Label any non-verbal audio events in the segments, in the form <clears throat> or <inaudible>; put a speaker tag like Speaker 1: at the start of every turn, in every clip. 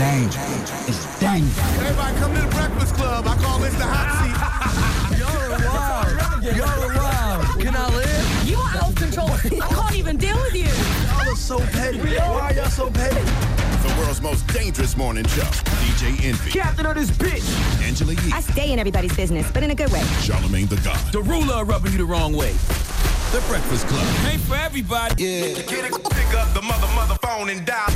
Speaker 1: danger. It's danger.
Speaker 2: Everybody come to the Breakfast Club. I call this the hot
Speaker 3: <laughs>
Speaker 4: You're wild. Can I live?
Speaker 5: You are out of control. I can't even deal with you.
Speaker 4: Y'all are so
Speaker 5: <laughs>
Speaker 4: petty. Why are y'all so petty?
Speaker 2: seat. The world's most dangerous morning show. DJ Envy,
Speaker 4: Captain of this bitch.
Speaker 2: Angela Yee,
Speaker 6: I stay in everybody's business, but in a good way.
Speaker 2: Charlemagne the God,
Speaker 4: The ruler rubbing you the wrong way.
Speaker 2: The Breakfast Club.
Speaker 4: Ain't for everybody.
Speaker 7: Get it, pick up the mother, mother phone and dial.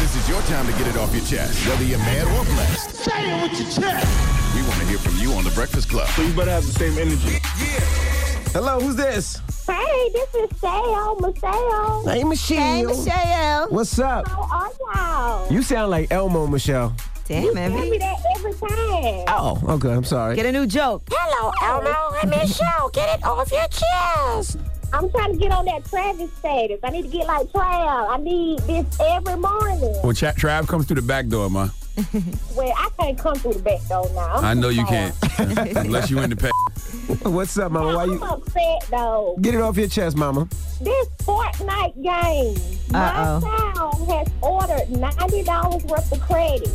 Speaker 2: This is your time to get it off your chest, whether you're mad or blessed. Say it with your chest. We want to hear from you on The Breakfast Club.
Speaker 8: You better have the same energy.
Speaker 4: Hello, who's this?
Speaker 9: Hey, this is Shale, Michelle.
Speaker 4: Hey, Michelle.
Speaker 6: Hey, Michelle.
Speaker 4: What's up?
Speaker 9: How are y'all?
Speaker 4: You sound like Elmo, Michelle.
Speaker 6: Damn,
Speaker 9: Tell
Speaker 6: Envy.
Speaker 9: me that every time.
Speaker 4: Oh, okay. I'm sorry.
Speaker 6: Get a new joke.
Speaker 9: Hello, Elmo and Michelle. Get it off your chest. I'm trying to get on that Travis status. I need to get like Trav. I need this every morning.
Speaker 8: Well, Tra- Trav comes through the back door, ma.
Speaker 9: Well, I can't come through the back door now. I'm
Speaker 8: I know
Speaker 9: too
Speaker 8: you
Speaker 9: tired.
Speaker 8: can't. <laughs> Unless you in the pay.
Speaker 4: <laughs> What's up, mama? Why
Speaker 9: I'm
Speaker 4: you?
Speaker 9: upset though.
Speaker 4: Get it off your chest, mama.
Speaker 9: This Fortnite game,
Speaker 6: Uh-oh.
Speaker 9: my town has ordered ninety dollars worth of credit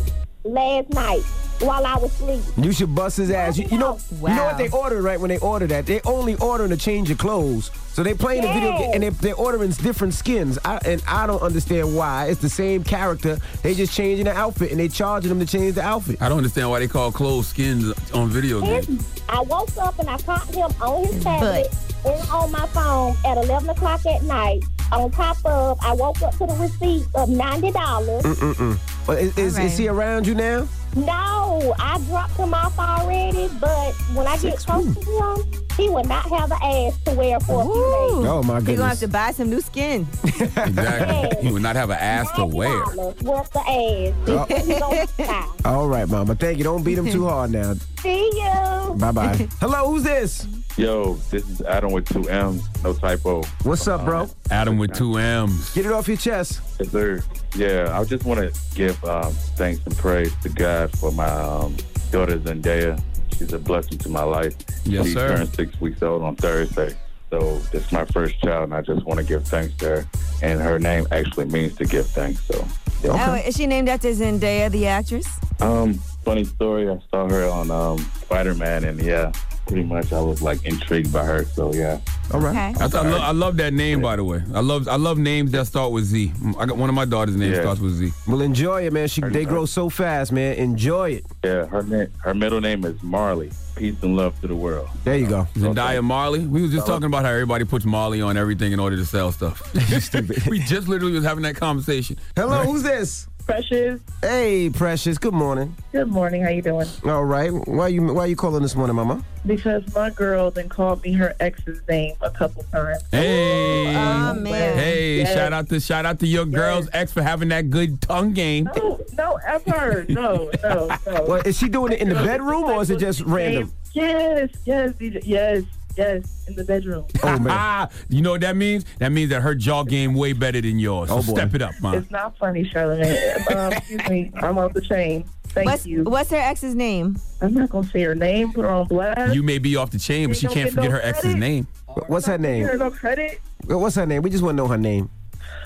Speaker 9: last night while I was sleeping.
Speaker 4: You should bust his ass. You, you know, you know
Speaker 6: Wow.
Speaker 4: what they ordered right when they ordered that. They only ordering to change your clothes. So they playing the video
Speaker 9: Yes.
Speaker 4: game and they, they're ordering different skins. I, and I don't understand why. It's the same character. They just changing the outfit and they charging them to change the outfit.
Speaker 8: I don't understand why they call clothes skins on video
Speaker 9: His,
Speaker 8: games.
Speaker 9: I woke up and I caught him on his tablet and on my phone at 11 o'clock at night. On top of, I woke up to the receipt of $90.
Speaker 4: But is, is,
Speaker 6: All right.
Speaker 4: is he around you now?
Speaker 9: No, I dropped him off already, but when I get close to him, he will not have an ass to wear for a few days.
Speaker 6: Woo.
Speaker 4: Oh, my
Speaker 6: He gonna have
Speaker 4: goodness.
Speaker 6: to buy some new skin.
Speaker 8: Exactly. You would not have an ass
Speaker 10: <laughs>
Speaker 8: to wear.
Speaker 9: $90 Worth of
Speaker 10: Oh,
Speaker 9: ass. This is
Speaker 4: <laughs>
Speaker 9: gonna stop.
Speaker 4: All right, mama. Thank you. Don't beat him
Speaker 6: <laughs>
Speaker 4: too hard now.
Speaker 9: See you.
Speaker 4: Bye bye. Hello, who's this?
Speaker 11: Yo, this is Adam with two M's, no typo.
Speaker 4: What's up, bro?
Speaker 8: Adam with two M's.
Speaker 4: Get it off your chest.
Speaker 11: Yes, sir. Yeah, I just want to give um, thanks and praise to God for my um, daughter Zendaya. She's a blessing to my life.
Speaker 8: Yes,
Speaker 11: she
Speaker 8: sir.
Speaker 11: turned six weeks old on Thursday. So this is my first child, and I just want to give thanks to her. And her name actually means to give thanks. So, yeah.
Speaker 6: Oh, is she named after Zendaya, the actress?
Speaker 11: Um, funny story. I saw her on um, Spider Man, and yeah, pretty much I was like intrigued by her. So yeah,
Speaker 4: All right.
Speaker 6: Okay.
Speaker 8: I, thought- I, love, I love that name, by the way. I love I love names that start with Z. I got one of my daughter's names
Speaker 11: Yeah.
Speaker 8: starts with Z.
Speaker 4: Well, enjoy it, man. She, they grow so fast, man. Enjoy it.
Speaker 11: yeah. Her name, her middle name is Marley. Peace and love to the world.
Speaker 4: There you go.
Speaker 8: Zendaya Marley. We was just talking about how everybody puts Marley on everything in order to sell stuff. <laughs> we just literally was having that conversation.
Speaker 4: Hello, who's this?
Speaker 10: Precious.
Speaker 4: Hey, precious. Good morning.
Speaker 10: Good morning. How you doing?
Speaker 4: All right. Why you Why you calling this morning, Mama?
Speaker 10: Because my girl then called me her ex's name a couple times.
Speaker 8: Hey.
Speaker 6: Oh man.
Speaker 8: Hey,
Speaker 10: Yes.
Speaker 8: shout out to shout out to your girl's ex for having that good tongue game.
Speaker 10: No, Oh, no, ever. No, no, <laughs> no.
Speaker 4: Well, is she doing it in the bedroom or is it just random?
Speaker 10: Yes, yes, DJ, yes, yes, in the bedroom.
Speaker 4: Oh man.
Speaker 8: <laughs> you know what that means? That means that her jaw game way better than yours.
Speaker 4: Oh,
Speaker 8: So
Speaker 4: boy.
Speaker 8: step it up, man.
Speaker 10: It's not funny, Charlamagne. um, excuse
Speaker 6: <laughs>
Speaker 10: me. I'm off the chain. Thank
Speaker 6: What's
Speaker 10: you.
Speaker 6: What's her ex's name?
Speaker 10: I'm not gonna say her name. Put her on blast.
Speaker 8: You may be off the chain, but she
Speaker 10: You don't
Speaker 8: can't
Speaker 10: get no
Speaker 8: forget her ex's
Speaker 10: credit.
Speaker 8: name.
Speaker 4: What's her
Speaker 10: Give
Speaker 4: name?
Speaker 10: her no credit,
Speaker 4: What's her name? We just want to know her name.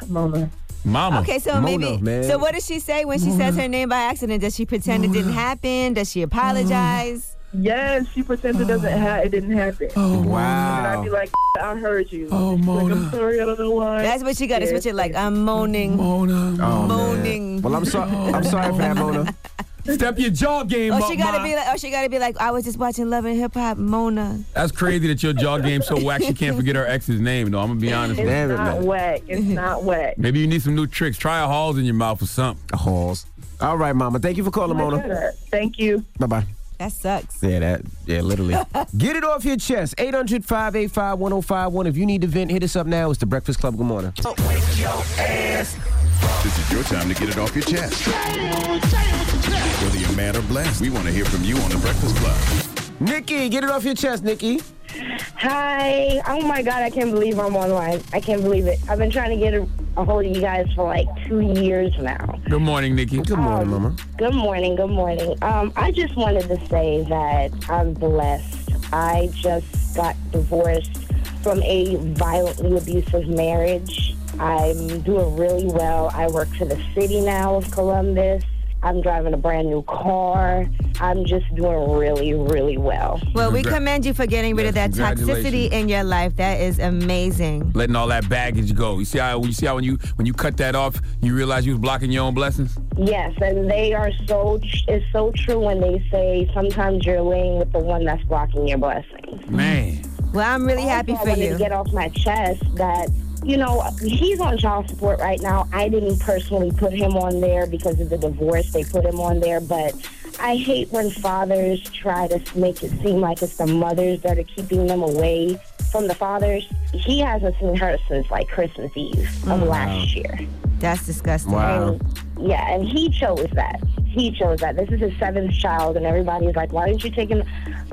Speaker 10: Mona.
Speaker 8: Mama.
Speaker 6: Okay, so
Speaker 4: Mona,
Speaker 6: maybe.
Speaker 4: man.
Speaker 6: So what does she say when she says her name by accident? Does she pretend it didn't happen? Does she apologize?
Speaker 10: Yes, she pretends it doesn't ha- it didn't happen. And I'd
Speaker 4: Wow.
Speaker 10: be like, I heard you.
Speaker 8: Oh,
Speaker 10: She's Like,
Speaker 8: Mona.
Speaker 10: I'm sorry, I don't know why.
Speaker 6: That's what she got to
Speaker 10: Yes,
Speaker 6: switch it like.
Speaker 10: yes.
Speaker 6: I'm moaning.
Speaker 8: Mona.
Speaker 4: Oh, man.
Speaker 6: Moaning.
Speaker 4: Well, I'm sorry. I'm sorry for that, Mona.
Speaker 6: <laughs>
Speaker 8: Step your jaw game
Speaker 6: Oh,
Speaker 8: up,
Speaker 6: she gotta
Speaker 8: Ma.
Speaker 6: be like. Oh, she gotta be like. I was just watching Love and Hip Hop, Mona.
Speaker 8: That's crazy that your jaw game so whack she can't forget her ex's name, though. I'm gonna be honest with
Speaker 10: It's
Speaker 8: you.
Speaker 4: Damn it,
Speaker 10: not
Speaker 4: man.
Speaker 10: whack. <laughs> It's not whack.
Speaker 8: Maybe you need some new tricks. Try a halls in your mouth or something.
Speaker 4: Halls. All right, Mama. Thank you for calling, Mona.
Speaker 10: Thank you.
Speaker 4: Bye bye.
Speaker 6: That sucks.
Speaker 4: Yeah, that. Yeah, literally.
Speaker 12: <laughs>
Speaker 4: Get it off your chest. 800 585 1051. If you need to vent, hit us up now. It's the Breakfast Club. Good morning.
Speaker 12: Oh.
Speaker 2: This is your time to get it off your chest. Whether you're mad or blessed, we want to hear from you on The Breakfast Club.
Speaker 4: Nikki, get it off your chest, Nikki.
Speaker 9: Hi. Oh my God, I can't believe I'm online. I can't believe it. I've been trying to get a, a hold of you guys for like two years now.
Speaker 8: Good morning, Nikki.
Speaker 4: Good morning,
Speaker 9: Um,
Speaker 4: Mama.
Speaker 9: Good morning. Good morning. Um, I just wanted to say that I'm blessed. I just got divorced from a violently abusive marriage. I'm doing really well. I work for the city now of Columbus. I'm driving a brand new car. I'm just doing really, really well.
Speaker 6: Well, we
Speaker 8: Congra-
Speaker 6: commend you for getting rid of that
Speaker 8: Yes,
Speaker 6: toxicity
Speaker 8: congratulations.
Speaker 6: in your life. That is amazing.
Speaker 8: Letting all that baggage go. You see how you see how when you when you cut that off, you realize you was blocking your own blessings.
Speaker 9: Yes, and they are so, it's so true when they say sometimes you're laying with the one that's blocking your blessing.
Speaker 8: Man.
Speaker 6: Well, I'm really happy
Speaker 9: Also,
Speaker 6: for
Speaker 9: I wanted
Speaker 6: you.
Speaker 9: to get off my chest that you know he's on child support right now. I didn't personally put him on there because of the divorce. They put him on there, but I hate when fathers try to make it seem like it's the mothers that are keeping them away from the fathers. He hasn't seen her since like Christmas Eve of last year.
Speaker 6: That's disgusting.
Speaker 8: Wow.
Speaker 9: Yeah, and he chose that. He chose that. This is his seventh child, and everybody's like, why didn't you take him?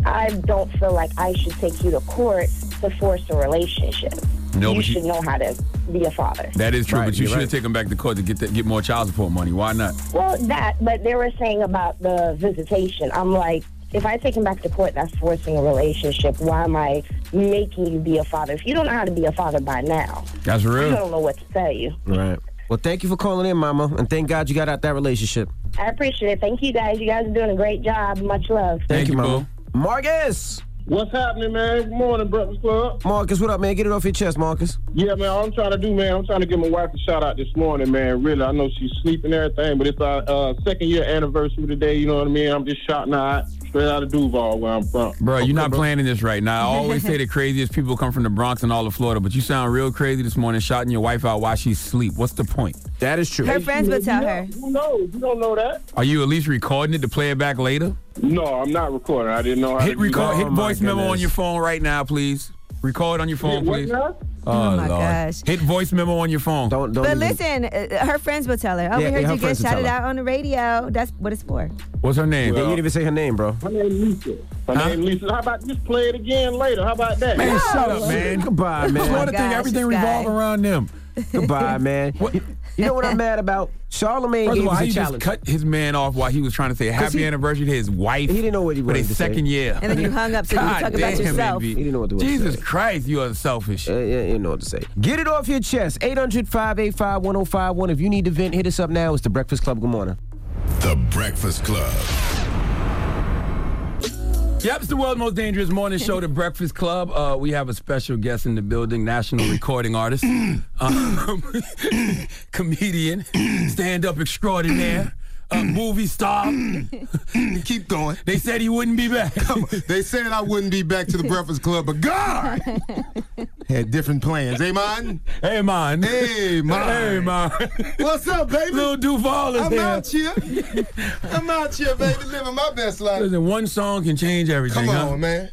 Speaker 9: I don't feel like I should take you to court to force a relationship.
Speaker 8: No,
Speaker 9: you
Speaker 8: but you-
Speaker 9: should know how to be a father.
Speaker 8: That is true,
Speaker 4: Right,
Speaker 8: but you
Speaker 4: you're
Speaker 8: should have
Speaker 4: right.
Speaker 8: taken back to court to get that, get more child support money. Why not?
Speaker 9: Well, that, but they were saying about the visitation. I'm like, if I take him back to court, that's forcing a relationship. Why am I making you be a father? If you don't know how to be a father by now,
Speaker 8: That's
Speaker 9: I
Speaker 8: real.
Speaker 9: don't know what to tell you.
Speaker 4: Right. Well, thank you for calling in, Mama, and thank God you got out that relationship.
Speaker 9: I appreciate it. Thank you guys. You guys are doing a great job. Much love.
Speaker 8: Thank you,
Speaker 4: Mama. Marcus.
Speaker 12: What's happening, man? Good morning, Breakfast Club.
Speaker 4: Marcus, what up, man? Get it off your chest, Marcus.
Speaker 12: Yeah, man, all I'm trying to do, man, I'm trying to give my wife a shout out this morning, man. Really, I know she's sleeping and everything, but it's our uh, second year anniversary today, you know what I mean? I'm just shouting out straight out of Duval where I'm from.
Speaker 8: Bro, you're not planning this right now.
Speaker 4: <laughs>
Speaker 8: I always say the craziest people come from the Bronx and all of Florida, but you sound real crazy this morning shouting your wife out while she's asleep. What's the point?
Speaker 4: That is true.
Speaker 6: Her friends would tell her.
Speaker 12: Who knows? You don't know that?
Speaker 8: Are you at least recording it to play it back later?
Speaker 12: No, I'm not recording. I didn't know how
Speaker 8: Hit
Speaker 12: to do
Speaker 8: record.
Speaker 12: that.
Speaker 8: hit
Speaker 4: Oh, my
Speaker 8: voice memo on
Speaker 4: goodness.
Speaker 8: your phone right now, please. Record on your
Speaker 12: Hit
Speaker 8: phone,
Speaker 12: what
Speaker 8: please.
Speaker 12: now?
Speaker 6: Oh, my gosh.
Speaker 8: Hit voice memo on your phone.
Speaker 4: Don't don't.
Speaker 6: But
Speaker 4: even-
Speaker 6: listen, uh, her friends will tell her. Oh,
Speaker 4: Yeah,
Speaker 6: we heard
Speaker 4: yeah, her
Speaker 6: you get
Speaker 4: friends will
Speaker 6: shouted
Speaker 4: tell her.
Speaker 6: out on the radio. That's what it's for.
Speaker 8: What's her name?
Speaker 4: Yeah, you didn't even say her name, bro.
Speaker 12: My name Lisa. My
Speaker 8: Huh?
Speaker 12: name Lisa. How about just play it again later? How about that?
Speaker 8: Man, shut up, man.
Speaker 4: Goodbye, man.
Speaker 6: Florida-
Speaker 8: Florida thing,
Speaker 6: Oh gosh,
Speaker 8: everything
Speaker 6: this guy.
Speaker 8: revolve around them.
Speaker 4: Goodbye, man.
Speaker 8: <laughs> What?
Speaker 4: You know what I'm mad about? Charlemagne
Speaker 8: First
Speaker 4: gave
Speaker 8: of all,
Speaker 4: us
Speaker 8: how
Speaker 4: a
Speaker 8: you just
Speaker 4: challenge.
Speaker 8: cut his man off while he was trying to say happy
Speaker 4: he-
Speaker 8: anniversary to his wife?
Speaker 4: He didn't know what he
Speaker 8: for
Speaker 4: wanted
Speaker 8: his
Speaker 4: to say.
Speaker 8: second year.
Speaker 6: And then you hung
Speaker 8: <laughs>
Speaker 6: up so you could
Speaker 8: God
Speaker 6: talk about
Speaker 8: damn,
Speaker 6: yourself.
Speaker 8: MB.
Speaker 4: He didn't know what to
Speaker 8: Jesus
Speaker 4: say.
Speaker 8: Christ, you are selfish.
Speaker 4: Uh, yeah, you know what to say. Get it off your chest. 800 585 1051. If you need to vent, hit us up now. It's the Breakfast Club. Good morning.
Speaker 2: The Breakfast Club.
Speaker 8: Yep, it's the world's most dangerous morning
Speaker 3: <laughs>
Speaker 8: show, The Breakfast Club. Uh, we have a special guest in the building, national
Speaker 3: <clears throat>
Speaker 8: recording artist, um, <laughs> comedian, stand-up extraordinaire, a movie star.
Speaker 3: <laughs> Keep going.
Speaker 8: They said he wouldn't be back.
Speaker 3: They said I wouldn't be back to the Breakfast Club, but God
Speaker 6: <laughs>
Speaker 3: had different plans. Hey, man.
Speaker 8: hey, man.
Speaker 3: Hey, man.
Speaker 8: Hey, man.
Speaker 3: What's up, baby?
Speaker 8: Little Duval is
Speaker 3: I'm
Speaker 8: there.
Speaker 3: out here. I'm out here, baby, living my best life.
Speaker 8: Listen, one song can change everything.
Speaker 3: Come
Speaker 8: huh?
Speaker 3: on, man.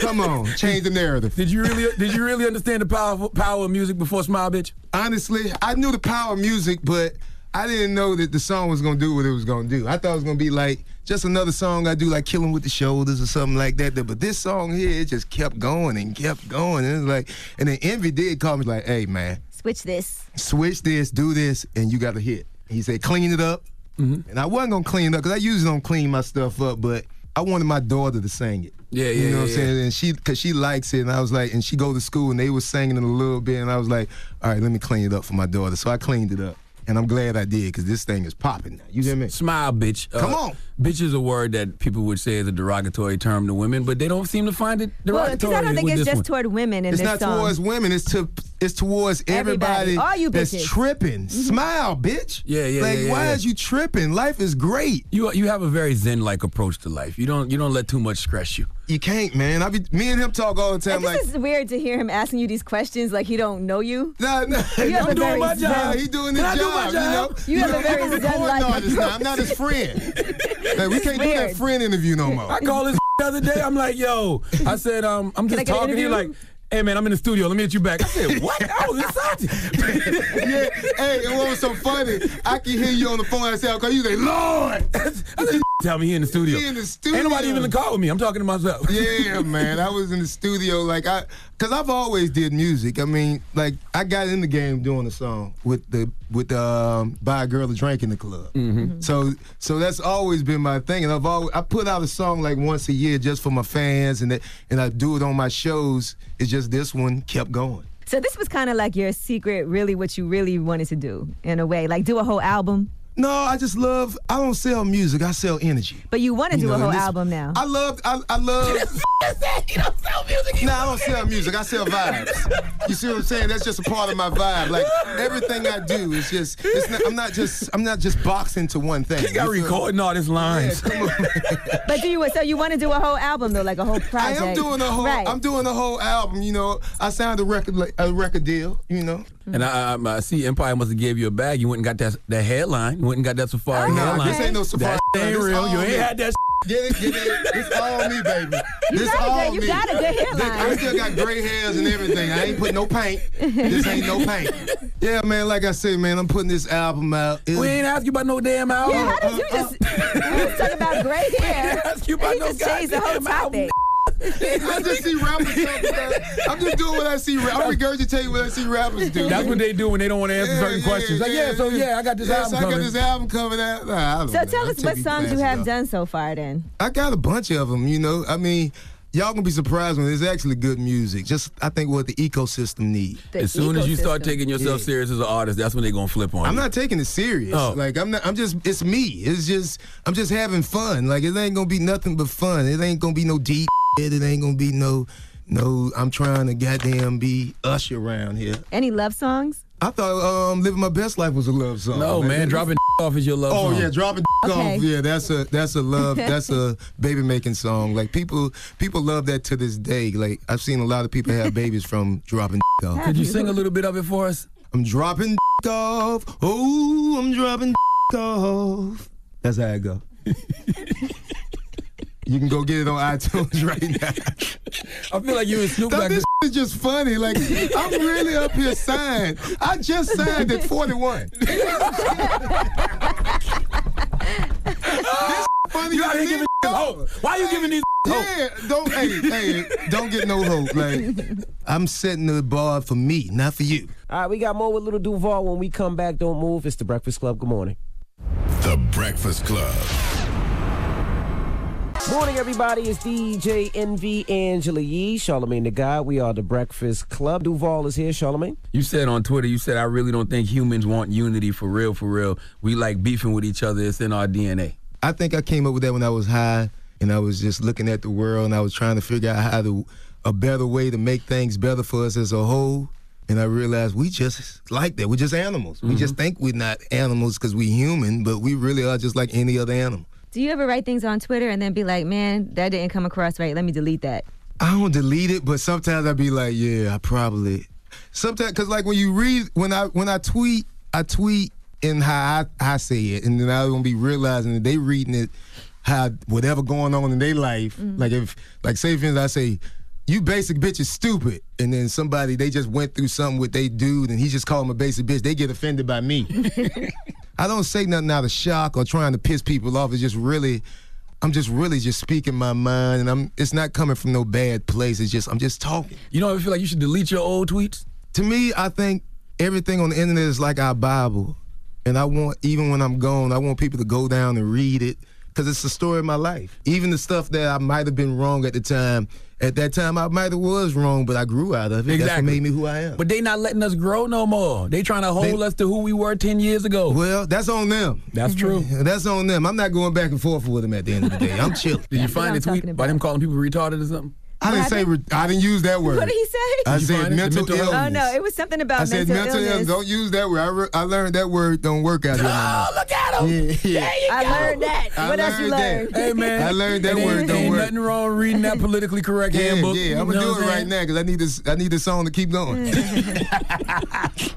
Speaker 3: Come on. Change the narrative.
Speaker 8: Did you really? did
Speaker 3: <laughs>
Speaker 8: you really understand the power power of music before Smile Bitch?
Speaker 3: honestly, I knew the power of music, but I didn't know that the song was gonna do what it was gonna do. I thought it was gonna be like just another song I do, like Killing with the Shoulders or something like that. But this song here, it just kept going and kept going. And it was like, and then Envy did call me like, "Hey man,
Speaker 6: Switch this.
Speaker 3: switch this, do this, and you got a hit." He said, "Clean it up,"
Speaker 8: Mm-hmm.
Speaker 3: and I wasn't gonna clean it up because I usually don't clean my stuff up, but I wanted my daughter to sing it.
Speaker 8: Yeah, yeah,
Speaker 3: You know what I'm
Speaker 8: yeah,
Speaker 3: saying? And she, cause she likes it, and I was like, and she go to school, and they was singing it a little bit, and I was like, all right, let me clean it up for my daughter. So I cleaned it up, and I'm glad I did, cause this thing is popping now. You hear me?
Speaker 8: Smile Bitch. Uh,
Speaker 3: Come on.
Speaker 8: Bitch is a word that people would say is a derogatory term to women, but they don't seem to find it
Speaker 6: Well,
Speaker 8: derogatory.
Speaker 6: because I don't think
Speaker 8: with
Speaker 6: it's
Speaker 8: this
Speaker 6: just
Speaker 8: one.
Speaker 6: toward women in
Speaker 3: It's
Speaker 6: this
Speaker 3: not
Speaker 6: song.
Speaker 3: towards women. It's to it's towards
Speaker 6: Everybody.
Speaker 3: everybody,
Speaker 6: All you
Speaker 3: that's
Speaker 6: bitches. Mm-hmm.
Speaker 3: tripping. Smile, bitch.
Speaker 8: Yeah, yeah,
Speaker 3: Like,
Speaker 8: yeah, yeah,
Speaker 3: why
Speaker 8: yeah.
Speaker 3: is you tripping? Life is great.
Speaker 8: You you have a very zen like approach to life. You don't you don't let too much stress you.
Speaker 3: You can't, man. I be me and him talk all the time.
Speaker 6: Like,
Speaker 3: like,
Speaker 6: this is weird to hear him asking you these questions like he don't know you.
Speaker 3: Nah, nah.
Speaker 6: You have
Speaker 3: <laughs> I'm
Speaker 6: a
Speaker 3: doing
Speaker 6: very
Speaker 3: my job.
Speaker 6: zen-
Speaker 3: He doing his
Speaker 8: Can I
Speaker 3: job,
Speaker 8: do my job?
Speaker 3: You
Speaker 6: You
Speaker 3: know.
Speaker 6: have a very
Speaker 3: I'm
Speaker 6: zen
Speaker 3: recording
Speaker 6: life
Speaker 3: artist now. I'm
Speaker 6: <laughs>
Speaker 3: not his friend. Like, we can't do that
Speaker 6: weird.
Speaker 3: friend interview no more.
Speaker 8: I called this <laughs> the other day. I'm like, yo, I said, um, I'm
Speaker 6: I
Speaker 8: just
Speaker 6: get an
Speaker 8: talking. He's like,
Speaker 6: interview?
Speaker 8: hey man, I'm in the studio. Let me hit you back. I said, what? I was
Speaker 3: <laughs>
Speaker 8: excited.
Speaker 3: yeah. Hey, and what was so funny? I can hear you on the phone. I say, I call you. Say,
Speaker 8: <laughs>
Speaker 3: Lord.
Speaker 8: I said, tell me he in the studio.
Speaker 3: He in the studio.
Speaker 8: Ain't nobody even in the car with me. I'm talking to myself.
Speaker 3: Yeah, man. I was in the studio like I, cause I've always did music. I mean, like I got in the game doing a song with the with the um, buy a girl a drink in the club.
Speaker 8: Mm-hmm.
Speaker 3: So so that's always been my thing, and I've always I put out a song like once a year just for my fans, and that, and I do it on my shows. It's just this one kept going.
Speaker 6: So this was kind of like your secret, really, what you really wanted to do in a way, like do a whole album.
Speaker 3: No, I just love. I don't sell music. I sell energy.
Speaker 6: But you want to
Speaker 3: You
Speaker 6: do
Speaker 3: know,
Speaker 6: a whole
Speaker 3: and this-
Speaker 6: album now.
Speaker 3: I love. I,
Speaker 6: <laughs>
Speaker 3: I love.
Speaker 6: don't sell music.
Speaker 3: Nah, I don't sell music. I sell vibes. You see what I'm saying? That's just a part of my vibe. Like everything I do is just. It's not, I'm not just. I'm not just boxing to one thing.
Speaker 8: He got
Speaker 3: You feel-
Speaker 8: recording all his lines.
Speaker 6: But do you so you want to do a whole album though, like a whole
Speaker 3: I
Speaker 6: project?
Speaker 3: am doing a whole.
Speaker 6: Right.
Speaker 3: I'm doing a whole album. You know, I signed a record like, a record deal. You know.
Speaker 8: And I, I, I see Empire must have gave you a bag. You went and got that that headline. You went and got that Safari
Speaker 3: Nah,
Speaker 8: headline.
Speaker 3: this ain't no Safari.
Speaker 8: That ain't
Speaker 3: This
Speaker 8: real.
Speaker 3: all
Speaker 8: You
Speaker 3: me.
Speaker 8: ain't had that.
Speaker 3: Get it, get it. It's all me, baby.
Speaker 6: <laughs> You
Speaker 3: this
Speaker 6: got a
Speaker 3: all
Speaker 6: good- you
Speaker 3: me.
Speaker 6: got a good headline.
Speaker 3: I still got gray hairs and everything. I ain't put no paint. This ain't no paint. Yeah, man. Like I said, man, I'm putting this album out. Uh,
Speaker 8: We ain't ask you about no damn album.
Speaker 6: Yeah, how did you
Speaker 3: <laughs>
Speaker 6: just you was talking about gray hair?
Speaker 8: ask you about
Speaker 6: and
Speaker 8: no
Speaker 6: you just changed the whole
Speaker 8: goddamn album.
Speaker 6: topic.
Speaker 3: I just see rappers. do, man. I'm just doing what I see. ra- I'm regurgitating what I see rappers do.
Speaker 8: That's what they do when they don't want to answer
Speaker 3: Yeah,
Speaker 8: certain
Speaker 3: yeah,
Speaker 8: questions. Like, yeah, so yeah, I got this
Speaker 3: Yes,
Speaker 8: album
Speaker 3: I
Speaker 8: coming.
Speaker 3: got this album coming out. Nah, I don't
Speaker 6: So
Speaker 3: know.
Speaker 6: tell
Speaker 3: I'm
Speaker 6: us what
Speaker 3: taking
Speaker 6: songs you
Speaker 3: classes,
Speaker 6: have
Speaker 3: y'all.
Speaker 6: done so far then.
Speaker 3: I got a bunch of them, you know. I mean, y'all gonna be surprised when it's actually good music. Just I think what the ecosystem needs.
Speaker 8: as soon as you start taking yourself serious as an artist, that's when they're gonna flip on
Speaker 3: I'm
Speaker 8: you.
Speaker 3: not taking it serious.
Speaker 8: Oh.
Speaker 3: Like I'm not. I'm just. It's me. It's just. I'm just having fun. Like it ain't gonna be nothing but fun. It ain't gonna be no deep. shit. It ain't gonna be no. No, I'm trying to goddamn be Usher around here.
Speaker 6: Any love songs?
Speaker 3: I thought um, living my best life was a love song.
Speaker 8: no, man, dropping off is your love.
Speaker 3: Oh
Speaker 8: song.
Speaker 3: yeah, dropping
Speaker 6: Okay.
Speaker 3: off. Yeah, that's a that's a
Speaker 8: <laughs>
Speaker 3: love that's a baby making song. Like people people love that to this day. Like I've seen a lot of people have babies from dropping off.
Speaker 8: Could you sing a little bit of it for us?
Speaker 3: I'm dropping off. Oh, I'm dropping off. That's how it go. you can go get it on iTunes <laughs> right now.
Speaker 8: I feel like you and Snoop
Speaker 3: Now,
Speaker 8: Dogg.
Speaker 3: this is just funny. Like I'm really up here signed. I just signed at 41. <laughs> this funny.
Speaker 8: You out here
Speaker 3: as
Speaker 8: giving
Speaker 3: hell.
Speaker 8: hope. Why you giving these hope?
Speaker 3: Yeah, don't hey, hey, don't get no hope. Like I'm setting the bar for me, not for you.
Speaker 4: All right, we got more with Little Duval when we come back. Don't move. It's the Breakfast Club. Good morning.
Speaker 2: The Breakfast Club.
Speaker 4: Morning, everybody. It's DJ NV Angela Yee, Charlemagne the Guy. We are the Breakfast Club. Duval is here, Charlemagne.
Speaker 8: You said on Twitter, you said I really don't think humans want unity for real, for real. We like beefing with each other. It's in our DNA.
Speaker 3: I think I came up with that when I was high and I was just looking at the world and I was trying to figure out how to a better way to make things better for us as a whole. And I realized we just like that. We're just animals. We just think we're not animals because we're human, but we really are just like any other animal.
Speaker 6: Do you ever write things on Twitter and then be like, man, that didn't come across right. Let me delete that.
Speaker 3: I don't delete it, but sometimes I be like, yeah, I probably. Sometimes, cause like when you read, when I when I tweet, I tweet in how I, I say it, and then I don't be realizing that they reading it how whatever going on in their life. Like if like say for instance, I say. You basic bitch is stupid, and then somebody they just went through something with they dude, and he just called him a basic bitch. They get offended by me. I don't say nothing out of shock or trying to piss people off. It's just really, I'm just really just speaking my mind, and I'm. It's not coming from no bad place. It's just I'm just talking.
Speaker 8: You don't ever feel like you should delete your old tweets?
Speaker 3: To me, I think everything on the internet is like our Bible, and I want even when I'm gone, I want people to go down and read it because it's the story of my life. Even the stuff that I might have been wrong at the time. At that time, I might have was wrong, but I grew out of it. That's what
Speaker 8: Exactly.
Speaker 3: made me who I am.
Speaker 8: But they not letting us grow no more. They trying to hold
Speaker 3: They-
Speaker 8: us to who we were ten years ago.
Speaker 3: well, that's on them.
Speaker 8: That's true.
Speaker 3: That's on them. I'm not going back and forth with them at the end of the day.
Speaker 8: <laughs>
Speaker 3: I'm chilling.
Speaker 8: Did you
Speaker 6: what
Speaker 8: find
Speaker 6: I'm
Speaker 8: a tweet
Speaker 6: talking
Speaker 8: by
Speaker 6: about.
Speaker 8: them calling people retarded or something?
Speaker 3: I didn't say. Re- I didn't use that word.
Speaker 6: What did he say?
Speaker 3: I
Speaker 8: Did you
Speaker 3: said
Speaker 8: find it? The
Speaker 3: mental
Speaker 8: mental
Speaker 3: illness.
Speaker 6: Oh no, it was something about
Speaker 3: I said
Speaker 6: mental,
Speaker 3: mental illness.
Speaker 6: illness.
Speaker 3: Don't use that word. I, re- I learned that word don't work out.
Speaker 8: Oh, look at him!
Speaker 3: Yeah, yeah.
Speaker 8: There you
Speaker 6: I
Speaker 8: go.
Speaker 6: learned that.
Speaker 3: I
Speaker 6: what else you
Speaker 3: learned
Speaker 6: learned?
Speaker 3: that.
Speaker 8: Hey man,
Speaker 3: I learned that
Speaker 8: Ain't-
Speaker 3: word don't
Speaker 8: Ain't
Speaker 3: work.
Speaker 8: nothing wrong with reading that politically correct
Speaker 3: Yeah,
Speaker 8: handbook.
Speaker 3: yeah, I'm gonna
Speaker 8: You know
Speaker 3: do
Speaker 8: what
Speaker 3: it
Speaker 8: I'm
Speaker 3: right
Speaker 8: saying?
Speaker 3: now because I need this. I need this song to keep going.
Speaker 6: Mm.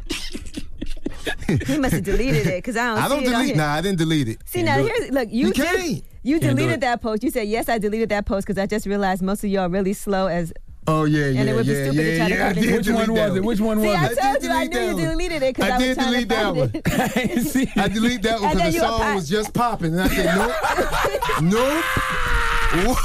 Speaker 6: <laughs> He must have <laughs> deleted it because I don't.
Speaker 3: I don't
Speaker 6: see it on
Speaker 3: delete.
Speaker 6: here.
Speaker 3: Nah, I didn't delete it.
Speaker 6: See now, here's look. You,
Speaker 3: You
Speaker 6: did-
Speaker 3: can't.
Speaker 6: You
Speaker 8: Can't do it.
Speaker 6: deleted that post. You said yes. I deleted that post because I just realized most of y'all really slow as.
Speaker 3: Oh yeah, yeah,
Speaker 6: And it would be
Speaker 3: yeah,
Speaker 6: stupid to
Speaker 3: yeah,
Speaker 6: try to
Speaker 3: yeah. I
Speaker 6: find it.
Speaker 3: did
Speaker 8: Which one
Speaker 3: delete that
Speaker 8: was it? Which one
Speaker 6: See,
Speaker 8: was
Speaker 6: I
Speaker 8: it?
Speaker 3: did
Speaker 6: told you. I
Speaker 3: delete
Speaker 6: knew
Speaker 3: that
Speaker 6: you
Speaker 3: one.
Speaker 6: deleted it because
Speaker 3: I
Speaker 6: I, was
Speaker 3: did
Speaker 6: trying
Speaker 3: delete
Speaker 6: to
Speaker 3: that
Speaker 6: find
Speaker 3: one. <laughs>
Speaker 6: it.
Speaker 8: See,
Speaker 3: I delete that one
Speaker 6: And then
Speaker 3: because the
Speaker 6: you a
Speaker 3: song
Speaker 6: pot.
Speaker 3: was just popping, and I said <laughs> nope, nope.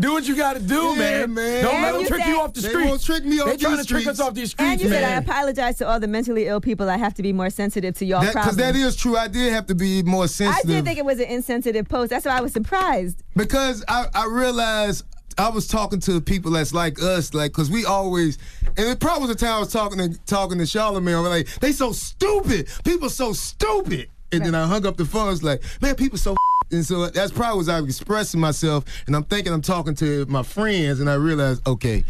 Speaker 8: do what you got to do,
Speaker 3: Yeah,
Speaker 8: man.
Speaker 3: man.
Speaker 8: Don't
Speaker 6: And
Speaker 8: let them
Speaker 6: you
Speaker 8: trick
Speaker 6: said-
Speaker 8: you off the
Speaker 3: They
Speaker 8: streets.
Speaker 3: won't trick me off
Speaker 8: They trying
Speaker 3: these
Speaker 8: to trick us
Speaker 3: streets.
Speaker 8: off these
Speaker 6: And
Speaker 8: streets,
Speaker 6: you said I
Speaker 8: man.
Speaker 6: apologize to all the mentally ill people. I have to be more sensitive to y'all
Speaker 3: Because
Speaker 6: problems.
Speaker 3: that is true. I did have to be more
Speaker 6: I
Speaker 3: sensitive.
Speaker 6: did think it was an insensitive post. That's why I was surprised.
Speaker 3: because I, I realized I was talking to people that's like us, like, cause we always, and it probably was a time I was talking to talking to Charlamagne. I'm like, they so stupid. People so stupid. And then I hung up the phone. I was like, man, people so. <laughs> And so that's probably was I was expressing myself, and I'm thinking I'm talking to my friends, and I realized, okay,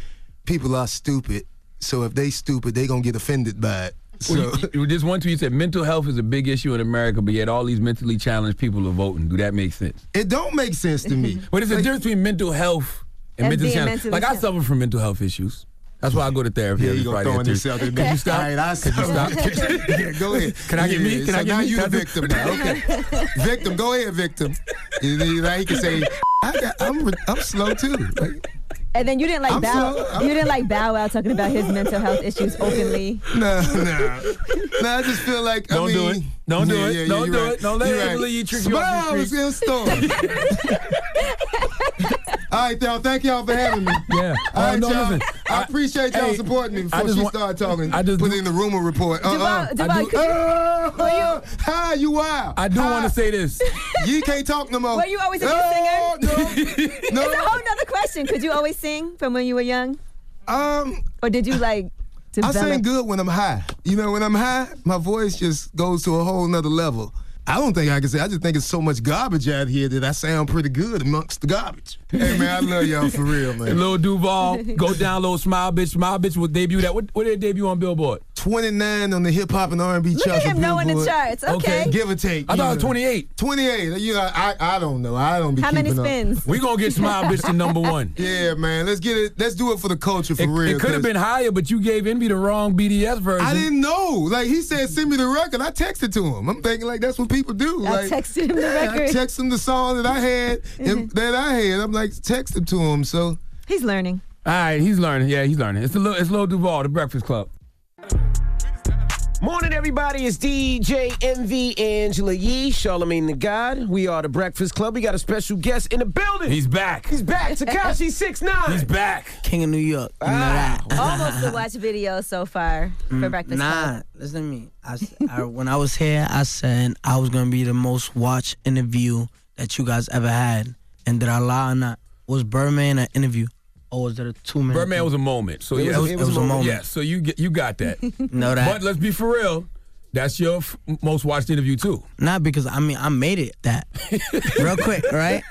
Speaker 3: people are stupid. So if they stupid, they gonna get offended by it. So
Speaker 8: Well, you, you just one tweet said mental health is a big issue in America, but yet all these mentally challenged people are voting. Do that make sense?
Speaker 3: It don't make sense to <laughs> me.
Speaker 8: but it's the difference between mental health and,
Speaker 3: And
Speaker 8: mental
Speaker 3: being
Speaker 8: challenge.
Speaker 3: mentally
Speaker 8: Like I
Speaker 3: challenged.
Speaker 8: suffer from mental health issues. That's why I go to therapy
Speaker 3: Yeah,
Speaker 8: every
Speaker 3: you gonna
Speaker 8: Friday.
Speaker 3: throw
Speaker 8: at
Speaker 3: in
Speaker 8: three.
Speaker 3: yourself there,
Speaker 8: Could you
Speaker 3: bitch.
Speaker 8: stop?
Speaker 3: All right, I
Speaker 8: Could you
Speaker 3: <laughs>
Speaker 8: stop?
Speaker 3: yeah, go ahead.
Speaker 8: <laughs> Can I get me?
Speaker 3: Yeah,
Speaker 8: Can I
Speaker 3: so
Speaker 8: get
Speaker 3: now
Speaker 8: me?
Speaker 3: you the
Speaker 8: Can I do-
Speaker 3: victim now. Okay.
Speaker 8: <laughs>
Speaker 3: victim, go ahead, victim. And then, like, he can say, I got, I'm, re- I'm slow too. Like,
Speaker 6: And then you didn't like
Speaker 3: I'm
Speaker 6: Bow.
Speaker 3: so- I'm-
Speaker 6: you didn't like Bow Wow talking about his mental health issues openly.
Speaker 3: no, no, no. I just feel like
Speaker 8: Don't
Speaker 3: I
Speaker 8: do
Speaker 3: mean,
Speaker 8: it. Don't do
Speaker 3: yeah,
Speaker 8: it.
Speaker 3: yeah,
Speaker 8: Don't
Speaker 3: you're
Speaker 8: do
Speaker 3: right.
Speaker 8: it. Don't let
Speaker 3: You're
Speaker 8: Angela Yee trick you off
Speaker 3: Smile,
Speaker 8: the
Speaker 3: it's in storm.
Speaker 8: <laughs>
Speaker 3: All right, y'all. Thank y'all for having me.
Speaker 8: Yeah.
Speaker 3: All
Speaker 8: Oh,
Speaker 3: right,
Speaker 8: no,
Speaker 3: y'all.
Speaker 8: listen.
Speaker 3: I appreciate y'all
Speaker 8: Hey,
Speaker 3: supporting me
Speaker 8: I
Speaker 3: before
Speaker 8: just
Speaker 3: she
Speaker 8: want-
Speaker 3: started talking.
Speaker 8: I just
Speaker 3: put
Speaker 8: do-
Speaker 3: in the rumor report. Uh-uh.
Speaker 8: Javon- Javon,
Speaker 3: I do-
Speaker 8: could you-
Speaker 3: Oh, hi, you
Speaker 8: <laughs>
Speaker 3: wild.
Speaker 8: I do want to say this.
Speaker 3: <laughs> You can't talk no more.
Speaker 6: Were you always a good
Speaker 3: Oh,
Speaker 6: <laughs> singer?
Speaker 3: No.
Speaker 6: It's a whole nother question. Could you always sing from when you were young?
Speaker 3: Um.
Speaker 6: Or did you like
Speaker 3: Uh, I
Speaker 6: develop?
Speaker 3: sing good when I'm high. You know, when I'm high, my voice just goes to a whole nother level. I don't think I can say. I just think it's so much garbage out here that I sound pretty good amongst the
Speaker 8: <laughs>
Speaker 3: garbage. Hey man, I love y'all for real, man.
Speaker 8: Lil Duval, go
Speaker 3: <laughs>
Speaker 8: download Smile Bitch. Smile Bitch will debut that. What, what did it debut on Billboard?
Speaker 3: 29 on the hip hop and R&B
Speaker 8: Look
Speaker 3: charts.
Speaker 8: at
Speaker 3: of
Speaker 8: him knowing the
Speaker 3: Billboard.
Speaker 8: charts. Okay.
Speaker 3: give or take.
Speaker 8: I
Speaker 3: you
Speaker 8: thought it
Speaker 3: know.
Speaker 8: was 28.
Speaker 3: 28. You know, I, I don't know. I don't be.
Speaker 6: How many
Speaker 3: keeping up.
Speaker 6: spins?
Speaker 8: We gonna
Speaker 6: <laughs>
Speaker 8: get Smile Bitch to number one.
Speaker 3: Yeah, man. Let's get it. Let's do it for the culture for
Speaker 8: It,
Speaker 3: real.
Speaker 8: could have
Speaker 3: 'cause
Speaker 8: been higher, but you gave Envy the wrong BDS version.
Speaker 3: I didn't know. Like he said, send me the record. I texted to him. I'm thinking like that's what people do.
Speaker 6: I
Speaker 3: like,
Speaker 6: texted him the
Speaker 3: Yeah,
Speaker 6: record. Mm-hmm.
Speaker 3: I texted him the song that I had and that I had. I'm like text him to him. So
Speaker 6: He's learning.
Speaker 8: All right, he's learning. Yeah, he's learning. It's a little, it's Lil Duval, The Breakfast Club.
Speaker 4: Morning, everybody. It's DJ MV Angela Yee, Charlemagne the God. We are the Breakfast Club. We got a special guest in the building.
Speaker 8: He's back.
Speaker 4: He's back.
Speaker 8: <laughs>
Speaker 4: Takashi Six Nine. He's
Speaker 8: back.
Speaker 13: King of New York. You know that.
Speaker 6: Almost the watch video so far for breakfast.
Speaker 13: Mm, Nah,
Speaker 6: Club.
Speaker 13: listen to me. I, s- I- when I was here, I said I was gonna be the most watched interview that you guys ever had. And did I lie or not? Was Birdman an interview? Or was it a two minute?
Speaker 8: Birdman was a moment. So
Speaker 13: It
Speaker 8: yeah,
Speaker 13: was- it was a moment.
Speaker 8: Yes, so you get, you got that.
Speaker 13: <laughs> Know that.
Speaker 8: But let's be for real. That's your f- most watched interview too.
Speaker 13: Not because I mean I made it
Speaker 8: <laughs>
Speaker 13: that real quick, right?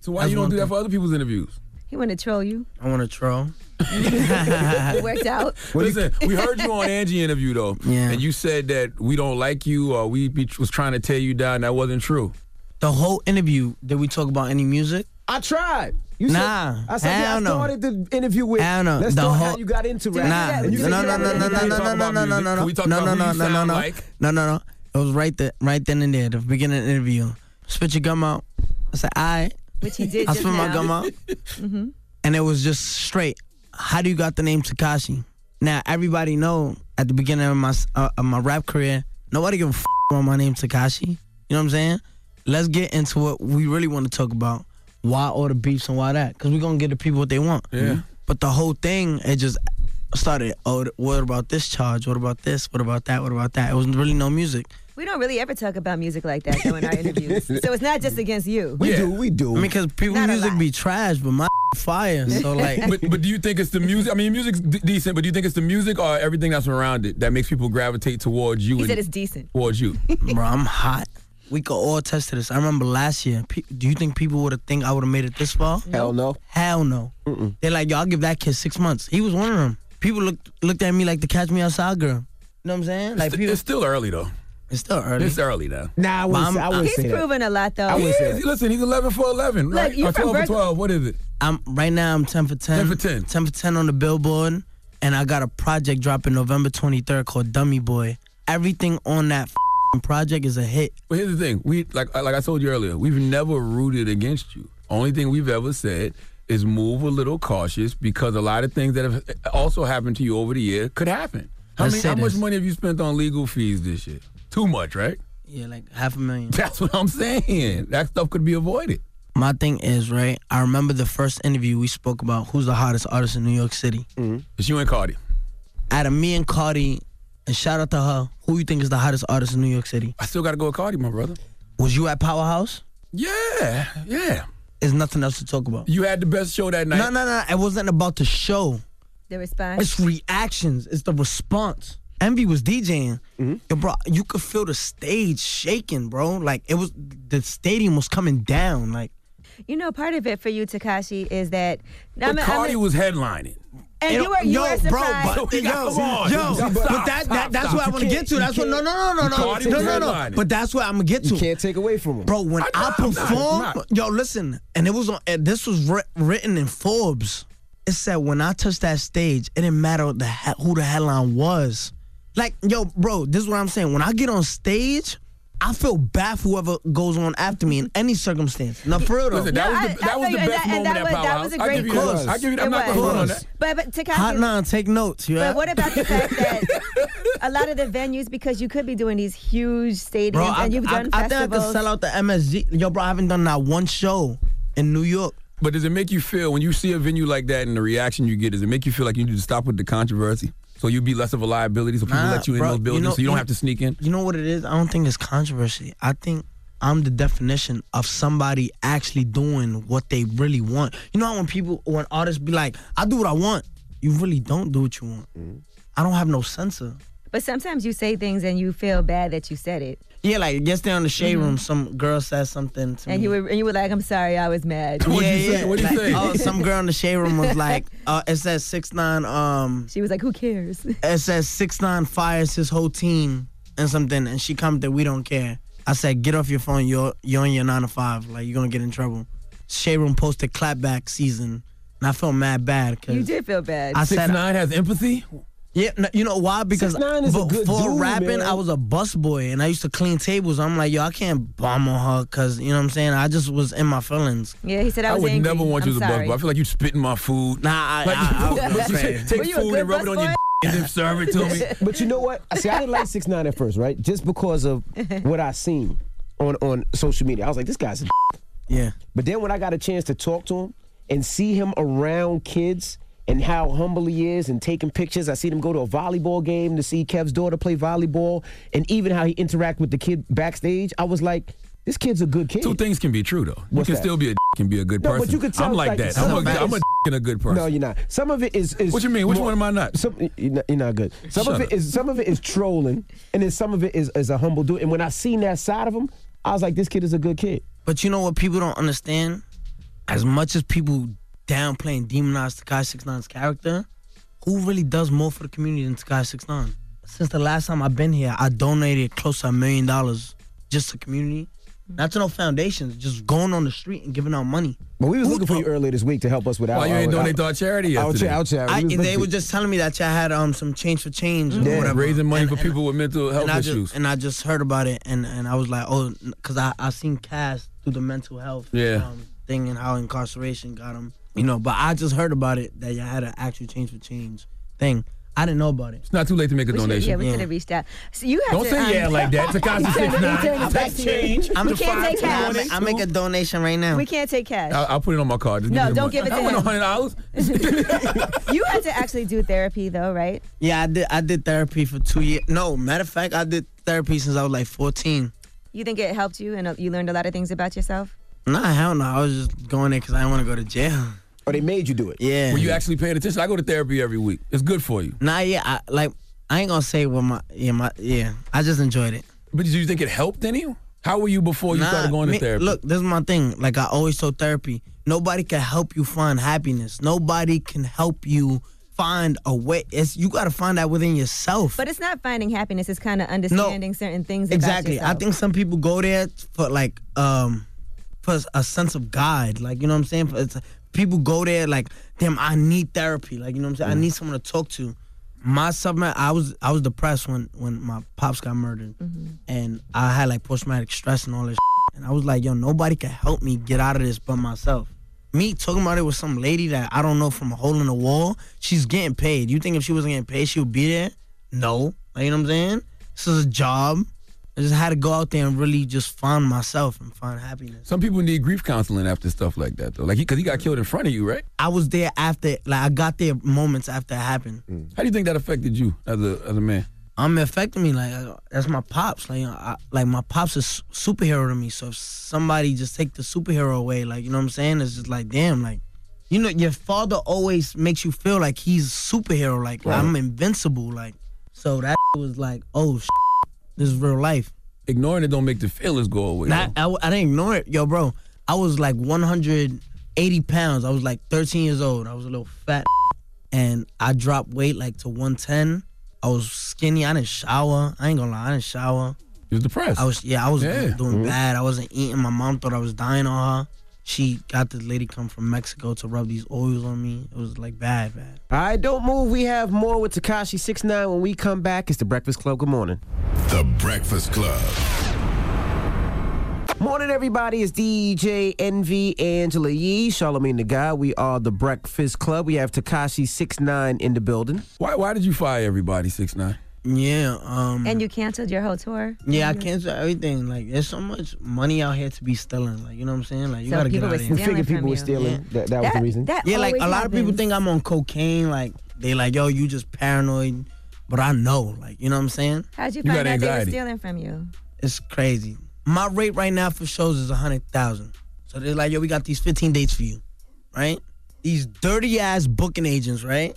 Speaker 8: So why you don't do that for other people's interviews?
Speaker 6: He want to troll you.
Speaker 13: I want to troll. <laughs>
Speaker 8: <laughs>
Speaker 6: It worked out.
Speaker 8: Listen, we heard you on Angie interview though, and you said that we don't like you or we be, was trying to tear you down. That wasn't true.
Speaker 13: The whole interview, did we talk about any music?
Speaker 4: I tried. You
Speaker 13: Nah,
Speaker 4: Said, I said, yeah, I
Speaker 13: hell no.
Speaker 4: started the interview with.
Speaker 13: I don't know.
Speaker 4: Let's
Speaker 13: The
Speaker 4: talk how
Speaker 13: whole-
Speaker 4: you got into rap.
Speaker 13: Nah,
Speaker 4: And you said,
Speaker 13: no, no,
Speaker 4: "Yeah,
Speaker 13: no,
Speaker 4: we
Speaker 13: no, no,
Speaker 4: didn't
Speaker 13: no,
Speaker 4: talk
Speaker 13: no, no,
Speaker 4: about
Speaker 13: no, no,
Speaker 4: music.
Speaker 13: no, no.
Speaker 4: Can we talk
Speaker 13: no,
Speaker 4: about
Speaker 13: no,
Speaker 4: who
Speaker 13: no,
Speaker 4: you
Speaker 13: no, no,
Speaker 4: sound
Speaker 13: no.
Speaker 4: like?
Speaker 13: No, no, no. It was right there, right then and there, the beginning of the interview. Spit your gum out. I said, all right.
Speaker 6: Which he did
Speaker 13: I
Speaker 6: just
Speaker 13: spit my
Speaker 6: now.
Speaker 13: gum <laughs> out,
Speaker 6: hmm
Speaker 13: and it was just straight. How do you got the name Takashi? Now everybody know at the beginning of my uh, of my rap career, nobody give a f- on my name Takashi. You know what I'm saying? Let's get into what we really want to talk about. Why all the beefs and why that? Because we're gonna get the people what they want.
Speaker 8: Yeah.
Speaker 13: But the whole thing, it just started. Oh, th- what about this charge? What about this? What about that? What about that? It was really no music.
Speaker 6: We don't really ever talk about music like that though in our <laughs> interviews.
Speaker 13: <laughs>
Speaker 6: So it's not just against you.
Speaker 4: we do.
Speaker 13: I mean, because people music be trash, but my <laughs> fire. So like,
Speaker 8: <laughs>
Speaker 4: <laughs>
Speaker 8: but, but do you think it's the music? I mean, music's d- decent, but do you think it's the music or everything that's around it that makes people gravitate towards you?
Speaker 6: He
Speaker 8: and-
Speaker 6: said it's decent.
Speaker 8: towards you.
Speaker 13: bro, I'm hot. We could all attest to this. I remember last year. Pe- do you think people would have think I would have made it this far?
Speaker 4: Hell no.
Speaker 13: Hell no. They're like, y'all give that kid six months. He was one of them. People looked looked at me like the Catch Me Outside girl. You know what I'm saying? Like,
Speaker 8: It's, it's still early though.
Speaker 13: It's still early.
Speaker 8: It's early though.
Speaker 4: Nah, I
Speaker 13: wouldn't say- I wouldn't
Speaker 6: He's proven a lot though.
Speaker 8: I wouldn't say that. Listen, he's 11 for 11,
Speaker 6: Look,
Speaker 8: right?
Speaker 6: you're
Speaker 8: or
Speaker 6: from
Speaker 8: 12 for
Speaker 6: Berkeley.
Speaker 8: 12. What is it?
Speaker 13: I'm right now. I'm ten for ten. Ten for ten. Ten for ten on the Billboard, and I got a project dropping November 23rd called Dummy Boy. Everything on that f***ing project is a hit.
Speaker 8: But here's the thing. We like like I told you earlier, we've never rooted against you. Only thing we've ever said is move a little cautious because a lot of things that have also happened to you over the year could happen. How,
Speaker 13: Let's
Speaker 8: many,
Speaker 13: say
Speaker 8: how much
Speaker 13: this.
Speaker 8: money have you spent on legal fees this year? Too much, right?
Speaker 13: Yeah, like half a million.
Speaker 8: <laughs> That's what I'm saying. That stuff could be avoided.
Speaker 13: My thing is right. I remember the first interview we spoke about who's the hottest artist in New York City.
Speaker 8: It's you and Cardi.
Speaker 13: Out of me and Cardi, and shout out to her. Who you think is the hottest artist in New York City?
Speaker 8: I still got to go with Cardi, my brother.
Speaker 13: Was you at Powerhouse?
Speaker 8: Yeah, yeah.
Speaker 13: There's nothing else to talk about.
Speaker 8: You had the best show that night.
Speaker 13: No, no, no. It wasn't about the show.
Speaker 6: The response.
Speaker 13: It's reactions. It's the response. Envy was DJing,
Speaker 8: Mm-hmm.
Speaker 13: yo, bro, you could feel the stage shaking, bro. Like it was the stadium was coming down. Like
Speaker 6: You know, part of it for you, Takashi, is that
Speaker 8: But
Speaker 6: I'm a- I'm a-
Speaker 8: Cardi was headlining.
Speaker 6: And you were- you
Speaker 13: yo,
Speaker 6: were
Speaker 13: bro,
Speaker 6: surprised.
Speaker 13: but,
Speaker 6: Yo,
Speaker 13: yo,
Speaker 6: come on.
Speaker 13: yo,
Speaker 6: Stop,
Speaker 13: but that,
Speaker 6: stop,
Speaker 13: that that's
Speaker 6: stop.
Speaker 13: what I
Speaker 6: You
Speaker 13: want to get
Speaker 6: can't-
Speaker 13: to. That's
Speaker 6: you
Speaker 13: what no no no no
Speaker 6: can't-
Speaker 13: no
Speaker 6: Cardi
Speaker 13: no
Speaker 6: was
Speaker 13: no no.
Speaker 6: headlining.
Speaker 13: But that's what I'm gonna get to. You can't
Speaker 4: take away from him,
Speaker 13: bro. When I, perform, yo, listen, and it was on. And this was writ written in Forbes. It said when I touched that stage, it didn't matter the he- who the headline was. Like yo, bro, this is what I'm saying. When I get on stage. I feel bad for whoever goes on after me in any circumstance. No, for real though.
Speaker 8: Listen, that No, was the- I- I that was feel the you, and best that- and moment that at was- that Powerhouse. was a I'll great give you that.
Speaker 13: Course.
Speaker 8: I'll give you that. I'm not gonna front on that.
Speaker 6: But but
Speaker 13: Hot
Speaker 6: Takashi,
Speaker 13: nine, take notes. You
Speaker 6: But
Speaker 13: heard?
Speaker 6: what about the fact that a lot of the venues, because you could be doing these huge stadiums
Speaker 13: Bro, I,
Speaker 6: and you've
Speaker 13: I-
Speaker 6: done
Speaker 13: I, think I
Speaker 6: festivals.
Speaker 13: could sell out the MSG. Yo, bro, I haven't done not one show in New York.
Speaker 8: But does it make you feel when you see a venue like that and the reaction you get? Does it make you feel like you need to stop with the controversy so you be less of a liability so people
Speaker 13: Nah,
Speaker 8: let you in
Speaker 13: bro,
Speaker 8: those
Speaker 13: you
Speaker 8: buildings
Speaker 13: know-
Speaker 8: so you don't
Speaker 13: you-
Speaker 8: have to sneak in?
Speaker 13: You know what it is? I don't think it's controversy. I think I'm the definition of somebody actually doing what they really want. You know how when people, when artists be like, I do what I want, you really don't do what you want.
Speaker 8: Mm-hmm.
Speaker 13: I don't have no censor.
Speaker 6: but sometimes you say things and you feel bad that you said it.
Speaker 13: Yeah, like yesterday on the shade
Speaker 6: Mhm.
Speaker 13: room, some girl said something to
Speaker 6: And
Speaker 13: me.
Speaker 6: you were and you were like, I'm sorry, I was mad.
Speaker 13: yeah, yeah. like, Oh,
Speaker 8: <laughs>
Speaker 13: some girl in the shade room was like, uh, it says six nine. Um,
Speaker 6: she was like, who cares?
Speaker 13: It says six nine fires his whole team and something, and she commented, we don't care. I said, get off your phone. You're you're on your nine to five. Like you're gonna get in trouble. Shade room posted clapback season, and I felt mad bad
Speaker 6: You
Speaker 13: because
Speaker 6: did feel bad.
Speaker 13: I said
Speaker 8: has empathy.
Speaker 13: Yeah, no, you know why? Because
Speaker 6: 6ix9ine is a
Speaker 13: before
Speaker 6: good dude,
Speaker 13: rapping,
Speaker 6: man.
Speaker 13: I was a busboy and I used to clean tables. I'm like, yo, I can't bomb on her because you know what I'm saying. I just was in my feelings.
Speaker 6: yeah, he said I was
Speaker 8: would
Speaker 6: angry.
Speaker 8: never want you
Speaker 6: I'm
Speaker 8: as a buzz,
Speaker 6: sorry.
Speaker 8: but I feel like you spitting my food.
Speaker 13: Nah, I,
Speaker 8: like, <laughs>
Speaker 13: I,
Speaker 8: you
Speaker 13: I, was
Speaker 8: take-
Speaker 13: saying.
Speaker 8: take
Speaker 6: Were you a
Speaker 8: food
Speaker 6: good
Speaker 8: and rub it on
Speaker 6: busboy?
Speaker 8: your <laughs> and then serve it to me.
Speaker 4: <laughs> But you know what? See, I didn't
Speaker 8: <laughs>
Speaker 4: like Six Nine at first, right? Just because of what I seen on on social media, I was like, this guy's a.
Speaker 13: Yeah.
Speaker 4: But then when I got a chance to talk to him and see him around kids and how humble he is and taking pictures, I see him go to a volleyball game to see Kev's daughter play volleyball, and even how he interact with the kid backstage. I was like, this kid's a good kid.
Speaker 8: Two things can be true though. you
Speaker 4: What's
Speaker 8: can
Speaker 4: that?
Speaker 8: still be a d- and be a good
Speaker 4: No,
Speaker 8: person.
Speaker 4: but you could tell
Speaker 8: I'm like
Speaker 4: it's like-
Speaker 8: that. I'm a,
Speaker 4: Somebody-
Speaker 8: I'm a d- and a good person.
Speaker 4: No, you're not. Some of it is. is
Speaker 8: What you mean? Which one am I not?
Speaker 4: Some, you're not? You're not good. Some
Speaker 8: Shut
Speaker 4: of it
Speaker 8: up.
Speaker 4: is. Some of it is trolling, and then some of it is is a humble dude. And when I seen that side of him, I was like, this kid is a good kid.
Speaker 13: But you know what people don't understand? As much as people downplay and demonize Takai 69's character, who really does more for the community than Takai 69? Since the last time I've been here, I donated close to a million dollars just to community. Not to no foundations, just going on the street and giving out money.
Speaker 4: But we was looking for you earlier this week to help us with our.
Speaker 8: Why you ain't donate to our charity
Speaker 4: Our,
Speaker 8: yesterday?
Speaker 4: cha- our charity.
Speaker 13: I,
Speaker 4: We was looking
Speaker 13: they
Speaker 4: for
Speaker 13: were
Speaker 4: you.
Speaker 13: just telling me that y'all had um some change for change or
Speaker 8: Yeah,
Speaker 13: whatever.
Speaker 8: raising money
Speaker 13: And-
Speaker 8: for
Speaker 13: and-
Speaker 8: people with mental health
Speaker 13: and I
Speaker 8: issues.
Speaker 13: Just, and I just heard about it, and, and I was like, oh, because I, I seen Cass through the mental health
Speaker 8: Yeah.
Speaker 13: um, thing and how incarceration got him, you know. But I just heard about it that y'all had an actual change for change thing. I didn't know about it.
Speaker 8: It's not too late to make a
Speaker 6: We should-
Speaker 8: donation.
Speaker 6: yeah, we should have reached out. So you have
Speaker 8: Don't
Speaker 6: to,
Speaker 8: say
Speaker 6: um,
Speaker 8: yeah like that.
Speaker 6: <laughs>
Speaker 8: Takashi
Speaker 6: he turned- he
Speaker 8: 69.
Speaker 6: turned it
Speaker 8: That
Speaker 6: back to you.
Speaker 8: change.
Speaker 6: We can't take cash.
Speaker 13: I make a donation right now.
Speaker 6: We can't take cash.
Speaker 8: I'll, I'll put it on my card. Just
Speaker 6: No,
Speaker 8: me the
Speaker 6: don't
Speaker 8: money.
Speaker 6: give it to
Speaker 8: I want
Speaker 6: him.
Speaker 8: hundred dollars. Uh,
Speaker 6: you had to actually do therapy though, right?
Speaker 13: Yeah, I did. I did therapy for two years. No, matter of fact, I did therapy since I was like 14.
Speaker 6: You think it helped you and uh, you learned a lot of things about yourself?
Speaker 13: Nah, hell no. I was just going there because I didn't want to go to jail.
Speaker 4: Oh, they made you do it.
Speaker 13: Yeah.
Speaker 8: Were you actually paying attention? I go to therapy every week. It's good for you.
Speaker 13: Nah, yeah. I, like I ain't gonna say what my yeah my yeah. I just enjoyed it.
Speaker 8: But do you think it helped any? How were you before you
Speaker 13: Nah,
Speaker 8: started going to
Speaker 13: me-
Speaker 8: therapy?
Speaker 13: Look, this is my thing. Like I always told therapy, nobody can help you find happiness. Nobody can help you find a way. It's you gotta find that within yourself.
Speaker 6: But it's not finding happiness, it's kind of understanding certain things
Speaker 13: exactly.
Speaker 6: about
Speaker 13: I
Speaker 6: yourself.
Speaker 13: think some people go there for like um for a sense of guide. Like you know what I'm saying? For, it's, people go there like, damn, I need therapy. Like you know what I'm saying? I need someone to talk to. My subman, I was I was depressed when when my pops got murdered,
Speaker 4: Mm-hmm.
Speaker 13: and I had like post traumatic stress and all this. And I was like, yo, nobody can help me get out of this but myself. Me talking about it with some lady that I don't know from a hole in the wall. She's getting paid. You think if she wasn't getting paid, she would be there? No. Like, you know what I'm saying? This is a job. I just had to go out there and really just find myself and find happiness.
Speaker 8: Some people need grief counseling after stuff like that though. Like because he, got killed in front of you, right?
Speaker 13: I was there after, like, I got there moments after it happened.
Speaker 8: How do you think that affected you as a as a man?
Speaker 13: I'm affecting me like uh, that's my pops. Like you know, I, like my pops is su- superhero to me. So if somebody just take the superhero away, like you know what I'm saying, it's just like damn, like you know your father always makes you feel like he's a superhero. Like I'm invincible. Like So that was like, oh, sh- this is real life.
Speaker 8: Ignoring it don't make the feelings go away.
Speaker 13: Not, I, I didn't ignore it, yo, bro. I was like 180 pounds. I was like 13 years old. I was a little fat, and I dropped weight like to 110. I was skinny. I didn't shower. I ain't gonna lie. I didn't shower.
Speaker 8: You was depressed.
Speaker 13: I was yeah. I was
Speaker 8: Yeah.
Speaker 13: doing
Speaker 8: Mhm.
Speaker 13: bad. I wasn't eating. My mom thought I was dying on her. She got this lady come from Mexico to rub these oils on me. It was like bad, bad.
Speaker 4: All right, don't move. We have more with Takashi 69 when we come back. It's the Breakfast Club. Good morning.
Speaker 2: The Breakfast Club.
Speaker 4: Morning, everybody. It's DJ NV Angela Yee, Charlemagne the Guy. We are the Breakfast Club. We have Takashi 69 in the building.
Speaker 8: Why why did you fire everybody, six nine?
Speaker 13: Yeah. Um.
Speaker 6: And you canceled your whole tour? Mm-hmm.
Speaker 13: Yeah, I cancel everything. Like, there's so much money out here to be stealing. Like, you know what I'm saying? Like, you
Speaker 6: So
Speaker 13: gotta get
Speaker 6: people
Speaker 13: out
Speaker 6: were
Speaker 13: of here.
Speaker 6: stealing We figured people from were you. stealing.
Speaker 4: That,
Speaker 6: that was the That- reason. that
Speaker 13: yeah, like a
Speaker 6: always
Speaker 13: lot of people
Speaker 6: happens.
Speaker 13: think I'm on cocaine. Like, they like, yo, you just paranoid. But I know, like, you know what I'm saying?
Speaker 6: How'd you find out they were stealing from you?
Speaker 13: It's crazy. My rate right now for shows is a hundred thousand. So they're like, yo, we got these fifteen dates for you, right? These dirty ass booking agents, right?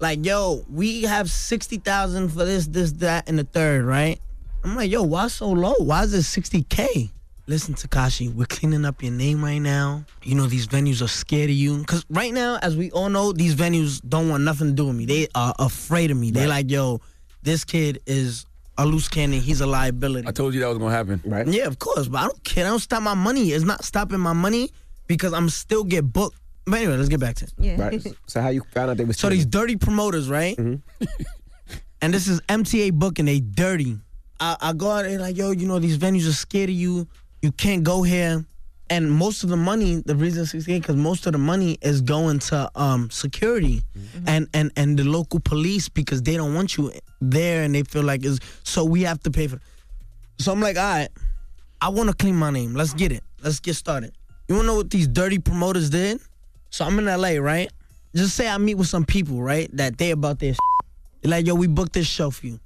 Speaker 13: Like, yo, we have sixty thousand for this, this, that, and the third, right? I'm like, yo, why so low? Why is it sixty k? Listen, Takashi, we're cleaning up your name right now. You know these venues are scared of you, cause right now, as we all know, these venues don't want nothing to do with me. They are afraid of me. They like, yo, this kid is a loose cannon. He's a liability.
Speaker 8: I told you that was gonna happen. Right.
Speaker 13: Yeah, of course, but I don't care. I don't stop my money. It's not stopping my money because I'm still get booked. But anyway, let's get back to it.
Speaker 6: Yeah.
Speaker 4: Right. So how you found out they Mm-hmm. were
Speaker 13: So these dirty promoters, right? <laughs> and this is MTA booking. They dirty. I, I go out and like, yo, you know these venues are scared of you. You can't go here. And most of the money, the reason it's scared, because most of the money is going to um, security
Speaker 4: Mm-hmm.
Speaker 13: and, and and the local police because they don't want you there and they feel like it's so we have to pay for. So I'm like, all right, I want to clean my name. Let's get it. Let's get started. You want to know what these dirty promoters did? So I'm in LA, right? Just say I meet with some people, right? That they about their They're like, yo, we booked this show for you.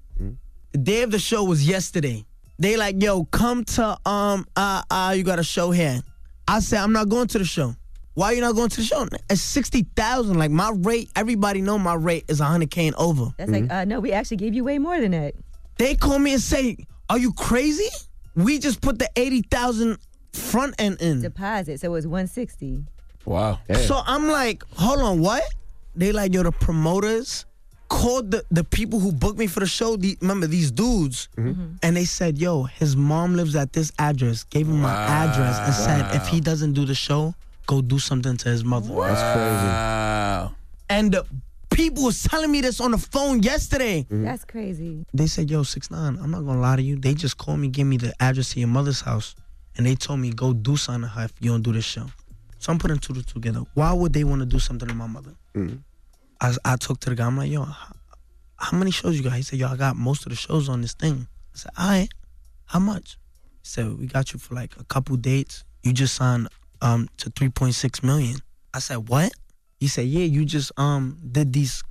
Speaker 13: The day of the show was yesterday. They like, yo, come to um uh uh you got a show here. I said, I'm not going to the show. Why you not going to the show? It's sixty thousand. Like my rate, everybody know my rate is hundred K and over.
Speaker 6: That's like, uh, no, we actually gave you way more than that.
Speaker 13: They call me and say, Are you crazy? We just put the eighty thousand front end in.
Speaker 6: Deposit. So it was 160.
Speaker 8: Wow.
Speaker 13: So I'm like, hold on, what? They like, yo, the promoters called the, the people who booked me for the show. The, remember these dudes, and they said, yo, his mom lives at this address. Gave him my address and said, if he doesn't do the show, go do something to his mother.
Speaker 8: That's crazy.
Speaker 13: And the people was telling me this on the phone yesterday.
Speaker 6: That's crazy.
Speaker 13: They said, yo, six nine. I'm not gonna lie to you. They just called me, give me the address to your mother's house, and they told me go do something to her if you don't do this show. So I'm putting two to two together. Why would they want to do something to my mother?
Speaker 14: Mm.
Speaker 13: I, I talked to the guy. I'm like, yo, how, how many shows you got? He said, yo, I got most of the shows on this thing. I said, all right, how much? He said, we got you for like a couple dates. You just signed um to 3.6 million. I said, what? He said, yeah, you just um did these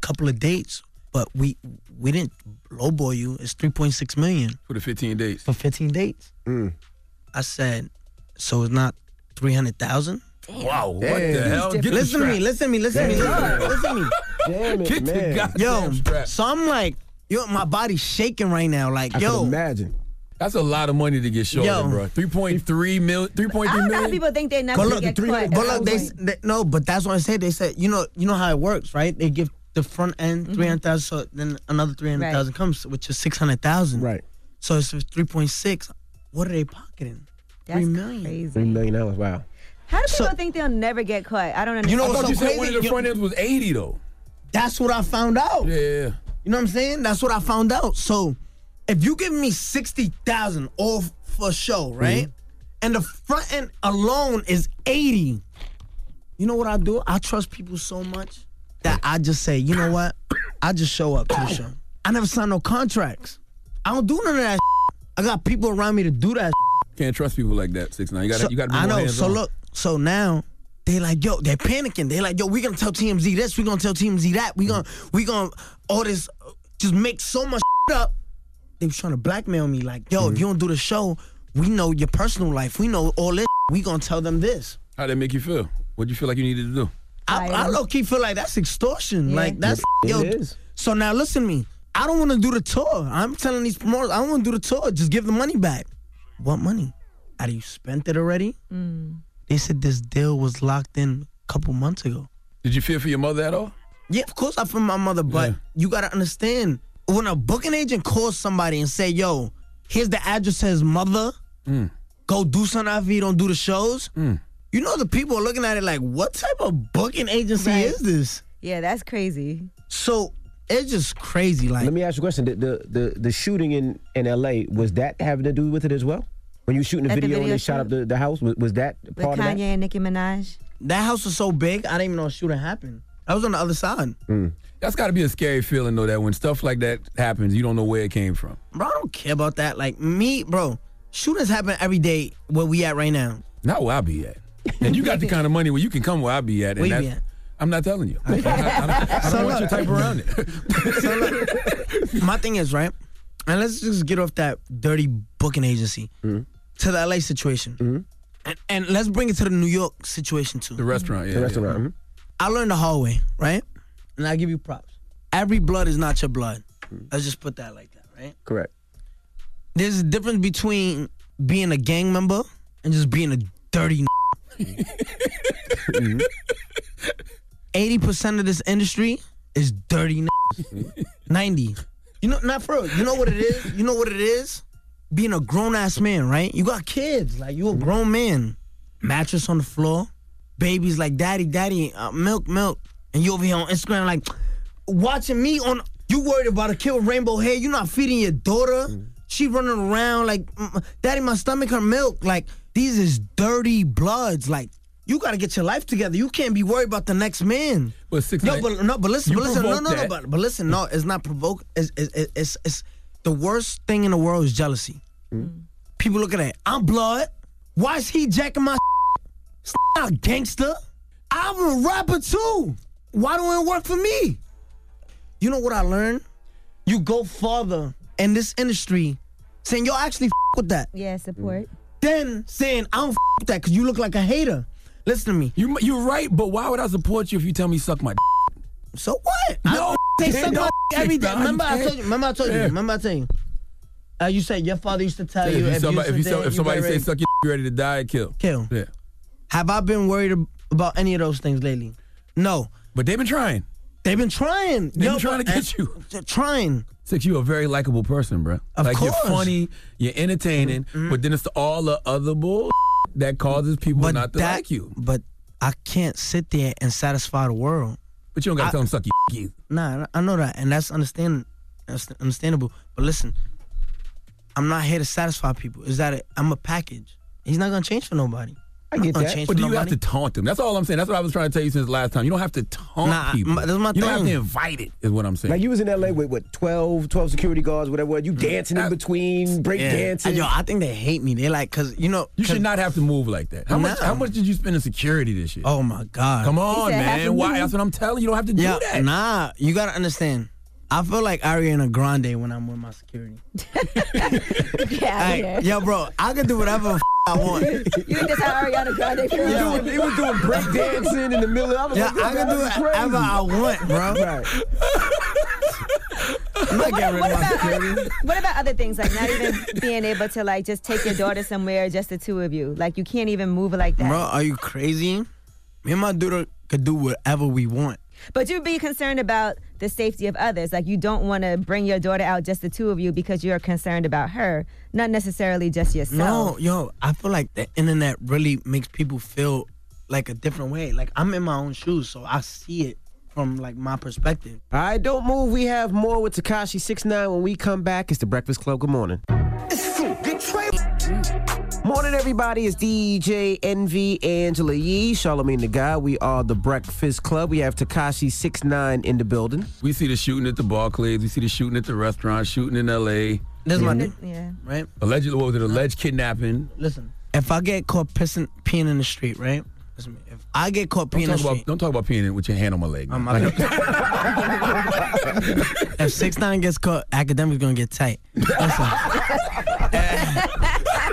Speaker 13: couple of dates, but we we didn't lowball you. It's 3.6 million
Speaker 8: For the 15 dates.
Speaker 13: for 15 dates. I said, so it's not 300,000?
Speaker 8: Wow. What the hell? Get the
Speaker 13: listen to me,
Speaker 8: strap.
Speaker 13: listen to me, listen to me, listen to me, <laughs> listen
Speaker 10: Mm.
Speaker 13: to me.
Speaker 4: Damn
Speaker 8: it, Get the man. goddamn
Speaker 13: yo,
Speaker 8: strap.
Speaker 13: so I'm like, yo, my body's shaking right now. Like,
Speaker 8: I
Speaker 13: yo,
Speaker 8: could
Speaker 4: imagine.
Speaker 8: That's a lot of money to get
Speaker 13: Yo.
Speaker 8: shorted, bro. 3.3 mil, 3.3
Speaker 6: I don't know how
Speaker 8: million.
Speaker 6: people think they're not
Speaker 13: But
Speaker 6: going
Speaker 13: look,
Speaker 6: to get
Speaker 13: but
Speaker 6: caught.
Speaker 13: look, they, s- they no, but that's what I said. They said, you know, you know how it works, right? They give the front end
Speaker 6: Mhm.
Speaker 13: hundred thousand, so then another three hundred thousand comes, which is six hundred thousand.
Speaker 4: Right.
Speaker 13: So it's three point six. What are they pocketing?
Speaker 6: That's
Speaker 13: Three million.
Speaker 6: crazy.
Speaker 4: million dollars. Wow.
Speaker 6: How do people think they'll never get caught? I don't understand.
Speaker 13: You know
Speaker 8: I
Speaker 13: what's
Speaker 8: thought
Speaker 13: so
Speaker 8: you
Speaker 13: crazy?
Speaker 8: said one of the
Speaker 13: You-
Speaker 8: front ends was 80, though.
Speaker 13: That's what I found out.
Speaker 8: Yeah.
Speaker 13: You know what I'm saying? That's what I found out. So if you give me sixty thousand all f- for show, right?
Speaker 8: Mm-hmm.
Speaker 13: And the front end alone is eighty. You know what I do? I trust people so much that I just say, you know what? I just show up to the show. I never sign no contracts. I don't do none of that. I got people around me to do that.
Speaker 8: Can't trust people like that, 6'9. You gotta,
Speaker 13: So-
Speaker 8: you gotta be
Speaker 13: I
Speaker 8: more
Speaker 13: know. So
Speaker 8: hands-on.
Speaker 13: look, so now they like, yo, they're panicking. They like, yo, we gonna tell TMZ this, we gonna tell TMZ that, we gonna, we gonna all this, uh, just make so much up. They was trying to blackmail me, like,
Speaker 8: Mm-hmm.
Speaker 13: yo, if you don't do the show, we know your personal life, we know all this. We gonna tell them this.
Speaker 8: How'd that make you feel? What'd you feel like you needed to do?
Speaker 13: I, I low key feel like that's extortion. Like that's
Speaker 8: It
Speaker 13: yo.
Speaker 8: is.
Speaker 13: So now listen to me. I don't want to do the tour. I'm telling these promoters, I don't want to do the tour. Just give the money back. What money? Are you spent it already? They said this deal was locked in a couple months ago.
Speaker 8: Did you fear for your mother at all?
Speaker 13: Yeah, of course I feel my mother, but you gotta understand when a booking agent calls somebody and say, "Yo, here's the address to his mother.
Speaker 8: Mm.
Speaker 13: Go do something after you don't do the shows." You know the people are looking at it like, "What type of booking agency
Speaker 6: Right.
Speaker 13: is this?"
Speaker 6: Yeah, that's crazy.
Speaker 13: So it's just crazy. Like,
Speaker 4: let me ask you a question: the the the, the shooting in in L.A. was that having to do with it as well? When you were shooting the
Speaker 6: At the
Speaker 4: video, and
Speaker 6: video
Speaker 4: they shot up the, the house, was, was that
Speaker 6: With
Speaker 4: part of
Speaker 6: Kanye
Speaker 4: that?
Speaker 6: and Nicki Minaj.
Speaker 13: That house was so big, I didn't even know a shooting happened. I was on the other side.
Speaker 8: That's got to be a scary feeling though. That when stuff like that happens, you don't know where it came from.
Speaker 13: Bro, I don't care about that. Like me, bro, shootings happen every day where we at right now.
Speaker 8: Not where I be at. And
Speaker 13: <laughs>
Speaker 8: you got the kind of money where you can come where I be at. And
Speaker 13: Where you
Speaker 8: that's-
Speaker 13: be at?
Speaker 8: I'm not telling you. <laughs> I don't, I don't- I don't want your type around
Speaker 13: <laughs>
Speaker 8: it.
Speaker 13: My thing is, right? And let's just get off that dirty booking agency
Speaker 8: Mm-hmm.
Speaker 13: to the LA situation. And, and let's bring it to the New York situation too. The
Speaker 8: restaurant, yeah, Mm-hmm. The yeah. restaurant, mhm.
Speaker 13: I learned the hard way, right? And I give you props. Every blood is not your blood.
Speaker 8: Mm-hmm.
Speaker 13: Let's just put that like that, right?
Speaker 4: Correct.
Speaker 13: There's a difference between being a gang member and just being a dirty. Eighty percent of this industry is dirty. Ninety. You know, not for real. You know what it is. You know what it is. Being a grown ass man, right? You got kids. Like you a grown man. Mattress on the floor. Babies like daddy, daddy, uh, milk, milk. And you over here on Instagram like watching me on. You worried about a kid with rainbow hair? You not feeding your daughter?
Speaker 8: Mm.
Speaker 13: She running around like, "Mm, daddy, my stomach, her milk. Like these is dirty bloods. Like you gotta get your life together. You can't be worried about the next man.
Speaker 8: But six
Speaker 13: Yo,
Speaker 8: nine-
Speaker 13: but no, but listen,
Speaker 8: You
Speaker 13: but listen, no,
Speaker 8: provoked
Speaker 13: no, no,
Speaker 8: that.
Speaker 13: but, but listen, no, it's not provoke. It's, it's, it's, it's, it's the worst thing in the world is jealousy.
Speaker 10: Mm.
Speaker 13: People look at it. I'm blood. Why is he jacking my? It's not a gangster. I'm a rapper too. Why don't it work for me? You know what I learned? You go farther in this industry, saying yo, I actually f- with that.
Speaker 6: Yeah,
Speaker 13: Mm.
Speaker 6: support.
Speaker 13: Then saying I don't f- with that because you look like a hater. Listen to me.
Speaker 8: You you're right, but why would I support you if you tell me suck my?
Speaker 13: So what?
Speaker 8: <laughs> No,
Speaker 13: They suck
Speaker 8: no,
Speaker 13: my dick every day.
Speaker 8: no,
Speaker 13: Remember I
Speaker 8: you
Speaker 13: told you. Remember I told you.
Speaker 8: Yeah.
Speaker 13: Remember I told you. Uh, you said your father used to tell
Speaker 8: If,
Speaker 13: you
Speaker 8: you somebody, if, you,
Speaker 13: did,
Speaker 8: some- if somebody
Speaker 13: better-
Speaker 8: say suck your, you ready to die or kill.
Speaker 13: Kill.
Speaker 8: Yeah.
Speaker 13: Have I been worried ab- about any of those things lately? No.
Speaker 8: But they've been trying.
Speaker 13: They've been trying.
Speaker 8: They've
Speaker 13: Yo,
Speaker 8: been trying to
Speaker 13: but-
Speaker 8: get you.
Speaker 13: Trying.
Speaker 8: Six, you a very likable person, bro.
Speaker 13: Of
Speaker 8: like
Speaker 13: course.
Speaker 8: you're funny, you're entertaining, but then it's all the other bull that causes people
Speaker 13: But
Speaker 8: not to
Speaker 13: that-
Speaker 8: like you.
Speaker 13: But I can't sit there and satisfy the world.
Speaker 8: But you don't gotta
Speaker 13: I-
Speaker 8: tell them suck your either.
Speaker 13: Nah, I know that, and that's understand, that's understandable. But listen, I'm not here to satisfy people. Is that i I'm a package? He's not gonna change for nobody.
Speaker 8: I
Speaker 13: I'm not
Speaker 8: get
Speaker 13: gonna
Speaker 8: that.
Speaker 13: change
Speaker 8: But
Speaker 13: for
Speaker 8: do you have
Speaker 13: nobody.
Speaker 8: to taunt them? That's all I'm saying. That's what I was trying to tell you since last time. You don't have to taunt
Speaker 13: Nah, I-
Speaker 8: people.
Speaker 13: my- that's my
Speaker 8: you don't have
Speaker 13: thing.
Speaker 8: to invite it, is what I'm saying.
Speaker 4: Like you was in L.A. with what 12, 12 security guards, whatever. You dancing in between, break
Speaker 13: Uh, Yeah.
Speaker 4: dancing.
Speaker 13: And Yo, I think they hate me. They like, cause you know,
Speaker 8: you should not have to move like that. How much
Speaker 13: Nah.
Speaker 8: how much did you spend in security this year?
Speaker 13: Oh my god.
Speaker 8: Come on, man. Why that's what I'm telling you. You don't have to do
Speaker 13: yeah,
Speaker 8: that.
Speaker 13: Nah, you gotta understand. I feel like Ariana Grande when I'm with my
Speaker 8: <laughs>
Speaker 13: security.
Speaker 6: Yeah,
Speaker 13: Like, yo, bro, I can do whatever the f- I
Speaker 8: <laughs>
Speaker 13: want.
Speaker 6: You think that's how Ariana Grande feels?
Speaker 4: They were doing- they were doing break dancing in the middle. I was
Speaker 13: Yeah,
Speaker 4: like, this
Speaker 13: I can
Speaker 4: guy
Speaker 13: do
Speaker 4: is
Speaker 13: whatever
Speaker 4: crazy.
Speaker 13: I want, bro.
Speaker 4: Right.
Speaker 13: I'm not getting rid
Speaker 6: what
Speaker 13: of my
Speaker 6: about-
Speaker 13: security.
Speaker 6: What about other things like not even being able to like just take your daughter somewhere, just the two of you? Like you can't even move like that.
Speaker 13: Bro, are you crazy? Me and my dude could do whatever we want.
Speaker 6: But you'd be concerned about the safety of others. Like you don't want to bring your daughter out just the two of you because you're concerned about her, not necessarily just yourself.
Speaker 13: No, yo, I feel like the internet really makes people feel like a different way. Like I'm in my own shoes, so I see it from like my perspective.
Speaker 4: All right, don't move. We have more with Takashi Six Nine when we come back. It's the Breakfast Club. Good morning. Morning, everybody. It's DJ NV Angela Yee, Charlemagne the Guy. We are the Breakfast Club. We have Takashi Six Nine in the building.
Speaker 8: We see the shooting at the Barclays. We see the shooting at the restaurant, shooting in L.A.
Speaker 13: This is my thing,
Speaker 6: Yeah.
Speaker 13: right?
Speaker 8: Allegedly, what was it? Alleged kidnapping.
Speaker 13: Listen, if I get caught pissing, peeing in the street, right? Listen, to me, if I get caught
Speaker 8: Don't
Speaker 13: peeing in the
Speaker 8: talk,
Speaker 13: street,
Speaker 8: about, don't talk about peeing with your hand on my leg.
Speaker 13: I'm
Speaker 8: <laughs>
Speaker 13: out. if six nine gets caught, academics gonna get tight. Listen,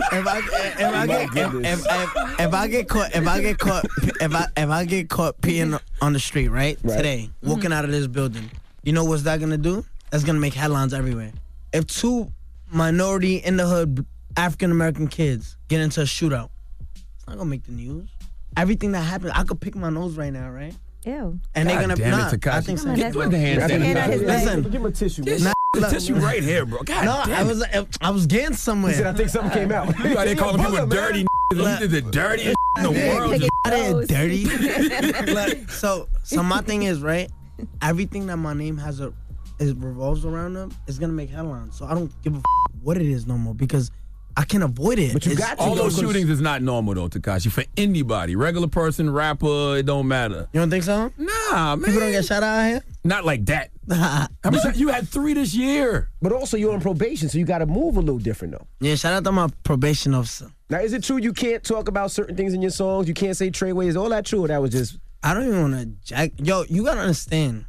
Speaker 13: if I if
Speaker 8: Oh
Speaker 13: I
Speaker 10: Oh
Speaker 13: get if, if, if I get caught if I get caught if I if I get caught peeing on the street right, today walking out of this building, you know what's that gonna do? that's gonna make headlines everywhere. If two minority in the hood African American kids get into a shootout, it's not gonna make the news. Everything that happened, I could pick my nose right now, right?
Speaker 6: Ew.
Speaker 13: And they're
Speaker 8: God
Speaker 13: gonna
Speaker 8: damn it,
Speaker 13: nah, I
Speaker 8: Takashi.
Speaker 13: think so.
Speaker 8: Come on, Get that's- with the hand That's- sanitizer. hand on his leg.
Speaker 13: Listen,
Speaker 8: Give him a tissue, man.
Speaker 13: Nah,
Speaker 8: The
Speaker 13: look.
Speaker 8: tissue right here, bro. God
Speaker 13: no,
Speaker 8: damn
Speaker 13: I
Speaker 8: it.
Speaker 13: was I was getting somewhere.
Speaker 8: He said, "I think something came out." You know how they call him, you a dirty
Speaker 13: Look.
Speaker 8: You did the dirtiest in the world.
Speaker 13: Look,
Speaker 8: Just-
Speaker 13: I did
Speaker 8: <laughs>
Speaker 13: dirty. Look, so so my thing is right. Everything that my name has a is revolves around them is gonna make headlines. So I don't give a f- what it is no more because I can avoid it. It's-
Speaker 8: All those shootings is not normal though, Takashi. For anybody, regular person, rapper, it don't matter.
Speaker 13: You don't think so?
Speaker 8: Nah, man.
Speaker 13: People don't get shot out here.
Speaker 8: Not like that. How many times- you had three this year.
Speaker 4: But also, you're on probation, so you got to move a little different, though.
Speaker 13: <laughs> Yeah, shout out to my probation officer.
Speaker 4: Now, is it true you can't talk about certain things in your songs? You can't say Treyway? Is all that true? Or that was just.
Speaker 13: I don't even want to jack. Yo, you gotta understand.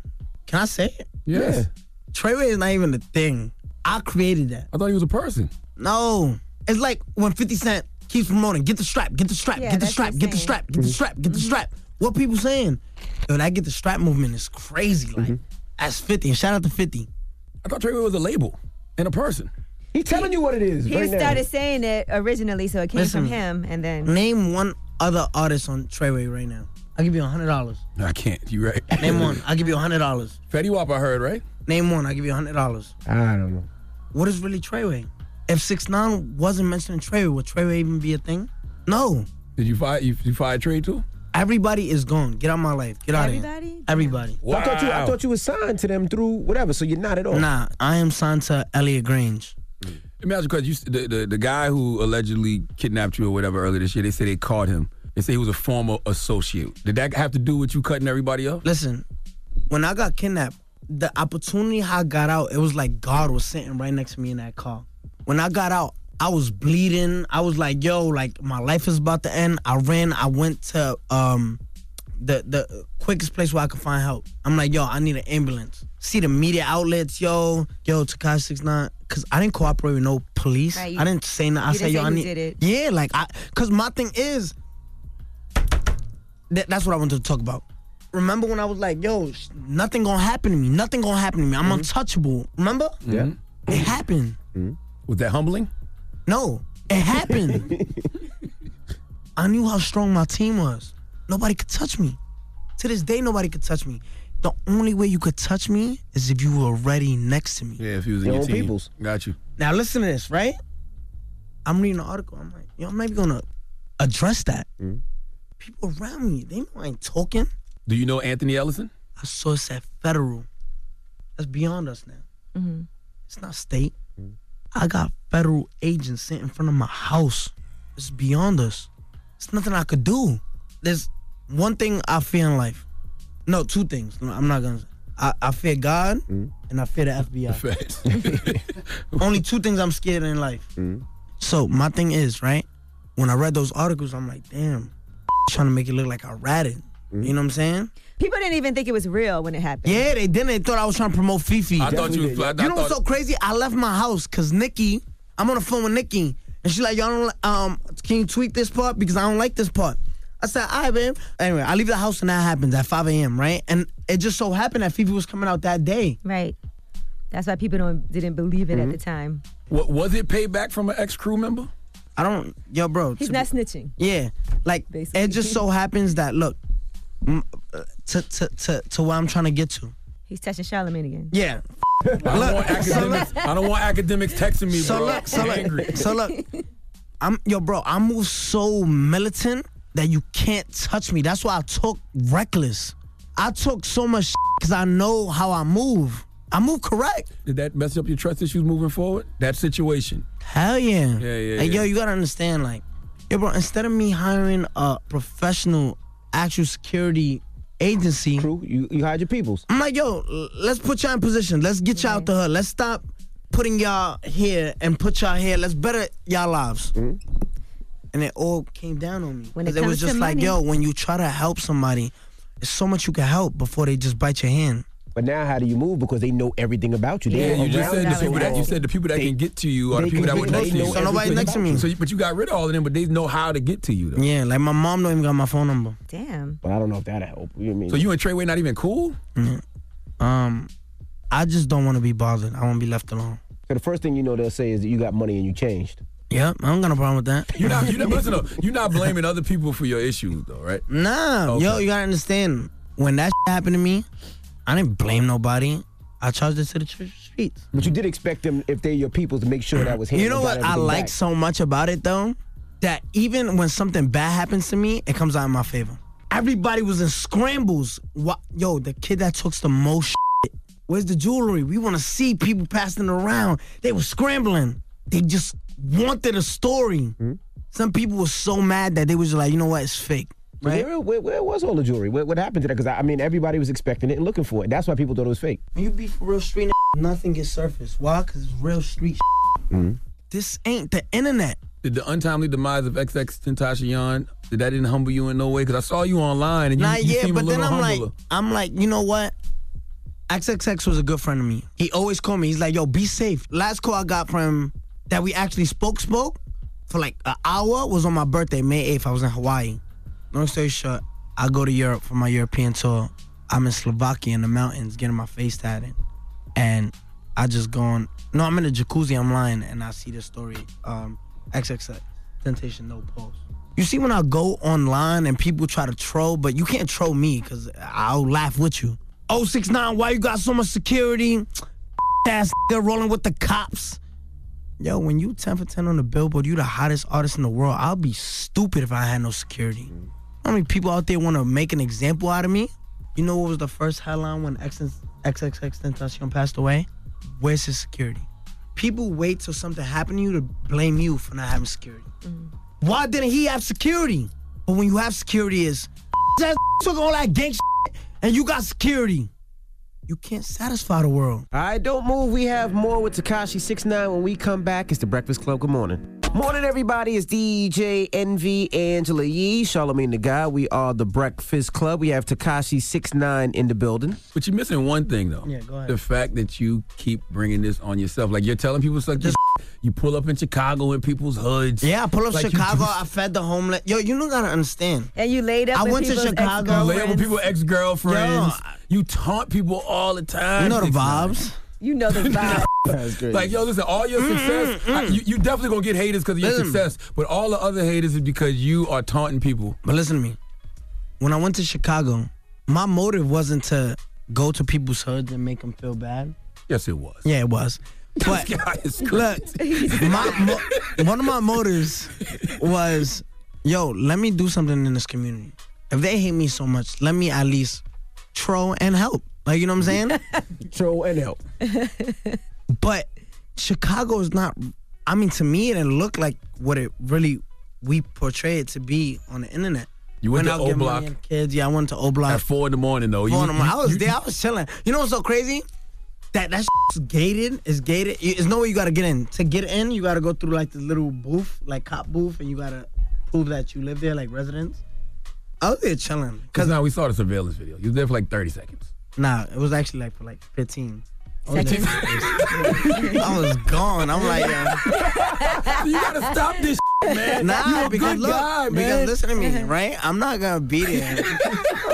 Speaker 13: Can I say it?
Speaker 4: Yes. Yeah.
Speaker 13: Treyway is not even a thing. I created that.
Speaker 8: I thought he was a person.
Speaker 13: No. It's like when 50 Cent keeps promoting, get the strap, get the strap,
Speaker 15: Yeah,
Speaker 13: get the
Speaker 15: that's
Speaker 13: strap, get the
Speaker 15: insane.
Speaker 13: strap, get
Speaker 4: Mm-hmm.
Speaker 13: the strap, get the strap. What people saying? Yo, that get the strap movement is crazy.
Speaker 4: Mm-hmm.
Speaker 13: Like, that's 50. And shout out to 50.
Speaker 8: I thought Treyway was a label and a person.
Speaker 4: He telling you what it is.
Speaker 6: He started saying it originally, so it came from him, and then
Speaker 13: Name one other artist on Treyway right now. I'll give you hundred dollars.
Speaker 8: No, I can't. You right.
Speaker 13: Name one. I'll give you hundred dollars.
Speaker 8: <laughs> Fetty Wap, I heard, right?
Speaker 13: Name one. I'll give you hundred dollars.
Speaker 4: I don't know.
Speaker 13: What is really Treyway? If Six Nine wasn't mentioning Treyway, would Treyway even be a thing? No.
Speaker 8: Did you fire you, you fire Trey too?
Speaker 13: Everybody is gone. Get out of my life. Get out of
Speaker 6: here.
Speaker 13: Everybody.
Speaker 4: I thought you I thought you was signed to them through whatever, so you're not at all.
Speaker 13: Nah, I am signed to Elliot Grange.
Speaker 8: Imagine because you the, the the guy who allegedly kidnapped you or whatever earlier this year, they say they caught him. They say he was a former associate. Did that have to do with you cutting everybody up?
Speaker 13: Listen, when I got kidnapped, the opportunity how I got out, it was like God was sitting right next to me in that car. When I got out, I was bleeding. I was like, yo, like my life is about to end. I ran. I went to um the the quickest place where I could find help. I'm like, yo, I need an ambulance. See the media outlets, yo, yo, Takashi Six Nine, cause I didn't cooperate with no police.
Speaker 6: Right, you-
Speaker 13: I didn't say nothing. I
Speaker 6: you
Speaker 13: said,
Speaker 6: didn't
Speaker 13: yo,
Speaker 6: say
Speaker 13: I
Speaker 6: who
Speaker 13: need,
Speaker 6: did it.
Speaker 13: yeah, like I, cause my thing is, that, that's what I wanted to talk about. Remember when I was like, yo, sh- nothing gonna happen to me. Nothing gonna happen to me. I'm untouchable. Remember?
Speaker 8: Mm-hmm. Yeah. Mm-hmm.
Speaker 13: It happened.
Speaker 8: Was that humbling?
Speaker 13: No, it happened.
Speaker 8: <laughs>
Speaker 13: I knew how strong my team was. Nobody could touch me. To this day, nobody could touch me. The only way you could touch me is if you were already next to me.
Speaker 8: Yeah, if he was in
Speaker 13: Your
Speaker 8: your
Speaker 13: own
Speaker 8: team.
Speaker 13: peoples.
Speaker 8: Got you.
Speaker 13: Now listen to this, right? I'm reading the article. I'm like, yo, I'm not even gonna address that. People around me, they know I ain't talking.
Speaker 8: Do you know Anthony Ellison?
Speaker 13: I saw it's at federal. That's beyond us now. It's not state. I got federal agents sitting in front of my house. It's beyond us. It's nothing I could do. There's one thing I fear in life. No, two things. No, I'm not gonna. I, I fear God
Speaker 8: Mm-hmm.
Speaker 13: and I fear the
Speaker 8: <laughs>
Speaker 13: FBI. <laughs> Only two things I'm scared in life.
Speaker 8: Mm-hmm.
Speaker 13: So my thing is right. When I read those articles, I'm like, damn, trying to make it look like I ratted. You know what I'm saying?
Speaker 6: people didn't even think it was real when it happened.
Speaker 13: Yeah, they didn't. They thought I was trying to promote Fifi.
Speaker 8: I thought you was- I- I
Speaker 13: you know what's
Speaker 8: thought-
Speaker 13: so crazy? I left my house because Nikki. I'm on the phone with Nikki, and she's like, "Y'all don't li- um, can you tweak this part because I don't like this part." I said, "All right, babe." Anyway, I leave the house and that happens at 5 a.m. Right, and it just so happened that Fifi was coming out that day.
Speaker 6: Right. That's why people don't didn't believe it
Speaker 13: Mm-hmm.
Speaker 6: at the time.
Speaker 8: What was it payback from an ex crew member?
Speaker 13: I don't, yo, bro.
Speaker 6: He's
Speaker 13: to
Speaker 6: not
Speaker 13: be-
Speaker 6: snitching.
Speaker 13: Yeah, like it just so happens that look, mm, uh, to to to to where I'm trying to get to.
Speaker 6: He's touching Charlemagne again.
Speaker 13: Yeah.
Speaker 8: I don't, want academics, I don't want academics texting me,
Speaker 13: So
Speaker 8: bro.
Speaker 13: look, so
Speaker 8: I'm
Speaker 13: look,
Speaker 8: angry.
Speaker 13: <laughs> so look. I'm yo, bro. I move so militant that you can't touch me. That's why I talk reckless. I talk so much because I know how I move. I move correct.
Speaker 8: Did that mess up your trust issues moving forward? That situation.
Speaker 13: Hell yeah.
Speaker 8: Yeah, yeah,
Speaker 13: Like,
Speaker 8: yeah.
Speaker 13: yo, you gotta understand, like, yo, bro. Instead of me hiring a professional, actual security agency,
Speaker 4: crew, you you hired your peoples.
Speaker 13: I'm like, yo, l- let's put y'all in position. Let's get y'all out the hood. Let's stop putting y'all here and put y'all here. Let's better y'all lives.
Speaker 4: Mm-hmm.
Speaker 13: And it all came down on me.
Speaker 6: When it
Speaker 13: Because it,
Speaker 6: comes
Speaker 13: was
Speaker 6: to
Speaker 13: just like,
Speaker 6: money.
Speaker 13: yo, when you try to help somebody, there's so much you can help before they just bite your hand.
Speaker 4: But now, how do you move? Because they know everything about you. They
Speaker 8: Yeah,
Speaker 4: were
Speaker 8: you just
Speaker 4: around
Speaker 8: said
Speaker 4: you
Speaker 8: the
Speaker 4: so
Speaker 8: people that you
Speaker 4: long.
Speaker 8: said the people that can get to you are the
Speaker 4: they can
Speaker 8: people that were
Speaker 4: get
Speaker 8: next
Speaker 4: to
Speaker 8: to you.
Speaker 4: you.
Speaker 13: So nobody's next to me.
Speaker 8: So, you- but you got rid of all of them, but they know how to get to you though.
Speaker 13: Yeah, like my mom don't even got my phone number.
Speaker 6: Damn.
Speaker 4: But I don't know if that'll help. You know what I mean?
Speaker 8: So you and Treyway not even cool?
Speaker 13: Mm-hmm. Um, I just don't want to be bothered. I want to be left alone.
Speaker 4: So the first thing you know they'll say is that you got money and you changed.
Speaker 13: Yep, I don't got no problem with that.
Speaker 8: <laughs> You're not, you're not, listen, though, you're
Speaker 13: <laughs>
Speaker 8: not blaming other people for your issues, though, right?
Speaker 13: Nah,
Speaker 8: Okay.
Speaker 13: yo, you gotta understand. When that happened to me, I didn't blame nobody. I charged it to the church.
Speaker 4: But you did expect them, if they're your people, to make sure that was handled.
Speaker 13: You know
Speaker 4: got
Speaker 13: what I
Speaker 4: everything
Speaker 13: like
Speaker 4: back.
Speaker 13: so much about it though? That even when something bad happens to me, it comes out in my favor. Everybody was in scrambles. What? Yo, the kid that took the most shit. Where's the jewelry? We want to see people passing around. They were scrambling. They just wanted a story. Some people were so mad that they was like, you know what? It's fake.
Speaker 4: But Where, where, where was all the jewelry? What, what happened to that? Because I, I mean, everybody was expecting it and looking for it. That's why people thought it was fake.
Speaker 13: When you be for real street, nothing gets surfaced. Why? Because it's real street. This ain't the internet.
Speaker 8: Did the untimely demise of XX Tentacion, did that didn't humble you in no way? Because I saw you online and you,
Speaker 13: Not
Speaker 8: you
Speaker 13: yet,
Speaker 8: seem a
Speaker 13: but
Speaker 8: little
Speaker 13: then I'm
Speaker 8: humbler.
Speaker 13: like, I'm like, you know what? XXX was a good friend of me. He always called me. He's like, yo, be safe. Last call I got from him that we actually spoke, spoke for like an hour was on my birthday, May 8th. I was in Hawaii. Long story short, I go to Europe for my European tour. I'm in Slovakia in the mountains getting my face tatted. And I just go on, no, I'm in a jacuzzi, I'm lying, and I see this story. Um, XXX, Temptation No Pulse. You see, when I go online and people try to troll, but you can't troll me because I'll laugh with you. 069, why you got so much security? <laughs> ass <laughs> they're rolling with the cops. Yo, when you 10 for 10 on the billboard, you the hottest artist in the world. I'll be stupid if I had no security. How many people out there want to make an example out of me? You know what was the first headline when XX XXX Tentacion passed away? Where's his security? People wait till something happened to you to blame you for not having security. Why didn't he have security? But when you have security, is that <laughs> took all that gang shit and you got security. You can't satisfy the world.
Speaker 4: All right, <laughs> don't move. We have more with Takashi 69 when we come back. It's the Breakfast Club. Good morning. Morning, everybody. It's DJ NV Angela Yee, Charlemagne the Guy. We are the Breakfast Club. We have Takashi 69 in the building.
Speaker 8: But you're missing one thing though.
Speaker 4: Yeah, go ahead.
Speaker 8: The fact that you keep bringing this on yourself, like you're telling people suck this. You pull up in Chicago in people's hoods.
Speaker 13: Yeah, I pull up
Speaker 8: Like, you
Speaker 13: Chicago.
Speaker 8: do-
Speaker 13: I fed the homeless. Yo, you don't gotta understand.
Speaker 6: And you laid up.
Speaker 13: I
Speaker 6: with
Speaker 13: went to
Speaker 6: people's
Speaker 13: Chicago.
Speaker 8: You
Speaker 6: ex-girlfriends.
Speaker 8: lay up with people ex girlfriends. You taunt people all the time.
Speaker 13: You know the
Speaker 8: Six Nine.
Speaker 13: vibes. Mm-hmm,
Speaker 6: You know
Speaker 8: <laughs>
Speaker 6: the vibe.
Speaker 8: Like yo, listen, all your success, I- you, you definitely gonna get haters because of your
Speaker 13: Listen.
Speaker 8: success. But all the other haters is because you are taunting people.
Speaker 13: But listen to me. When I went to Chicago, my motive wasn't to go to people's hoods and make them feel bad.
Speaker 8: Yes, it was.
Speaker 13: Yeah, it was. But
Speaker 8: This guy is
Speaker 13: look, <laughs> my, mo- one of my motives was, yo, let me do something in this community. If they hate me so much, let me at least troll and help. Like you know what
Speaker 8: <laughs>
Speaker 13: I'm saying?
Speaker 4: troll and help.
Speaker 13: <laughs> but Chicago is not. I mean, to me, it didn't look like what it really we portray it to be on the internet.
Speaker 8: You went
Speaker 13: When I
Speaker 8: to
Speaker 13: was
Speaker 8: O
Speaker 13: giving
Speaker 8: Block
Speaker 13: money to kids. Yeah, I went to O Block.
Speaker 8: at four in the morning though. Oh, You-
Speaker 13: Phone number.
Speaker 8: you-
Speaker 13: I was
Speaker 8: you-
Speaker 13: there. I was chilling. You know what's so crazy? That that shit's gated. It's gated. There's no way you gotta get in. To get in, you gotta go through like this little booth, like cop booth, and you gotta prove that you live there, like residents. I was there chilling.
Speaker 8: Cause now we saw the surveillance video. You was there for like thirty seconds.
Speaker 13: Nah, it was actually like for like 15. I was, there for- I was gone. I'm like, yo.
Speaker 4: <laughs>
Speaker 8: <laughs> you gotta stop this, shit,
Speaker 13: <laughs>
Speaker 8: man.
Speaker 13: Nah,
Speaker 8: you a
Speaker 13: because
Speaker 8: good
Speaker 13: look,
Speaker 8: guy, man.
Speaker 13: because listen to me, right? I'm not gonna be there.
Speaker 8: <laughs>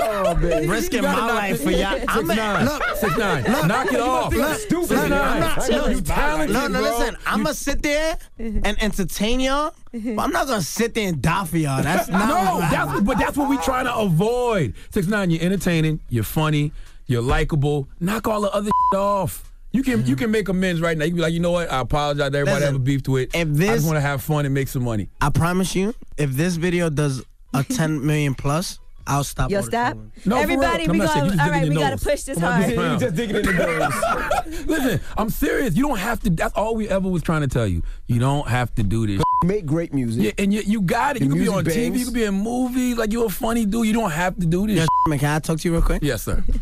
Speaker 8: Oh,
Speaker 13: <laughs>
Speaker 8: man.
Speaker 13: Risking
Speaker 8: You gotta
Speaker 13: my
Speaker 8: knock
Speaker 13: life
Speaker 8: it-
Speaker 13: for y'all.
Speaker 8: <laughs> Six
Speaker 13: I'm
Speaker 8: nine.
Speaker 13: look,
Speaker 8: Six nine.
Speaker 13: Look,
Speaker 8: Knock it off.
Speaker 13: Look,
Speaker 8: Stupid.
Speaker 13: Look,
Speaker 8: Nah,
Speaker 13: I'm not,
Speaker 8: you
Speaker 13: look,
Speaker 8: talented,
Speaker 13: No, no,
Speaker 8: bro.
Speaker 13: listen. I'm gonna sit there
Speaker 6: Mm-hmm.
Speaker 13: and entertain y'all, but I'm not gonna sit there and die for y'all. That's not.
Speaker 8: <laughs> no,
Speaker 13: what I-
Speaker 8: that's but that's what we trying to avoid. Six nine, you're entertaining, you're funny, you're likable. Knock all the other shit off. You can you can make amends right now. You can be like, you know what? I apologize to everybody that
Speaker 13: Listen,
Speaker 8: ever beefed with. If
Speaker 13: this-
Speaker 8: I just want to <laughs> have fun and make some money.
Speaker 13: I promise you, if this video does
Speaker 6: <laughs>
Speaker 13: a 10 million plus, I'll stop.
Speaker 6: Yo,
Speaker 13: all the
Speaker 6: stop.
Speaker 13: trolling.
Speaker 6: Everybody, we gonna, all right, we gotta push this hard. <laughs>
Speaker 8: digging in the nose. <laughs> Listen, I'm serious. You don't have to. That's all we ever was trying to tell you. You don't have to do this.
Speaker 4: <laughs> Make great music.
Speaker 8: Yeah, and you, you got it.
Speaker 4: The
Speaker 8: you can be
Speaker 4: music
Speaker 8: on TV.
Speaker 4: bangs.
Speaker 8: You can be in movies. Like you're a funny dude. You don't have to do this.
Speaker 13: Yo, man, can I talk to you real quick?
Speaker 8: Yes, sir.
Speaker 13: <laughs>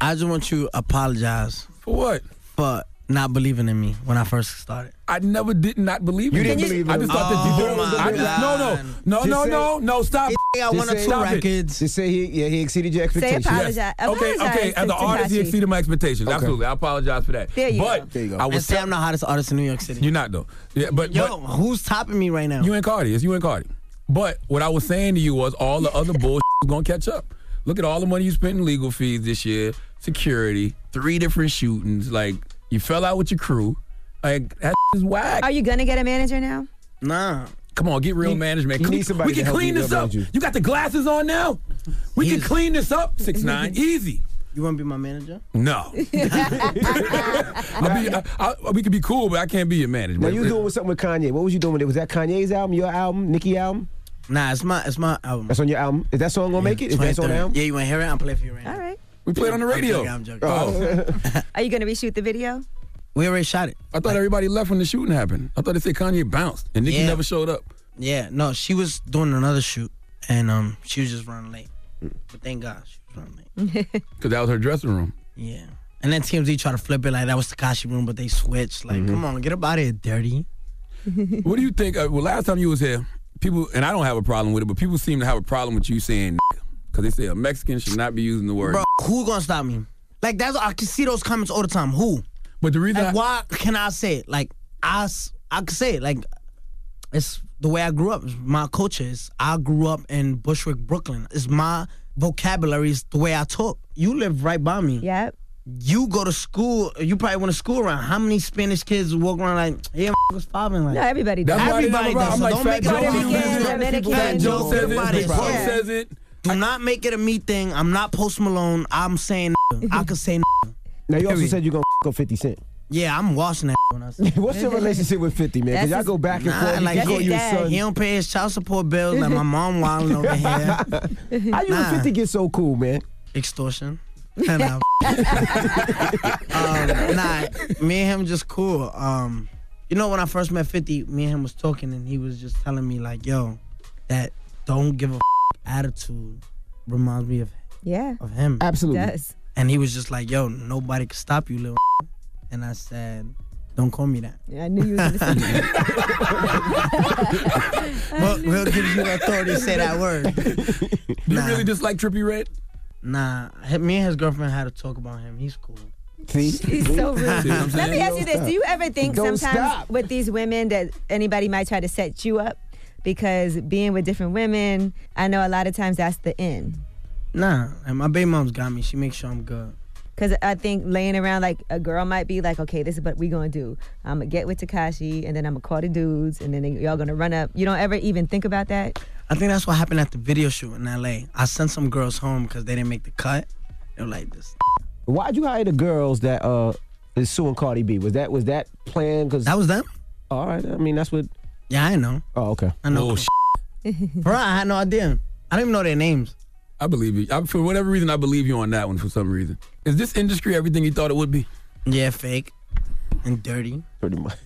Speaker 13: I just want you to apologize
Speaker 8: for what?
Speaker 13: For not believing in me when I first started.
Speaker 8: I never did not believe
Speaker 13: You
Speaker 8: in
Speaker 13: didn't
Speaker 8: it.
Speaker 13: believe
Speaker 8: I
Speaker 13: in
Speaker 8: just
Speaker 13: it.
Speaker 8: thought that
Speaker 13: Oh
Speaker 8: you did.
Speaker 13: my
Speaker 8: I just
Speaker 13: God.
Speaker 8: no no
Speaker 4: Just
Speaker 8: no no
Speaker 4: say-
Speaker 8: no no stop.
Speaker 13: This got one or two
Speaker 8: Stop it.
Speaker 4: They say he, yeah, he exceeded your expectations.
Speaker 6: apologize.
Speaker 8: Okay,
Speaker 6: Apologize
Speaker 8: okay. As an
Speaker 6: to
Speaker 8: artist, he
Speaker 6: Tekashi.
Speaker 8: exceeded my expectations. Absolutely, I apologize for that.
Speaker 6: There you
Speaker 8: but
Speaker 6: go.
Speaker 13: There you go.
Speaker 8: I was
Speaker 13: And say I'm the hottest artist in New York City.
Speaker 8: You're not though. Yeah, but
Speaker 13: Yo,
Speaker 8: but-
Speaker 13: who's topping me right now?
Speaker 8: You and Cardi. It's you and Cardi. But what I was <laughs> saying to you was all the other bullshit is gonna catch up. Look at all the money you spent in legal fees this year. security, three different shootings. Like you fell out with your crew. Like that is whack.
Speaker 6: Are you gonna get a manager now?
Speaker 13: Nah.
Speaker 8: Come on, get real management.
Speaker 4: you
Speaker 8: Can
Speaker 4: need
Speaker 8: we-
Speaker 4: somebody
Speaker 8: we
Speaker 4: to
Speaker 8: can
Speaker 4: help
Speaker 8: clean
Speaker 4: you
Speaker 8: this up.
Speaker 4: manage
Speaker 8: You.
Speaker 4: you.
Speaker 8: got the glasses on now. We can clean this up. Six nine, easy.
Speaker 13: You want to be my manager?
Speaker 4: <laughs>
Speaker 8: No, <laughs> I'll be, I, I, we could be cool, but I can't be your manager.
Speaker 4: Now you doing with something with Kanye. What was you doing with it? Was that Kanye's album, your album, Nicki album?
Speaker 13: Nah, it's my it's my album.
Speaker 4: That's on your album. Is that song gonna make it? Is that song on the
Speaker 13: 23rd.
Speaker 4: album?
Speaker 13: Yeah, you want to hear it? I'm playing for you right now.
Speaker 6: All right.
Speaker 8: We played on the radio.
Speaker 13: I'm
Speaker 6: <laughs>
Speaker 13: joking. <laughs>
Speaker 6: Are you gonna reshoot the video?
Speaker 13: We already shot it.
Speaker 8: I thought everybody left when the shooting happened. I thought they said Kanye bounced and Nicki
Speaker 13: Yeah.
Speaker 8: never showed up.
Speaker 13: Yeah, no, she was doing another shoot, and um, she was just running <laughs> late. But thank God, she was running late.
Speaker 8: Because that was her dressing
Speaker 13: <laughs>
Speaker 8: room.
Speaker 13: yeah. And then TMZ tried to flip it like that was Takashi room, but they switched. Like,
Speaker 8: Mhm.
Speaker 13: come on, get up out of here, dirty.
Speaker 8: what do you think? Uh, well, last time you was here, people and I don't have a problem with it, but people seem to have a problem with you saying because they say a Mexican should not be using the word.
Speaker 13: Bro, who gonna stop me? Like that's I can see those comments all the time. Who?
Speaker 8: But the reason
Speaker 13: like, why can I say it? Like I s- I can say it. Like it's the way I grew up. It's my culture is I grew up in Bushwick, Brooklyn. It's my vocabulary. It's the way I talk. You live right by me.
Speaker 6: Yep.
Speaker 13: You go to school. You probably went to school around. How many Spanish kids walk around like, yeah, was popping like?
Speaker 6: No, everybody does. That's why they
Speaker 13: Everybody
Speaker 6: never-
Speaker 13: does.
Speaker 6: I'm
Speaker 13: So
Speaker 6: like,
Speaker 13: don't
Speaker 6: Fat
Speaker 13: make
Speaker 6: Joe
Speaker 13: it a
Speaker 6: says it,
Speaker 13: Dominican,
Speaker 6: Fat Dominican,
Speaker 13: Fat Joe
Speaker 8: says it,
Speaker 13: Everybody
Speaker 8: Big Pun
Speaker 13: is.
Speaker 8: says it.
Speaker 13: Do not make it a me thing. I'm not Post Malone. I'm saying <laughs> I could say.
Speaker 4: Now you also
Speaker 13: Period.
Speaker 4: said you're gonna go 50 Cent.
Speaker 13: Yeah, I'm washing that <laughs> when I say.
Speaker 4: <laughs> What's your relationship with 50, man? Because y'all go back and
Speaker 13: Nah,
Speaker 4: forth.
Speaker 13: Like,
Speaker 4: Like, call you a son.
Speaker 13: He don't pay his child support bills. Like my mom wilding over here.
Speaker 4: <laughs> How you
Speaker 13: Nah.
Speaker 4: and 50 get so cool, man?
Speaker 13: Extortion. And, um, <laughs> um, nah, me and him just cool. Um, you know, when I first met 50, me and him was talking, and he was just telling me like, "Yo, that don't give a f- attitude reminds me of
Speaker 6: Yeah.
Speaker 13: of him.
Speaker 6: Absolutely. Does.
Speaker 13: And he was just like, "Yo, nobody can stop you, little." <laughs> And I said, "Don't call me that."
Speaker 6: Yeah, I knew you was gonna say that.
Speaker 13: <laughs> Well, we'll give you the authority to say that word.
Speaker 8: You really dislike Trippy Red?
Speaker 13: Nah, he- me and his girlfriend had to talk about him. He's cool.
Speaker 4: See,
Speaker 13: he's
Speaker 6: so rude. Let me ask you this: Do you ever think
Speaker 13: Don't
Speaker 6: sometimes
Speaker 13: stop.
Speaker 6: with these women that anybody might try to set you up? Because being with different women, I know a lot of times that's the end.
Speaker 13: Nah, and my baby mom's got me. She makes sure I'm good.
Speaker 6: Because I think laying around like a girl might be like, okay, this is what we gonna do. I'm gonna get with Takashi, and then I'm gonna call the dudes, and then they, y'all gonna run up. You don't ever even think about that.
Speaker 13: I think that's what happened at the video shoot in LA. I sent some girls home because they didn't make the cut. They were like this.
Speaker 4: Why'd you hire the girls that uh is suing Cardi B? Was that was that planned? Cause
Speaker 13: that was them.
Speaker 4: All right, I mean that's what.
Speaker 13: Yeah, I know.
Speaker 4: Oh, okay.
Speaker 13: I know. Bro, I had no idea. I don't even know their names.
Speaker 8: I believe you. I, for whatever reason, I believe you on that one for some reason. Is this industry everything you thought it would be?
Speaker 13: Yeah, fake and dirty.
Speaker 4: Pretty much.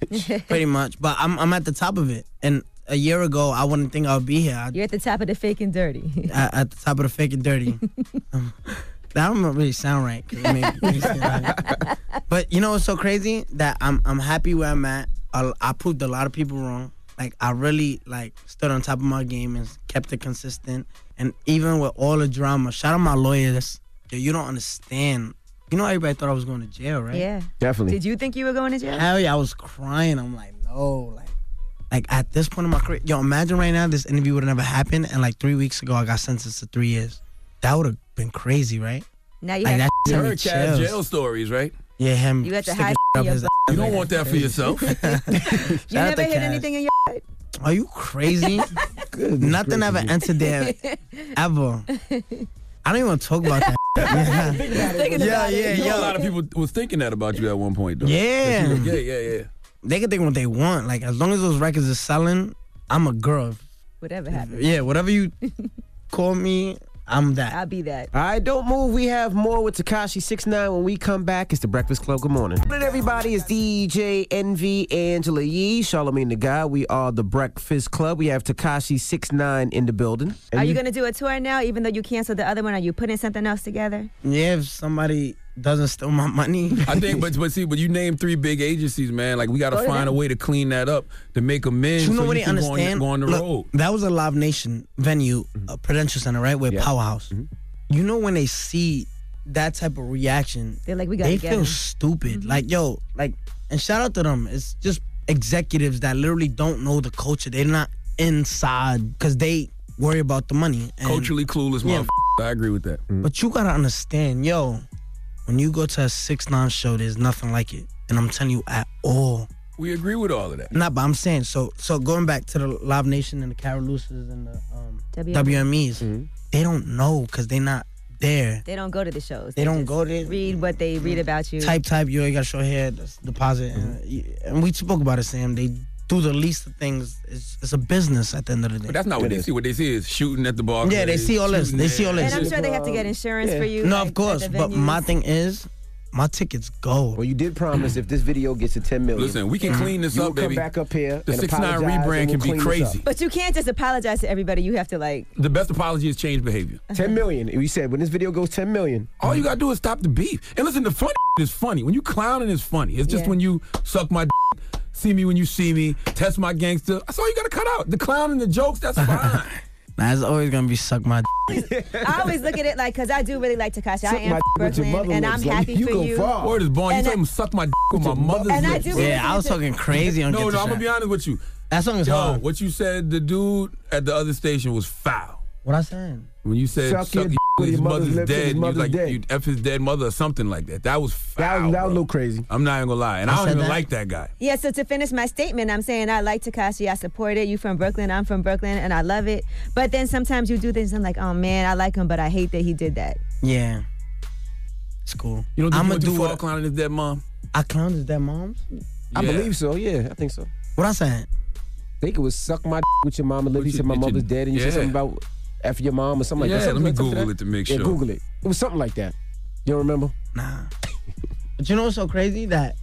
Speaker 13: Pretty much. But I'm I'm at the top of it. And a year ago, I wouldn't think I would be here. I,
Speaker 6: You're at the top of the fake and dirty.
Speaker 13: I- <laughs> at the top of the fake and dirty. Um, that don't really sound right. 'cause it made me sound like- but you know what's so crazy? That I'm I'm happy where I'm at. I, I proved a lot of people wrong. Like I really like stood on top of my game and kept it consistent. And even with all the drama, shout out my lawyers. Yo, you don't understand. You know everybody thought I was going to jail, right?
Speaker 6: Yeah.
Speaker 13: Definitely.
Speaker 6: Did you think you were going to jail?
Speaker 13: Hell yeah, I was crying. I'm like, no, like, like at this point in my career, yo, imagine right now this interview would have never happened, and like three weeks ago I got sentenced to three years. That would have been crazy, right?
Speaker 6: Now you
Speaker 13: like
Speaker 6: have-
Speaker 13: shit
Speaker 8: Her
Speaker 13: gave me
Speaker 8: cat
Speaker 13: chills.
Speaker 8: jail
Speaker 13: <laughs>
Speaker 8: stories, right?
Speaker 13: Yeah, him.
Speaker 6: You had to
Speaker 13: sticking
Speaker 6: hide
Speaker 13: up
Speaker 6: your
Speaker 13: his
Speaker 6: butt.
Speaker 13: ass
Speaker 8: You
Speaker 13: like
Speaker 8: don't want that for
Speaker 13: crazy.
Speaker 8: yourself.
Speaker 6: You
Speaker 13: Shout out
Speaker 6: never
Speaker 13: to
Speaker 6: hit
Speaker 13: Cass.
Speaker 6: anything in your.
Speaker 13: <laughs> Are you <laughs>
Speaker 6: <laughs>
Speaker 13: crazy? Nothing ever entered there ever. I don't even want to talk about
Speaker 6: <laughs>
Speaker 13: that.
Speaker 8: yeah,
Speaker 13: yeah, yeah,
Speaker 8: You know,
Speaker 13: yeah.
Speaker 8: a lot of people was thinking that about you at one point, though.
Speaker 13: Yeah.
Speaker 8: That you were- yeah, yeah, yeah.
Speaker 13: They can think what they want. Like as long as those records are selling, I'm a girl.
Speaker 6: Whatever happened.
Speaker 13: Yeah, whatever
Speaker 8: <laughs>
Speaker 13: you call me, I'm that.
Speaker 6: I'll be that.
Speaker 4: All right, don't move. We have more with Takashi 69 when we come back. It's the Breakfast Club. Good morning. Good morning, everybody. It's DJ NV Angela Yee, Charlamagne the Guy. We are the Breakfast Club. We have Takashi 69 in the building. And
Speaker 6: Are you gonna do a tour now, even though you canceled the other one? Are you putting something else together?
Speaker 13: Yeah, if somebody doesn't steal my money.
Speaker 8: I think, but but see, but you name three big agencies, man. Like we got to
Speaker 13: Go to
Speaker 8: find a
Speaker 13: them.
Speaker 8: way to clean that up to make amends.
Speaker 13: you know
Speaker 8: so
Speaker 13: what they
Speaker 8: you can go on-
Speaker 13: understand?
Speaker 8: Go on, the
Speaker 13: Look,
Speaker 8: road.
Speaker 13: That was a Live Nation venue,
Speaker 4: Mm-hmm.
Speaker 13: uh, Prudential Center, right? With Powerhouse. You know when they see that type of reaction,
Speaker 6: They're like, we gotta
Speaker 13: they
Speaker 6: get
Speaker 13: feel
Speaker 6: him. Mm-hmm.
Speaker 13: stupid. Like yo, like and shout out to them. It's just executives that literally don't know the culture. They're not inside because they worry about the money. And,
Speaker 8: Culturally clueless,
Speaker 13: Yeah. Mm-hmm.
Speaker 8: motherfucker. I agree with that.
Speaker 13: But you gotta understand, yo, When you go to a six nine show, there's nothing like it, and I'm telling you at all.
Speaker 8: We agree with all of that.
Speaker 13: Nah, but I'm saying so. So going back to the Live Nation and the Carolusas and the um, WMEs, they don't know because they're not there.
Speaker 6: They don't go to the shows.
Speaker 13: They don't
Speaker 6: just
Speaker 13: go to
Speaker 6: read what they read about you.
Speaker 13: Type, type. You already got a short hair. That's deposit.
Speaker 6: Mm-hmm.
Speaker 13: And, you- and we spoke about it, Sam. They do the least of things. It's, it's a business at the end of the day.
Speaker 8: But that's not what they see. What they see is shooting at the bar.
Speaker 13: Yeah, they see all this. They see all this.
Speaker 6: And I'm sure they have to get insurance for you.
Speaker 13: No,
Speaker 6: like,
Speaker 13: of course.
Speaker 6: at the
Speaker 13: But my
Speaker 6: venues.
Speaker 13: thing is, my tickets go. Well,
Speaker 4: you did promise if this video gets to 10 million.
Speaker 8: Listen, we can clean this
Speaker 4: you
Speaker 8: up,
Speaker 4: will come
Speaker 8: baby.
Speaker 4: back up here.
Speaker 8: The
Speaker 4: and
Speaker 8: 6ix9ine
Speaker 4: apologize and
Speaker 8: rebrand
Speaker 4: we'll
Speaker 8: can be
Speaker 4: clean this
Speaker 8: crazy.
Speaker 6: But you can't just apologize to everybody. You have to like.
Speaker 8: The best apology is change behavior.
Speaker 4: up. 10 million. You said when this video goes 10 million.
Speaker 8: All you gotta do is stop the beef. And listen, the funny <laughs> is funny. When you clowning is funny. It's just
Speaker 4: Yeah.
Speaker 8: when you suck my <laughs> see me when you see me, test my gangster. That's all you gotta cut out. The clown and the
Speaker 13: <laughs>
Speaker 8: jokes, that's fine.
Speaker 13: Nah, it's always gonna be suck my.
Speaker 6: I <laughs> always look at it like because I do really like Takashi. I
Speaker 13: Suck
Speaker 6: am
Speaker 13: my
Speaker 6: from
Speaker 13: with your
Speaker 6: Brooklyn,
Speaker 13: mother
Speaker 6: and I'm
Speaker 13: lips, like,
Speaker 6: happy
Speaker 13: you
Speaker 6: for
Speaker 13: go
Speaker 6: you.
Speaker 13: far.
Speaker 8: Word is born. You
Speaker 6: And
Speaker 8: told him suck my d- with my mother's
Speaker 6: And I
Speaker 8: lips,
Speaker 6: do
Speaker 8: bro.
Speaker 6: listen
Speaker 13: Yeah, I was talking crazy on.
Speaker 8: No,
Speaker 13: Get
Speaker 8: no,
Speaker 13: the
Speaker 8: I'm gonna
Speaker 13: Shot.
Speaker 8: be honest with you.
Speaker 13: That song is
Speaker 8: Yo,
Speaker 13: hard.
Speaker 8: what you said, the dude at the other station was foul.
Speaker 13: What I saying?
Speaker 8: When you said
Speaker 13: Suck
Speaker 8: suck,
Speaker 13: your
Speaker 8: your
Speaker 13: d-
Speaker 8: with his mother's,
Speaker 4: lips and
Speaker 8: dead,
Speaker 4: his
Speaker 8: and you
Speaker 4: mother's
Speaker 8: was like
Speaker 4: dead.
Speaker 8: you f his dead mother or something like that. That was foul. That, was a little
Speaker 4: crazy.
Speaker 8: I'm not even gonna lie, and I,
Speaker 13: I
Speaker 8: don't
Speaker 13: said
Speaker 8: even
Speaker 13: that?
Speaker 8: like that guy.
Speaker 6: Yeah, so to finish my statement, I'm saying I like Takashi. I support it. You from Brooklyn, I'm from Brooklyn, and I love it. But then sometimes you do things, I'm like, oh man, I like him, but I hate that he did that.
Speaker 13: Yeah. It's cool.
Speaker 8: You don't think
Speaker 13: I'ma
Speaker 8: he went
Speaker 13: do
Speaker 8: too far
Speaker 13: what-
Speaker 8: clowning his dead mom?
Speaker 13: I clowned his dead moms.
Speaker 4: I
Speaker 8: Yeah.
Speaker 4: believe so. Yeah, I think so.
Speaker 13: What I saying?
Speaker 4: I think it was suck my d- with your mama. Literally said my mother's dead, and you said
Speaker 8: yeah.
Speaker 4: something about f your mom or something like
Speaker 8: Yeah,
Speaker 4: that. Something
Speaker 8: let me
Speaker 4: like- something like
Speaker 8: Google
Speaker 4: that.
Speaker 8: it to make
Speaker 4: yeah,
Speaker 8: sure.
Speaker 4: Google it. It was something like that. You don't remember?
Speaker 13: Nah. But you know what's so crazy that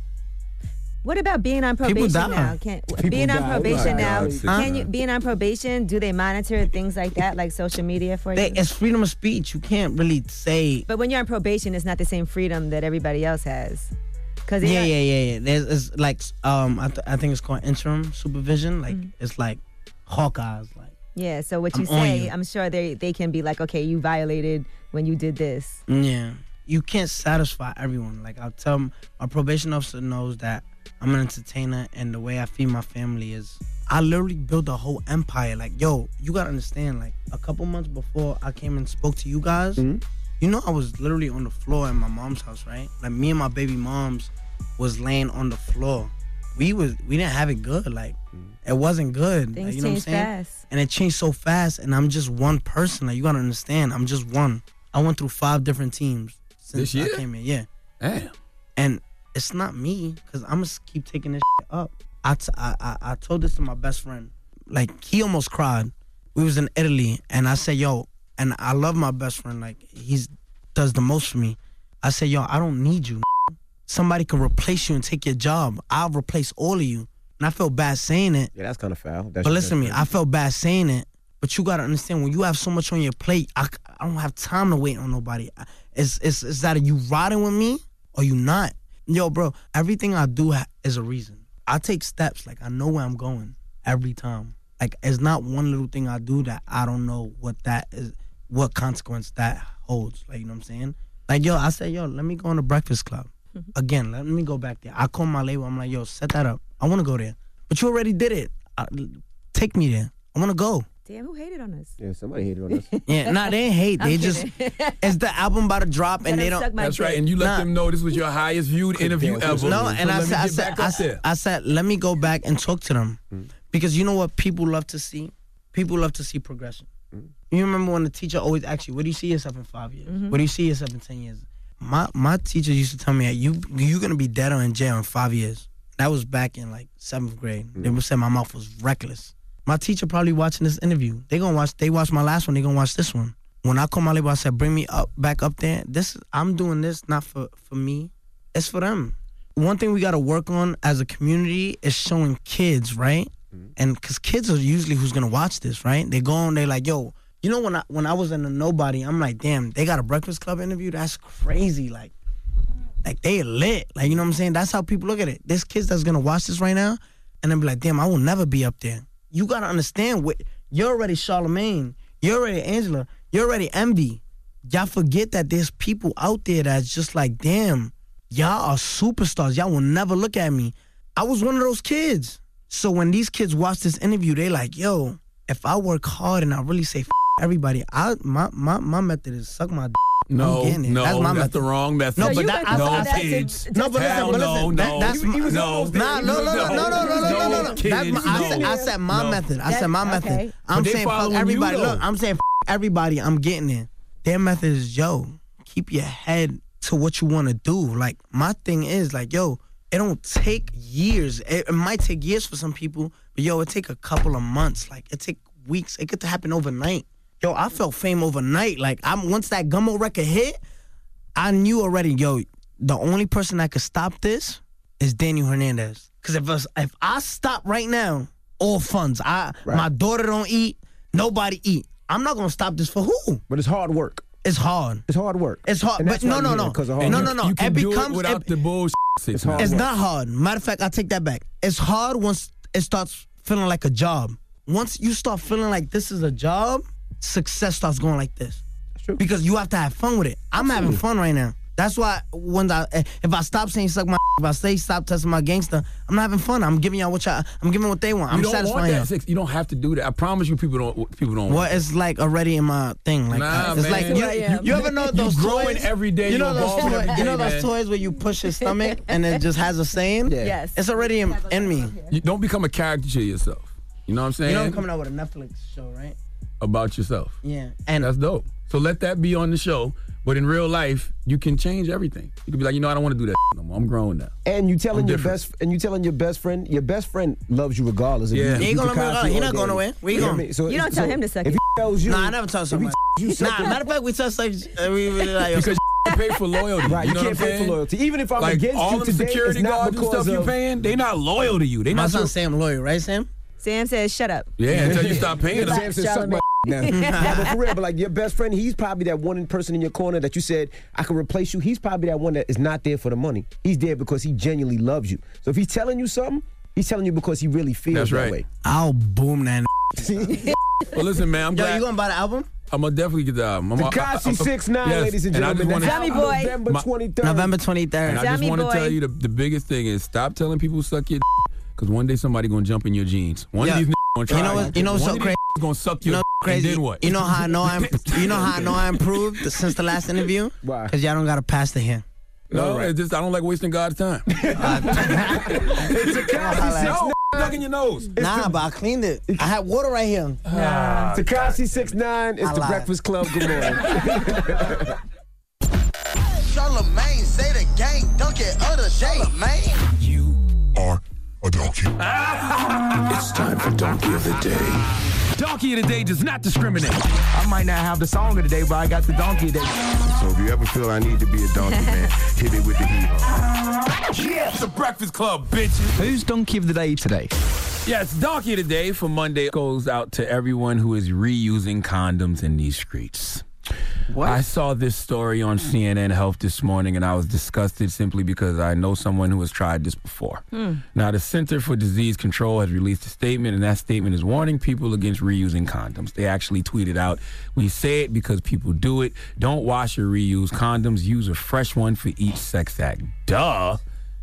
Speaker 6: What about being on
Speaker 13: People
Speaker 6: probation
Speaker 13: die.
Speaker 6: now? Can't
Speaker 13: People
Speaker 6: being on
Speaker 13: die.
Speaker 6: probation
Speaker 13: Right.
Speaker 6: now?
Speaker 13: Right.
Speaker 6: Can you being on probation? Do they monitor things like that, like social media for
Speaker 13: they,
Speaker 6: you?
Speaker 13: it's freedom of speech. You can't really say.
Speaker 6: But when you're on probation, it's not the same freedom that everybody else has. Cause yeah,
Speaker 13: yeah, yeah, yeah, yeah. There's it's like um, I, th- I think it's called interim supervision. Like it's like Hawkeyes. Like
Speaker 6: yeah. So what
Speaker 13: I'm
Speaker 6: you
Speaker 13: on
Speaker 6: say,
Speaker 13: you.
Speaker 6: I'm sure they they can be like, okay, you violated when you did this.
Speaker 13: yeah, you can't satisfy everyone. Like I'll tell 'em- my probation officer knows that I'm an entertainer, and the way I feed my family is I literally built a whole empire. Like yo, you gotta understand. Like a couple months before I came and spoke to you guys. You know, I was literally on the floor in my mom's house, right? Like me and my baby moms was laying on the floor. We was we didn't have it good. Like it wasn't good.
Speaker 6: Things
Speaker 13: like, you know what I'm
Speaker 6: change
Speaker 13: saying?
Speaker 6: fast.
Speaker 13: And it changed so fast. And I'm just one person. Like you gotta understand, I'm just one. I went through five different teams since
Speaker 8: This year?
Speaker 13: I came in. Yeah.
Speaker 8: Damn.
Speaker 13: And it's not me, cause I'm just keep taking this shit up. I, t- I, I I told this to my best friend. Like he almost cried. We was in Italy, and I said, "Yo," and I love my best friend. Like he's does the most for me. I said, "Yo, I don't need you. Somebody can replace you and take your job. I'll replace all of you." And I felt bad saying it.
Speaker 4: Yeah, that's kind of foul. That's
Speaker 13: but listen to me, I felt bad saying it. But you gotta understand when you have so much on your plate, I, c- I don't have time to wait on nobody. I- It's it's it's either you riding with me or you not. Yo, bro, everything I do ha- is a reason. I take steps like I know where I'm going every time. Like it's not one little thing I do that I don't know what that is, what consequence that holds. Like you know what I'm saying? Like yo, I said yo, let me go on the Breakfast Club. Again, let me go back there. I call my label. I'm like yo, set that up. I want to go there, but you already did it. I, take me there. I want to go.
Speaker 6: Damn, who hated on us?
Speaker 4: Yeah, somebody
Speaker 13: <laughs>
Speaker 4: hated on us.
Speaker 13: Yeah, nah, they ain't
Speaker 6: <laughs>
Speaker 13: hate.
Speaker 6: I'm
Speaker 13: They just
Speaker 6: kidding.
Speaker 13: <laughs> it's the album about to drop
Speaker 6: Let
Speaker 13: and they
Speaker 6: them
Speaker 13: don't.
Speaker 6: suck my
Speaker 8: That's right, and you let
Speaker 13: Nah.
Speaker 8: them know this was your highest viewed interview ever.
Speaker 13: No, and
Speaker 8: So
Speaker 13: I
Speaker 8: let me
Speaker 13: said, I
Speaker 8: get
Speaker 13: said,
Speaker 8: back
Speaker 13: I,
Speaker 8: up there.
Speaker 13: said, I said, let me go back and talk to them, because you know what people love to see. People love to see progression.
Speaker 4: Mm.
Speaker 13: You remember when the teacher always asked you, "What do you see yourself in five years?
Speaker 15: Mhm.
Speaker 6: Mm-hmm.
Speaker 13: What do you see yourself in ten years?" My my teacher used to tell me, "You you're gonna be dead or in jail in five years." That was back in like seventh grade. They would say my mouth was reckless. My teacher probably watching this interview. They gonna watch. They watch my last one. They gonna watch this one. When I called my label, I said, "Bring me up back up there." This I'm doing this not for for me. It's for them. One thing we gotta work on as a community is showing kids right and because kids are usually who's gonna watch this, right? They go on, they like, yo, you know when I when I was in the nobody, I'm like, damn, they got a Breakfast Club interview. That's crazy, like, like they lit, like you know what I'm saying? That's how people look at it. There's kids that's gonna watch this right now, and then be like, damn, I will never be up there. You gotta understand what you're already Charlemagne, you're already Angela, you're already Envy. Y'all forget that there's people out there that's just like, damn, y'all are superstars. Y'all will never look at me. I was one of those kids. So when these kids watch this interview, they like, yo, if I work hard and I really say F- everybody, I my my my method is suck my d-
Speaker 8: No,
Speaker 13: I'm getting it.
Speaker 8: no,
Speaker 13: that's my
Speaker 8: that's
Speaker 13: method.
Speaker 8: the wrong method.
Speaker 13: No, but that, I,
Speaker 8: no,
Speaker 13: I, that's
Speaker 8: kids.
Speaker 13: no, but listen,
Speaker 8: Hell
Speaker 13: but
Speaker 8: no,
Speaker 13: listen,
Speaker 8: no,
Speaker 13: that, that's
Speaker 8: no,
Speaker 13: Nah, no, no, no, no, no, no, no, no, no. That's
Speaker 8: kids,
Speaker 13: my, I, said, I said my
Speaker 8: no.
Speaker 13: method. I said
Speaker 8: That-
Speaker 13: my method.
Speaker 8: okay.
Speaker 13: I'm
Speaker 8: But they
Speaker 13: saying fuck
Speaker 8: following you,
Speaker 13: everybody.
Speaker 8: though.
Speaker 13: Look, I'm saying fuck everybody. I'm getting it. Their method is yo, keep your head to what you want to do. Like my thing is like yo, it don't take years. It, it might take years for some people, but yo, it take a couple of months. Like it take weeks. It could happen overnight. Yo, I felt fame overnight. Like I'm once that Gummo record hit, I knew already, yo, the only person that could stop this is Daniel Hernandez. Cause if us, if I stop right now, all funds. I my daughter don't eat, nobody eat. I'm not gonna stop this for who?
Speaker 4: But it's hard work.
Speaker 13: It's hard.
Speaker 4: It's hard work.
Speaker 13: It's hard.
Speaker 4: And
Speaker 13: But
Speaker 4: that's
Speaker 13: no,
Speaker 4: why
Speaker 13: no,
Speaker 4: you did it,
Speaker 13: no.
Speaker 4: 'cause of
Speaker 13: No,
Speaker 4: hard
Speaker 13: no,
Speaker 4: work.
Speaker 13: no, no.
Speaker 4: You
Speaker 13: it
Speaker 4: can do it
Speaker 13: becomes
Speaker 4: without
Speaker 13: it-
Speaker 8: the bullshit. It's
Speaker 13: it's not hard. Matter of fact, I take that back. It's hard once it starts feeling like a job. Once you start feeling like this is a job, success starts going like this. Because you have to have fun with it. I'm having fun right now. That's why when I, if I stop saying suck my, if I say stop testing my gangster, I'm not having fun. I'm giving y'all what y'all, I'm giving what they want. I'm
Speaker 8: you don't
Speaker 13: satisfying.
Speaker 8: want
Speaker 13: y'all.
Speaker 8: that six. You don't have to do that. I promise you, people don't. People don't.
Speaker 13: Well,
Speaker 8: want
Speaker 13: it's like already in my thing. Like
Speaker 8: Nah,
Speaker 13: uh, it's
Speaker 8: man.
Speaker 13: like
Speaker 8: Who I
Speaker 13: you, you,
Speaker 8: am.
Speaker 13: you ever know
Speaker 8: You
Speaker 13: those
Speaker 8: growing
Speaker 13: toys?
Speaker 8: every day,
Speaker 13: You know
Speaker 8: you
Speaker 13: those
Speaker 8: evolving
Speaker 13: toys,
Speaker 8: every
Speaker 13: you
Speaker 8: day,
Speaker 13: know those
Speaker 8: man.
Speaker 13: toys where you push your
Speaker 8: <laughs>
Speaker 13: stomach and it just has a saying.
Speaker 8: Yeah. Yes.
Speaker 13: it's already in, in me.
Speaker 8: it. You don't become a caricature of yourself. You know what I'm saying?
Speaker 13: You know I'm coming out with a Netflix show, right?
Speaker 8: about yourself.
Speaker 13: Yeah.
Speaker 8: And that's dope. So let that be on the show. But in real life, you can change everything. You can be like, you know, I don't want to do that no more. I'm grown now.
Speaker 4: And you telling
Speaker 8: I'm
Speaker 4: your
Speaker 8: different.
Speaker 4: best and you telling your best friend your best friend loves you regardless. if
Speaker 8: Yeah.
Speaker 4: you-
Speaker 8: He
Speaker 4: if you
Speaker 8: gonna love me
Speaker 4: Tekashi
Speaker 8: regardless. He
Speaker 4: or
Speaker 8: not going
Speaker 4: Dave.
Speaker 8: nowhere. We
Speaker 4: You know
Speaker 8: gone.
Speaker 4: what I mean? So
Speaker 6: You
Speaker 4: if-
Speaker 6: don't tell
Speaker 4: so
Speaker 6: him to suck it.
Speaker 4: if he tells you,
Speaker 13: Nah, I never tell somebody.
Speaker 4: you
Speaker 13: Nah,
Speaker 4: something-
Speaker 13: matter of fact, we touch like we really like <laughs>
Speaker 8: Because you pay for loyalty.
Speaker 4: Right, you
Speaker 8: you know
Speaker 4: can't
Speaker 8: what I'm
Speaker 4: pay for
Speaker 8: saying?
Speaker 4: loyalty. Even if I'm
Speaker 8: like,
Speaker 4: against
Speaker 8: all
Speaker 4: you
Speaker 8: them
Speaker 4: today,
Speaker 8: security
Speaker 4: it's not
Speaker 8: guards and
Speaker 4: because
Speaker 8: stuff you
Speaker 4: of-
Speaker 8: paying, they not loyal to you. They
Speaker 13: My
Speaker 8: not
Speaker 13: son
Speaker 8: your-
Speaker 13: Sam lawyer, right, Sam?
Speaker 6: Sam says, shut up.
Speaker 4: <laughs>
Speaker 8: Yeah, until you stop paying them.
Speaker 4: Sam said,
Speaker 6: <laughs>
Speaker 4: suck my now.
Speaker 13: <laughs>
Speaker 4: Nah, but for real, but like your best friend, he's probably that one person in your corner that you said I can replace you. He's probably that one that is not there for the money. He's there because he genuinely loves you. So if he's telling you something, he's telling you because he really feels
Speaker 8: That's
Speaker 4: that
Speaker 8: right.
Speaker 4: way.
Speaker 13: I'll boom
Speaker 4: <laughs>
Speaker 13: that. <laughs>
Speaker 8: Well, listen, man, I'm
Speaker 13: Yo,
Speaker 8: glad.
Speaker 13: you gonna buy the album?
Speaker 8: I'm gonna definitely get the album. I'm- I- I- I'm-
Speaker 4: Takashi six nine,
Speaker 8: yes,
Speaker 4: ladies and
Speaker 8: I just
Speaker 4: gentlemen.
Speaker 8: wanna-
Speaker 4: That's out November
Speaker 8: My-
Speaker 4: twenty third.
Speaker 13: November 23rd.
Speaker 8: And I just want to tell you the, the biggest thing is stop telling people suck your because one day somebody gonna jump in your jeans. One
Speaker 13: Yeah.
Speaker 8: of these niggas gonna try.
Speaker 13: You know
Speaker 8: it.
Speaker 13: what? You know
Speaker 8: one
Speaker 13: what's so
Speaker 8: of these
Speaker 13: crazy?
Speaker 8: niggas gonna suck
Speaker 13: You
Speaker 8: your
Speaker 13: know what's
Speaker 8: and
Speaker 13: crazy.
Speaker 8: Then what?
Speaker 13: You know how I know
Speaker 8: <laughs>
Speaker 13: I'm. You know how I know I improved since the last interview?
Speaker 8: Why?
Speaker 13: Cause y'all don't got a pastor here.
Speaker 8: <laughs> No, it's just I don't like wasting God's time.
Speaker 4: it's a
Speaker 8: No, stuck in your nose.
Speaker 13: Nah, but I cleaned it. I had water right here.
Speaker 4: Nah, Takashi six nine is
Speaker 13: I
Speaker 4: the
Speaker 13: lied.
Speaker 4: Breakfast Club. Good <laughs> morning.
Speaker 15: Charlemagne say the gang dunk it other day. Charlemagne.
Speaker 8: Oh,
Speaker 7: It's time for Donkey of the Day.
Speaker 14: Donkey of the day does not discriminate. I might not have the song of the day, but I got the donkey of the day.
Speaker 2: So if you ever feel I need to be a donkey, man, hit me with the heat.
Speaker 8: Yeah, it's the Breakfast Club, bitches.
Speaker 14: Who's donkey of the day today?
Speaker 8: Yes, donkey today for Monday goes out to everyone who is reusing condoms in these streets. I saw this story on CNN Health this morning, and I was disgusted simply because I know someone who has tried this before.
Speaker 11: Hmm.
Speaker 8: Now, the Center for Disease Control has released a statement, and that statement is warning people against reusing condoms. They actually tweeted out, We say it because people do it. Don't wash or reuse condoms. Use a fresh one for each sex act. Duh.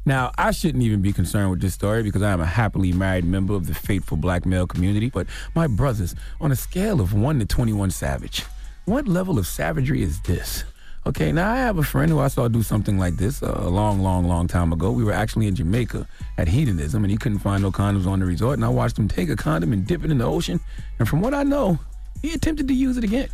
Speaker 8: Now, I shouldn't even be concerned with this story because I am a happily married member of the faithful black male community. But my brothers, on a scale of 1 to 21 savage, what level of savagery is this? Okay, now I have a friend who I saw do something like this uh, a long, long, long time ago. We were actually in Jamaica at hedonism, and he couldn't find no condoms on the resort. And I watched him take a condom and dip it in the ocean. And from what I know, he attempted to use it again.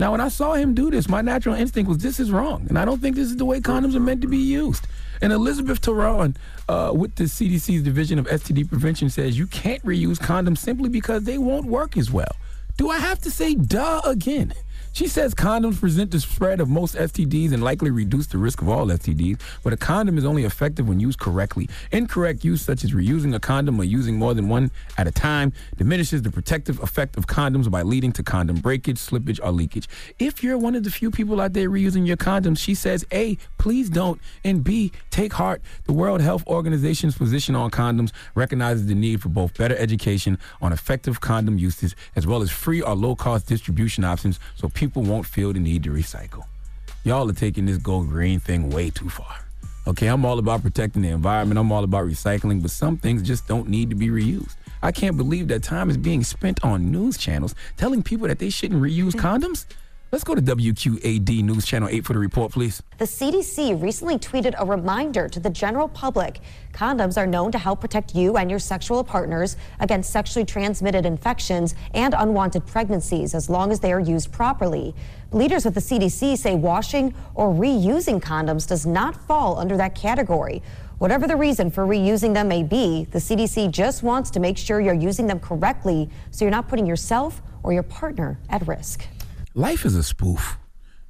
Speaker 8: Now, when I saw him do this, my natural instinct was this is wrong, and I don't think this is the way condoms are meant to be used. And Elizabeth Tehran uh, with the CDC's Division of STD Prevention says you can't reuse condoms simply because they won't work as well. Do I have to say duh again? She says condoms present the spread of most STDs and likely reduce the risk of all STDs, but a condom is only effective when used correctly. Incorrect use, such as reusing a condom or using more than one at a time, diminishes the protective effect of condoms by leading to condom breakage, slippage, or leakage. If you're one of the few people out there reusing your condoms, she says, A, please don't, and B, take heart. The World Health Organization's position on condoms recognizes the need for both better education on effective condom usage as well as free or low cost distribution options so people won't feel the need to recycle. Y'all are taking this go green thing way too far. Okay, I'm all about protecting the environment, I'm all about recycling, but some things just don't need to be reused. I can't believe that time is being spent on news channels telling people that they shouldn't reuse condoms. Let's go to WQAD News Channel 8 for the report, please.
Speaker 16: The CDC recently tweeted a reminder to the general public condoms are known to help protect you and your sexual partners against sexually transmitted infections and unwanted pregnancies as long as they are used properly. Leaders with the CDC say washing or reusing condoms does not fall under that category. Whatever the reason for reusing them may be, the CDC just wants to make sure you're using them correctly so you're not putting yourself or your partner at risk.
Speaker 8: Life is a spoof.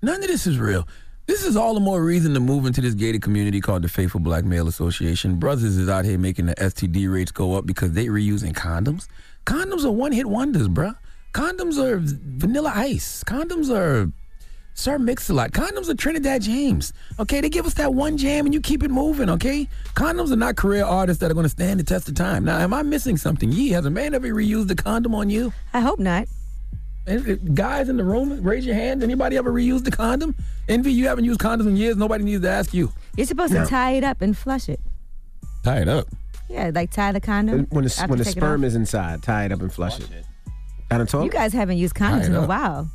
Speaker 8: None of this is real. This is all the more reason to move into this gated community called the Faithful Black Male Association. Brothers is out here making the STD rates go up because they reusing condoms. Condoms are one hit wonders, bruh. Condoms are vanilla ice. Condoms are Sir Mix-a-Lot. Condoms are Trinidad James. Okay, they give us that one jam and you keep it moving, okay? Condoms are not career artists that are going to stand the test of time. Now, am I missing something? Yee, has a man ever reused a condom on you?
Speaker 6: I hope not.
Speaker 8: uh, Guys in the room, raise your hand. Anybody ever reused the condom? Envy, you haven't used condoms in years. Nobody needs to ask you.
Speaker 6: <laughs>
Speaker 8: <laughs>
Speaker 6: You're supposed
Speaker 8: No.
Speaker 6: to tie it up and flush it.
Speaker 8: Tie it up.
Speaker 6: Yeah, like tie the condom.
Speaker 4: When the,
Speaker 6: after
Speaker 4: when
Speaker 6: you
Speaker 4: the
Speaker 6: take it
Speaker 4: sperm
Speaker 6: off.
Speaker 4: is inside, tie it up and flush it. I don't talk.
Speaker 6: You guys haven't used
Speaker 4: Tie
Speaker 6: condoms
Speaker 4: it
Speaker 6: in a
Speaker 4: up.
Speaker 6: while.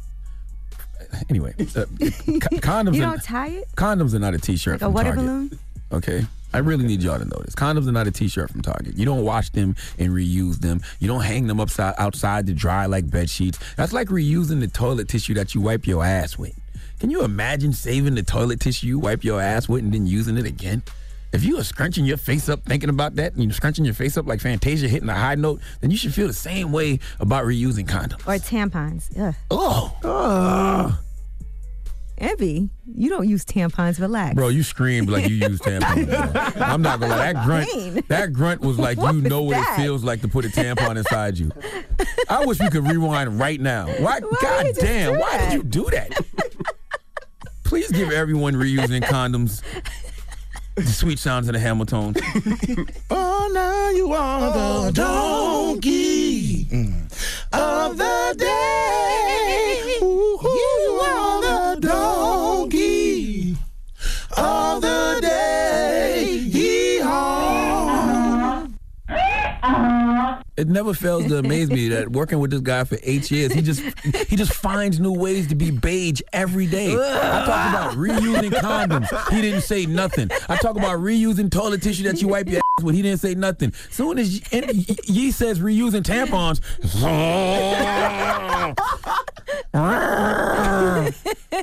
Speaker 8: Anyway, uh, <laughs> con- condoms,
Speaker 6: you
Speaker 8: are,
Speaker 6: don't tie it?
Speaker 8: condoms are not a t-shirt
Speaker 6: Like a
Speaker 8: from
Speaker 6: water
Speaker 8: Target.
Speaker 6: balloon?
Speaker 8: Okay. I really need y'all to know this. Condoms are not a t-shirt from Target. You don't wash them and reuse them. You don't hang them upside outside to dry like bed sheets. That's like reusing the toilet tissue that you wipe your ass with. Can you imagine saving the toilet tissue you wipe your ass with and then using it again? If you are scrunching your face up thinking about that and you're scrunching your face up like Fantasia hitting a high note, then you should feel the same way about reusing condoms.
Speaker 6: Or tampons. Ugh.
Speaker 8: Oh.
Speaker 6: Evie, you don't use tampons. Relax.
Speaker 8: Bro, <laughs> you screamed like you <laughs> used tampons. bro. I'm not gonna lie. That
Speaker 6: Pain.
Speaker 8: grunt, that grunt was like
Speaker 6: What
Speaker 8: you
Speaker 6: was
Speaker 8: know what
Speaker 6: that?
Speaker 8: it feels like to put a tampon inside you. I wish we could rewind right now. Why? God
Speaker 6: you just
Speaker 8: damn!
Speaker 6: do
Speaker 8: Why did you do that? Please give everyone reusing condoms. The sweet sounds of the Hamilton.
Speaker 1: Oh, now you are the Oh, donkey Mm. of the day. you are the donkey of the day. Yee-haw.
Speaker 8: It never fails to amaze me that working with this guy for eight years, he just he just finds new ways to be beige every day. I talk about reusing condoms. He didn't say nothing. I talk about reusing toilet tissue that you wipe your ass with. He didn't say nothing. Soon as Ye- and Ye Ye says reusing tampons, <laughs>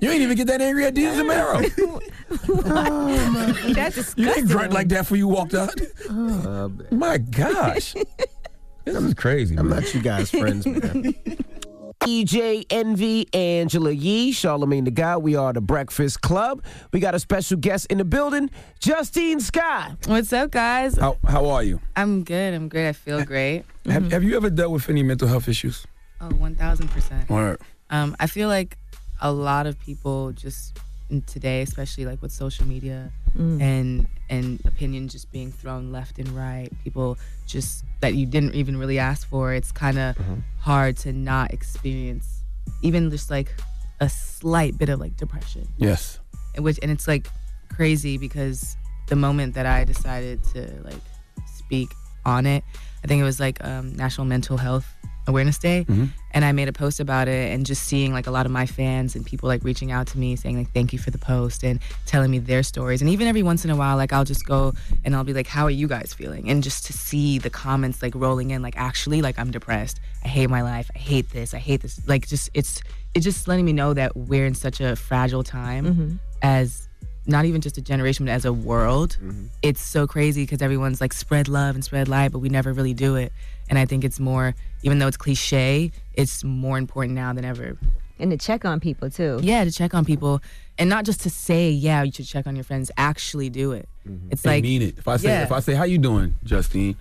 Speaker 8: you ain't even get that angry at Dean
Speaker 6: <laughs>
Speaker 8: Zamero.
Speaker 6: That's
Speaker 8: Oh, You
Speaker 6: disgusting.
Speaker 8: ain't grunt like that for you walked out.
Speaker 4: Uh,
Speaker 8: My gosh.
Speaker 4: <laughs>
Speaker 8: This is crazy. I'm
Speaker 4: not you guys' friends, man. EJ Envy, Angela Yee, Charlemagne the Guy. We are the Breakfast Club. We got a special guest in the building, Justine Sky.
Speaker 17: What's up, guys?
Speaker 8: How, how are you?
Speaker 17: I'm good. I'm great. I feel great.
Speaker 4: Mm-hmm.
Speaker 8: Have, have you ever dealt with any mental health issues?
Speaker 17: Oh, 1000%.
Speaker 8: All right.
Speaker 17: Um, I feel like a lot of people just in today, especially like with social media
Speaker 18: Mm.
Speaker 17: and and opinion just being thrown left and right, people just that you didn't even really ask for. It's kind of hard to not experience even just like a slight bit of like depression.
Speaker 8: Yes.
Speaker 17: and which and it's like crazy because the moment that I decided to like speak on it, I think it was like um, National Mental Health Awareness Day,
Speaker 4: mm-hmm.
Speaker 18: Mhm.
Speaker 17: and I made a post about it, and just seeing like a lot of my fans and people like reaching out to me saying like thank you for the post and telling me their stories, and even every once in a while like I'll just go and I'll be like how are you guys feeling, and just to see the comments like rolling in like actually like I'm depressed, I hate my life, I hate this, I hate this, like just it's it's just letting me know that we're in such a fragile time
Speaker 18: Mhm.
Speaker 17: as not even just a generation, but as a world.
Speaker 4: Mm-hmm.
Speaker 17: It's so crazy because everyone's like spread love and spread light, but we never really do it. And I think it's more, even though it's cliche, it's more important now than ever.
Speaker 6: And to check on people too.
Speaker 17: Yeah, to check on people, and not just to say, yeah, you should check on your friends. Actually, do it.
Speaker 4: Mm-hmm.
Speaker 17: It's
Speaker 8: They
Speaker 17: like
Speaker 8: mean it. If I say
Speaker 17: Yeah.
Speaker 8: if I say how you doing, Justine,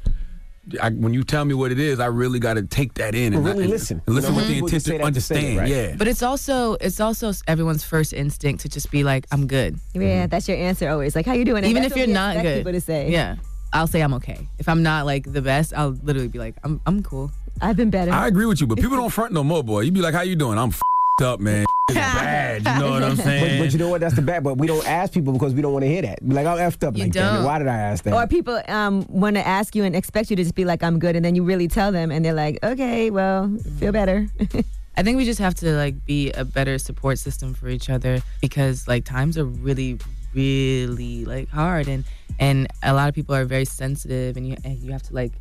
Speaker 8: I, when you tell me what it is, I really got to take that in and
Speaker 4: Well, really
Speaker 8: and-
Speaker 4: listen.
Speaker 8: and listen
Speaker 4: You know,
Speaker 8: with the
Speaker 4: people just say
Speaker 8: intent to
Speaker 4: that to say it,
Speaker 8: understand.
Speaker 4: right?
Speaker 8: Yeah.
Speaker 17: But it's also it's also everyone's first instinct to just be like, I'm good.
Speaker 6: Yeah, that's your answer always. Like, how you doing? And
Speaker 17: Mm-hmm. even
Speaker 6: that's
Speaker 17: if you're
Speaker 6: what we
Speaker 17: not
Speaker 6: expect
Speaker 17: good.
Speaker 6: people to say.
Speaker 17: Yeah, I'll say I'm okay. If I'm not like the best, I'll literally be like, I'm I'm cool.
Speaker 6: I've been better.
Speaker 8: I agree with you, but people don't front no more, boy. You be like, how you doing? I'm fed up, man.
Speaker 4: <laughs>
Speaker 8: It's bad. You know what I'm
Speaker 4: But-
Speaker 8: saying?
Speaker 4: But, you know what? That's the bad. But we don't ask people because we don't want to hear that. Be Like I'm effed up. like damn it,
Speaker 6: don't.
Speaker 4: Why did I ask that?
Speaker 6: Or people um, want to ask
Speaker 17: Mm-hmm.
Speaker 6: you and expect you to just be like, I'm good. And then you really tell them, and they're like, okay, well, feel better. <laughs>
Speaker 17: I think we just have to like be a better support system for each other because like times are really really like hard and and a lot of people are very sensitive and you and you have to like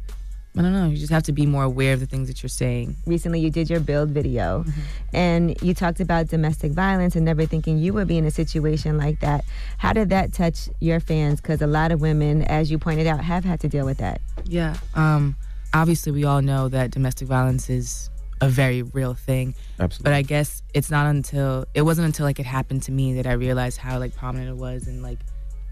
Speaker 17: I don't know you just have to be more aware of the things that you're saying.
Speaker 6: Recently, you did your build video
Speaker 17: Mm-hmm.
Speaker 6: and you talked about domestic violence and never thinking you would be in a situation like that. How did that touch your fans? Because a lot of women, as you pointed out, have had to deal with that.
Speaker 17: Yeah. Um, obviously, we all know that domestic violence is a very real thing.
Speaker 4: Absolutely.
Speaker 17: But I guess it's not until it wasn't until like it happened to me that I realized how like prominent it was and like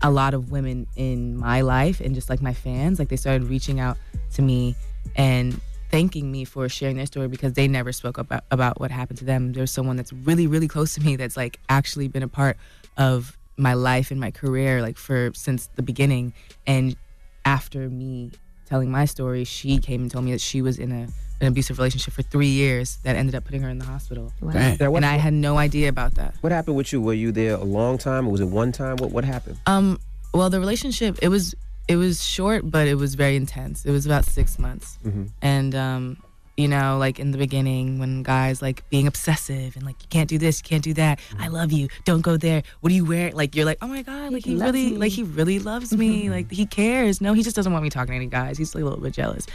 Speaker 17: a lot of women in my life and just like my fans like they started reaching out to me and thanking me for sharing their story because they never spoke up about, about what happened to them. There's someone that's really really close to me that's like actually been a part of my life and my career like for since the beginning and after me telling my story, she came and told me that she was in a an abusive relationship for three years that ended up putting her in the hospital.
Speaker 4: Wow. Dang.
Speaker 17: And I had no idea about that.
Speaker 4: What happened with you? Were you there a long time or was it one time? What what happened?
Speaker 17: Um, well, the relationship it was it was short, but it was very intense. It was about six months,
Speaker 4: Mhm.
Speaker 17: and um, you know, like in the beginning, when guys like being obsessive and like you can't do this, you can't do that. I love you. Don't go there. What do you wear? Like you're like, oh my god, like he,
Speaker 18: loves
Speaker 17: really
Speaker 18: me.
Speaker 17: like he really loves me. like he cares. No, he just doesn't want me talking to any guys. He's like a little bit jealous,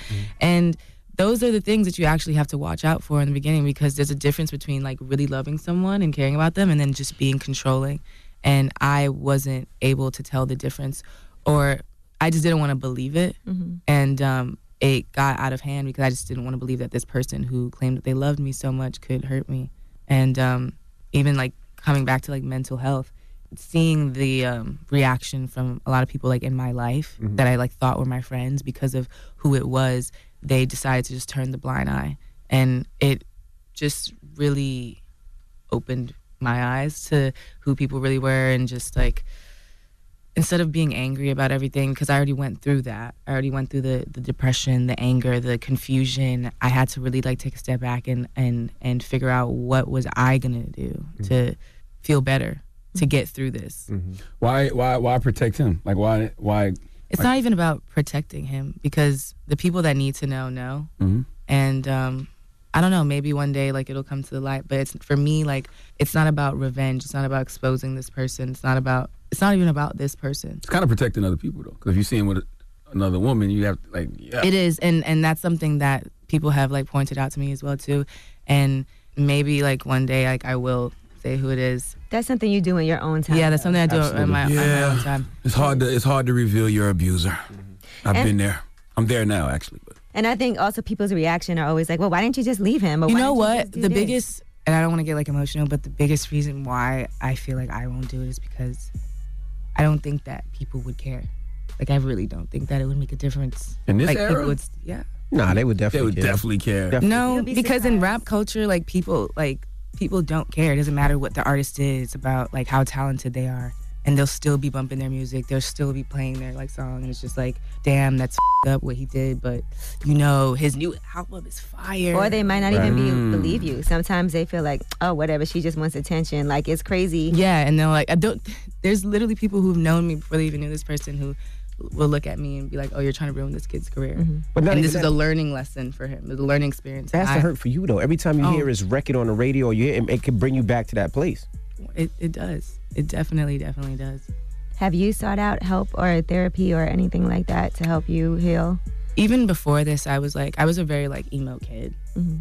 Speaker 17: and those are the things that you actually have to watch out for in the beginning because there's a difference between like really loving someone and caring about them and then just being controlling. And I wasn't able to tell the difference, or I just didn't want to believe it.
Speaker 6: Mhm.
Speaker 17: And um, it got out of hand because I just didn't want to believe that this person who claimed that they loved me so much could hurt me. And um, even like coming back to like mental health, seeing the um, reaction from a lot of people like in my life
Speaker 18: Mhm.
Speaker 17: that I like thought were my friends because of who it was, they decided to just turn the blind eye. And it just really opened my eyes to who people really were and just like instead of being angry about everything because i already went through that i already went through the, the depression the anger the confusion i had to really like take a step back and and and figure out what was i gonna do to feel better to get through this
Speaker 8: Why why why protect him? Like why why?
Speaker 17: it's
Speaker 8: like-
Speaker 17: not even about protecting him because the people that need to know know
Speaker 8: Mhm.
Speaker 17: and um I don't know, maybe one day like it'll come to the light, but it's for me like it's not about revenge, it's not about exposing this person, it's not about it's not even about this person.
Speaker 8: It's kind of protecting other people though, because if you see him with a- another woman, you have to like yeah.
Speaker 17: It is, and and that's something that people have like pointed out to me as well too, and maybe like one day like I will say who it is.
Speaker 6: That's something you do in your own time.
Speaker 17: Yeah, that's something I do in my, on my
Speaker 8: Yeah.
Speaker 17: own time.
Speaker 8: It's hard to it's hard to reveal your abuser. I've
Speaker 6: And-
Speaker 8: been there. I'm there now actually. But
Speaker 6: And I think also people's reaction are always like, well, why didn't you just leave him? Or
Speaker 17: You
Speaker 6: why
Speaker 17: know
Speaker 6: didn't
Speaker 17: what?
Speaker 6: just do
Speaker 17: The
Speaker 6: this?
Speaker 17: biggest, and I don't want to get like emotional, but the biggest reason why I feel like I won't do it is because I don't think that people would care. Like I really don't think that it would make a difference.
Speaker 4: In this
Speaker 17: like, people
Speaker 4: era?
Speaker 17: would- yeah.
Speaker 4: Nah, they would definitely
Speaker 8: They would
Speaker 4: care.
Speaker 8: definitely care.
Speaker 17: No, because in rap culture, like people like people don't care. It doesn't matter what the artist is it's about, like how talented they are, and they'll still be bumping their music. They'll still be playing their like song, and it's just like, damn, that's f***ed up what he did. But you know, his new album is fire.
Speaker 6: Or they might not even
Speaker 17: Right.
Speaker 6: be, believe you. Sometimes they feel like, oh, whatever, she just wants attention. Like, it's crazy.
Speaker 17: Yeah, and they're like, I don't. <laughs> There's literally people who've known me before they even knew this person who will look at me and be like, "Oh, you're trying to ruin this kid's career."
Speaker 4: But not
Speaker 17: and
Speaker 4: even
Speaker 17: this is
Speaker 4: that.
Speaker 17: a learning lesson for him. It's a learning experience.
Speaker 4: That's
Speaker 17: I-
Speaker 4: to hurt for you though. Every time you
Speaker 17: Oh.
Speaker 4: hear his record on the radio, or you hear him, it can bring you back to that place.
Speaker 17: It, it does. It definitely, definitely does.
Speaker 6: Have you sought out help or therapy or anything like that to help you
Speaker 17: <laughs>
Speaker 6: heal?
Speaker 17: Even before this, I was like, I was a very like emo kid
Speaker 6: Mhm.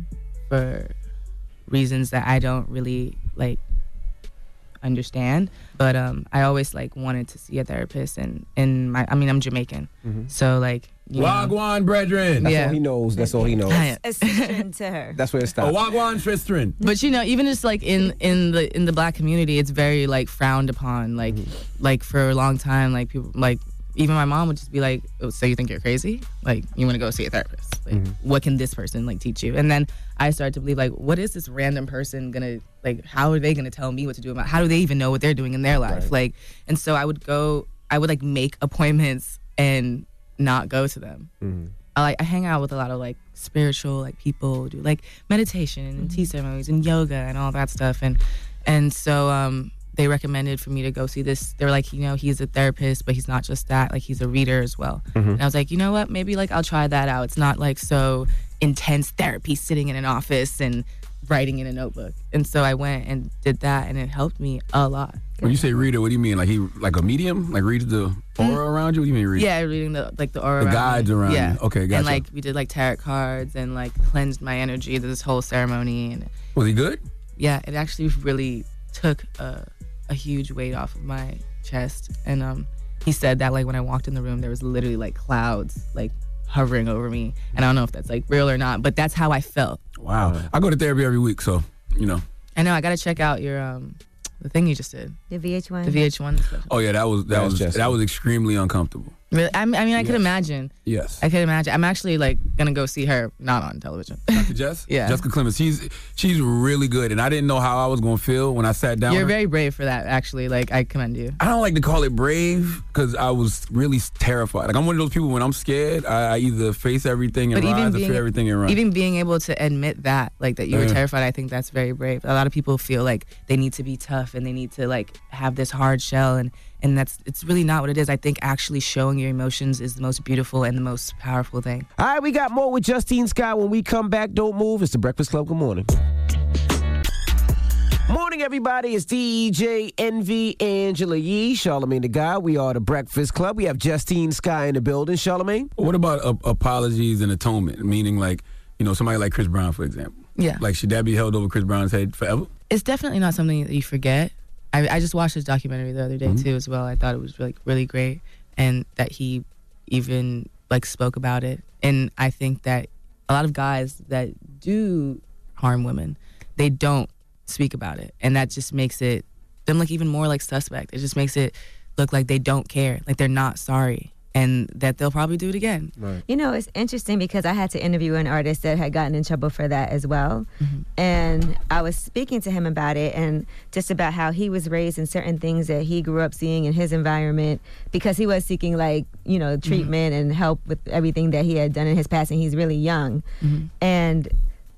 Speaker 17: for reasons that I don't really like understand. But um, I always like wanted to see a therapist, and and my, I mean, I'm Jamaican, so like, you know.
Speaker 8: Mm-hmm. Wagwan brethren.
Speaker 17: That's all Yeah.
Speaker 4: He knows. That's all he knows.
Speaker 6: Ascension to her.
Speaker 4: That's where it
Speaker 8: A
Speaker 4: stops.
Speaker 8: Wagwan Tristran.
Speaker 17: <laughs> but you know even just like in in the in the black community it's very like frowned upon like like for a long time like people like even my mom would just be like oh, so you think you're crazy like you want to go see a therapist like what can this person like teach you and then i started to believe like what is this random person gonna like how are they gonna tell me what to do about how do they even know what they're doing in their life
Speaker 18: Right.
Speaker 17: like and so i would go i would like make appointments and not go to them I like I hang out with a lot of like spiritual like people do like meditation and tea ceremonies and yoga and all that stuff and and so um they recommended for me to go see this they were like you know he's a therapist but he's not just that like he's a reader as well
Speaker 8: Hmm.
Speaker 18: Mhm.
Speaker 17: and I was like you know what maybe like I'll try that out it's not like so intense therapy sitting in an office and writing in a notebook. And so I went and did that, and it helped me a lot.
Speaker 8: When you say reader, what do you mean? Like he, like a medium? Like reads the aura around you? What do you mean read?
Speaker 17: Hmm. Yeah, reading the like the aura,
Speaker 8: The
Speaker 17: around
Speaker 8: guides
Speaker 17: me.
Speaker 8: around
Speaker 17: Yeah,
Speaker 8: you. Okay,
Speaker 17: And
Speaker 8: gotcha.
Speaker 17: like we did like tarot cards and like cleansed my energy to this whole ceremony, and
Speaker 8: Was he good?
Speaker 17: yeah, it actually really took a, a huge weight off of my chest. And um, he said that like when I walked in the room, there was literally like clouds like hovering over me, and I don't know if that's like real or not, but that's how I felt.
Speaker 8: Wow. I go to therapy every week, so you know.
Speaker 17: I know I gotta check out your um the thing you just did.
Speaker 6: The VH1.
Speaker 17: The VH1 stuff.
Speaker 8: Oh yeah, that was that was that was extremely uncomfortable.
Speaker 17: Really? I mean, I, mean, I could
Speaker 8: Yes.
Speaker 17: imagine.
Speaker 8: Yes.
Speaker 17: I could imagine. I'm actually like gonna go see her, not on television. <laughs>
Speaker 8: Dr. Jess?
Speaker 17: Yeah.
Speaker 8: Jessica Clemens. She's she's really good, and I didn't know how I was gonna feel when I sat down.
Speaker 17: You're
Speaker 8: with her.
Speaker 17: very brave for that. Actually, like I commend you.
Speaker 8: I don't like to call it brave because I was really terrified. Like I'm one of those people when I'm scared, I, I either face everything and rise, or fear everything and run. Mm.
Speaker 17: even being able to admit that, like that you were
Speaker 8: Yeah.
Speaker 17: terrified, I think that's very brave. A lot of people feel like they need to be tough and they need to like have this hard shell, and and that's it's really not what it is. I think actually showing your emotions is the most beautiful and the most powerful thing.
Speaker 4: All right, we got more with Justine Scott when we come back. Don't move. It's the Breakfast Club. Good morning. Morning, everybody. It's E DJ NV Angela Yee, Charlemagne the Guy. We are the Breakfast Club. We have Justine Sky in the building. Charlemagne.
Speaker 8: What about ap- apologies and atonement? Meaning, like, you know, somebody like Chris Brown, for example.
Speaker 17: Yeah.
Speaker 8: Like, should that be held over Chris Brown's head forever?
Speaker 17: it's definitely not something that you forget. I, I just watched his documentary the other day
Speaker 8: Mhm.
Speaker 17: too, as well. I thought it was like really great, and that he even like spoke about it. And I think that a lot of guys that do harm women, they don't speak about it, and that just makes it them look even more like suspect. It just makes it look like they don't care, like they're not sorry, and that they'll probably do it again.
Speaker 8: Right.
Speaker 6: You know, it's interesting because I had to interview an artist that had gotten in trouble for that as well. And I was speaking to him about it and just about how he was raised and certain things that he grew up seeing in his environment because he was seeking, like, you know, treatment and help with everything that he had done in his past. And he's really young.
Speaker 4: Mm-hmm.
Speaker 6: And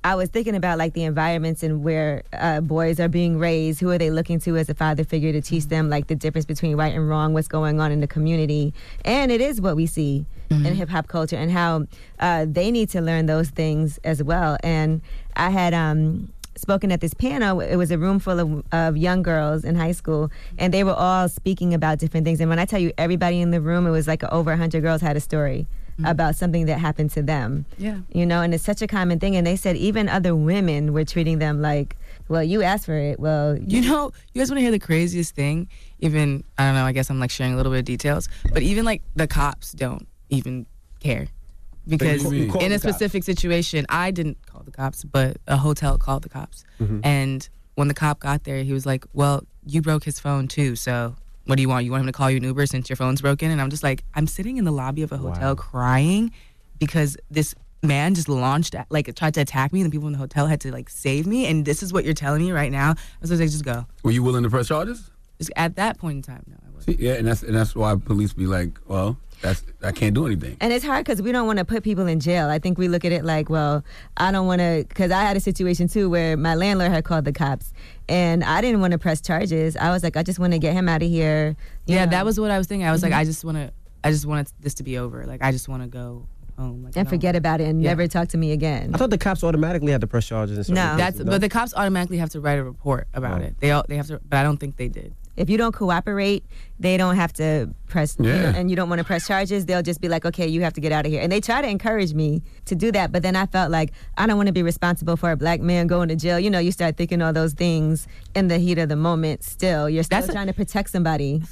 Speaker 6: I was thinking about like the environments and where uh, boys are being raised. Who are they looking to as a father figure to teach them like the difference between right and wrong, what's going on in the community? And it is what we see in hip hop culture and how uh, they need to learn those things as well. And I had um, spoken at this panel. It was a room full of, of young girls in high school, and they were all speaking about different things. And when I tell you everybody in the room, it was like over 100 girls had a story about something that happened to them
Speaker 17: Yeah.
Speaker 6: you know and it's such a common thing and they said even other women were treating them like well you asked for it well
Speaker 17: <laughs> You know, you guys want to hear the craziest thing? Even I don't know. I guess I'm like sharing a little bit of details, but even like the cops don't even care because
Speaker 18: you called
Speaker 17: in
Speaker 18: the
Speaker 17: a
Speaker 18: cops.
Speaker 17: specific situation, I didn't call the cops, but a hotel called the cops.
Speaker 4: Mm-hmm.
Speaker 18: Mhm.
Speaker 17: And when the cop got there, he was like, "Well, you broke his phone too, so." What do you want? You want him to call you an Uber since your phone's broken? And I'm just like, I'm sitting in the lobby of a hotel crying because this man just launched at, like tried to attack me and the people in the hotel had to like save me and this is what you're telling me right now i was like just go
Speaker 8: Were you willing to press charges?
Speaker 17: just at that point in time no
Speaker 8: See, yeah, and that's and that's why police be like, well, that's I can't do anything.
Speaker 6: and it's hard because we don't want to put people in jail i think we look at it like well i don't want to because i had a situation too where my landlord had called the cops and i didn't want to press charges i was like i just want to get him out of here you
Speaker 17: yeah
Speaker 6: know.
Speaker 17: that was what i was thinking i was
Speaker 6: Mhm.
Speaker 17: like i just want to i just wanted this to be over like i just want to go home like
Speaker 6: and
Speaker 17: no.
Speaker 6: forget about it and never talk to me again
Speaker 4: I thought the cops automatically had to press charges and stuff.
Speaker 17: that's but the cops automatically have to write a report about it they all they have to but i don't think they did
Speaker 6: if you don't cooperate, they don't have to press, you know,
Speaker 17: Yeah.
Speaker 6: and you don't want to press charges. They'll just be like, okay, you have to get out of here. And they try to encourage me to do that, but then I felt like I don't want to be responsible for a black man going to jail. You know, you start thinking all those things in the heat of the moment. Still, you're still trying to protect somebody.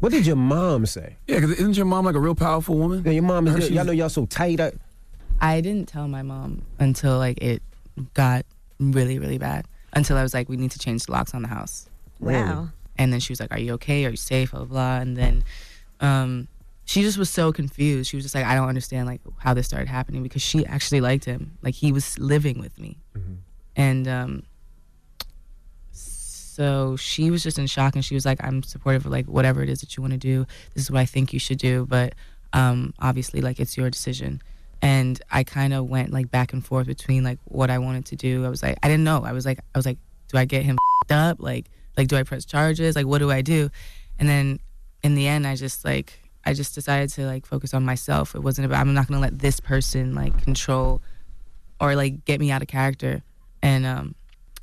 Speaker 4: What did your mom say?
Speaker 8: Yeah, because isn't your mom like a real powerful woman?
Speaker 4: Yeah, your mom
Speaker 8: Her-
Speaker 4: is. Y'all
Speaker 8: she's-
Speaker 4: know y'all so tight. I,
Speaker 17: i didn't tell my mom until like it got really really bad until i was like we need to change the locks on the house
Speaker 6: Wow.
Speaker 17: and then she was like are you okay are you safe blah blah, blah. and then um she just was so confused she was just like i don't understand like how this started happening because she actually liked him like he was living with me and um so she was just in shock and she was like i'm supportive of like whatever it is that you want to do this is what i think you should do but um obviously like it's your decision and i kind of went like back and forth between like what i wanted to do i was like i didn't know i was like i was like do i get him up like like do i press charges like what do i do and then in the end i just like i just decided to like focus on myself it wasn't about i'm not gonna let this person like control or like get me out of character. And um,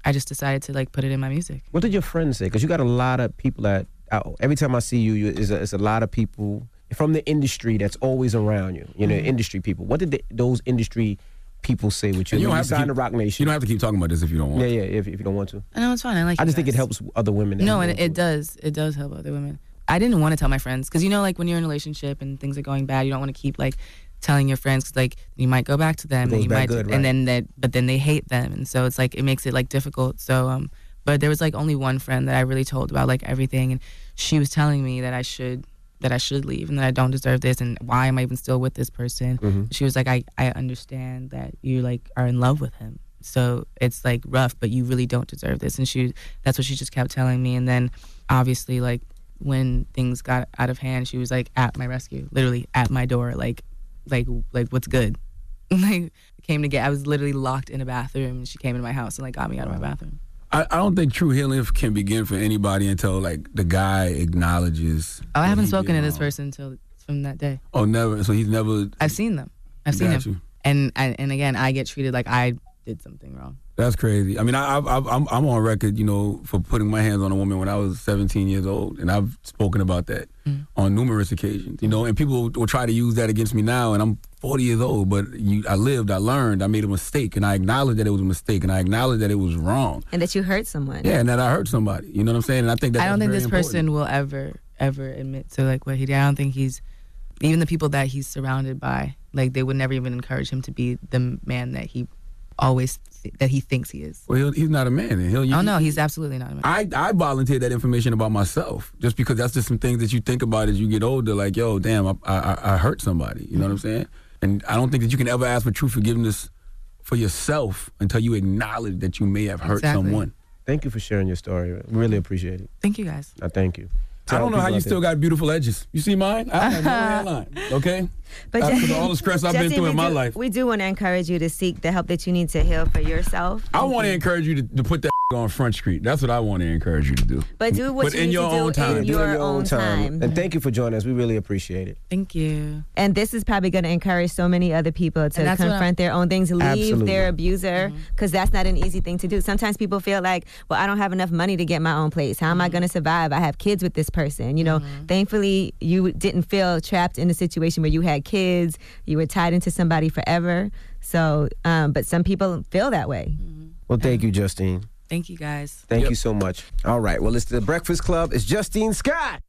Speaker 17: I just decided to like put it in my music.
Speaker 4: What did your friends say? Because you got a lot of people that I, every time I see you, you it's, a, it's a lot of people from the industry that's always around you. You know,
Speaker 8: Mm-hmm.
Speaker 4: industry people. What did the, those industry people say with you?
Speaker 8: And
Speaker 4: when
Speaker 8: you don't have to
Speaker 4: signed
Speaker 8: keep-
Speaker 4: Rock Nation.
Speaker 8: You don't have to keep talking about this if you don't want.
Speaker 4: Yeah, yeah. If, if you don't want to.
Speaker 17: I know it's fine. I like.
Speaker 4: I
Speaker 17: you
Speaker 4: just think it
Speaker 17: guys.
Speaker 4: helps other women. that
Speaker 17: No,
Speaker 4: you
Speaker 17: and
Speaker 4: know.
Speaker 17: it does. It does help other women. I didn't want to tell my friends because you know, like when you're in a relationship and things are going bad, you don't want to keep like telling your friends 'cause, like you might go back to them
Speaker 18: Goes
Speaker 17: and you
Speaker 18: back
Speaker 17: might,
Speaker 18: good, right.
Speaker 17: and then that, but then they hate them, and so it's like it makes it like difficult. So, um, but there was like only one friend that I really told about like everything, and she was telling me that I should that I should leave and that I don't deserve this and why am I even still with this person?
Speaker 18: Mhm.
Speaker 17: She was like, I I understand that you like are in love with him, so it's like rough, but you really don't deserve this. And she that's what she just kept telling me, and then obviously like when things got out of hand, she was like at my rescue, literally at my door, like like like what's good. <laughs> Like came to get I was literally locked in a bathroom and she came into my house and like got me out of my bathroom.
Speaker 8: I, I don't think true healing can begin for anybody until like the guy acknowledges.
Speaker 17: Oh, I
Speaker 8: what
Speaker 17: haven't
Speaker 8: he
Speaker 17: spoken
Speaker 8: did
Speaker 17: to this
Speaker 8: wrong.
Speaker 17: person until from that day.
Speaker 8: Oh, never. So he's never.
Speaker 17: I've seen them. I've seen
Speaker 8: Got
Speaker 17: them.
Speaker 8: you.
Speaker 17: And, and and again, I get treated like I did something wrong.
Speaker 8: That's crazy. I mean, I, I, I, I'm I'm on record, you know, for putting my hands on a woman when I was 17 years old, and I've spoken about that
Speaker 17: Mm.
Speaker 8: on numerous occasions, you know. And people will try to use that against me now, and I'm 40 years old, but you, I lived, I learned, I made a mistake, and I acknowledge that it was a mistake, and I acknowledge that it was wrong.
Speaker 6: and that you hurt someone.
Speaker 8: Yeah, and that I hurt somebody. You know what I'm saying? And I think that
Speaker 17: I don't
Speaker 8: that's
Speaker 17: think
Speaker 8: very
Speaker 17: this person will ever ever admit to like what he did. I don't think he's even the people that he's surrounded by. Like they would never even encourage him to be the man that he always th- that he thinks he is.
Speaker 8: Well, he'll, he's not a man. And he'll,
Speaker 17: oh no, he's absolutely not a man.
Speaker 8: I, I volunteered that information about myself just because that's just some things that you think about as you get older. Like, yo, damn, I, I, I hurt somebody. You know what I'm saying? And I don't think that you can ever ask for true forgiveness for yourself until you acknowledge that you may have hurt
Speaker 17: Exactly.
Speaker 8: someone.
Speaker 4: Thank you for sharing your story. We Really appreciate it.
Speaker 17: Thank you guys.
Speaker 4: I thank you.
Speaker 8: I don't know how
Speaker 4: people
Speaker 8: you
Speaker 4: out
Speaker 8: still got beautiful edges. You see mine?
Speaker 6: <laughs>
Speaker 8: I have no hairline. Okay. After Uh, all the stress I've been
Speaker 6: Justin,
Speaker 8: through
Speaker 6: we
Speaker 8: in my
Speaker 6: do-
Speaker 8: life,
Speaker 6: we do want to encourage you to seek the help that you need to heal for yourself.
Speaker 8: I want to encourage you to, to put that on Front Street. That's what I want to encourage you to do.
Speaker 6: But do what
Speaker 8: But
Speaker 6: you
Speaker 8: in
Speaker 6: need
Speaker 8: your
Speaker 6: to do
Speaker 8: own time.
Speaker 6: in
Speaker 8: Do it
Speaker 6: your,
Speaker 8: in your
Speaker 6: own,
Speaker 8: own
Speaker 6: time.
Speaker 4: And thank you for joining us. We really appreciate it.
Speaker 17: Thank you.
Speaker 6: And this is probably going to encourage so many other people to
Speaker 17: that's what Mm-hmm. I'm-
Speaker 6: confront their own things, leave
Speaker 4: Absolutely.
Speaker 6: their abuser, because that's not an easy thing to do. Sometimes people feel like, well, I don't have enough money to get my own place. How am
Speaker 17: Mm-hmm.
Speaker 6: I going to survive? I have kids with this person. You know, thankfully, you didn't feel trapped in a situation where you had kids, you were tied into somebody forever. So, um, but some people feel that way.
Speaker 4: Well, thank you, Justine.
Speaker 17: Thank you guys.
Speaker 4: Thank you so much. All right. Well, it's the Breakfast Club. It's Justine Scott.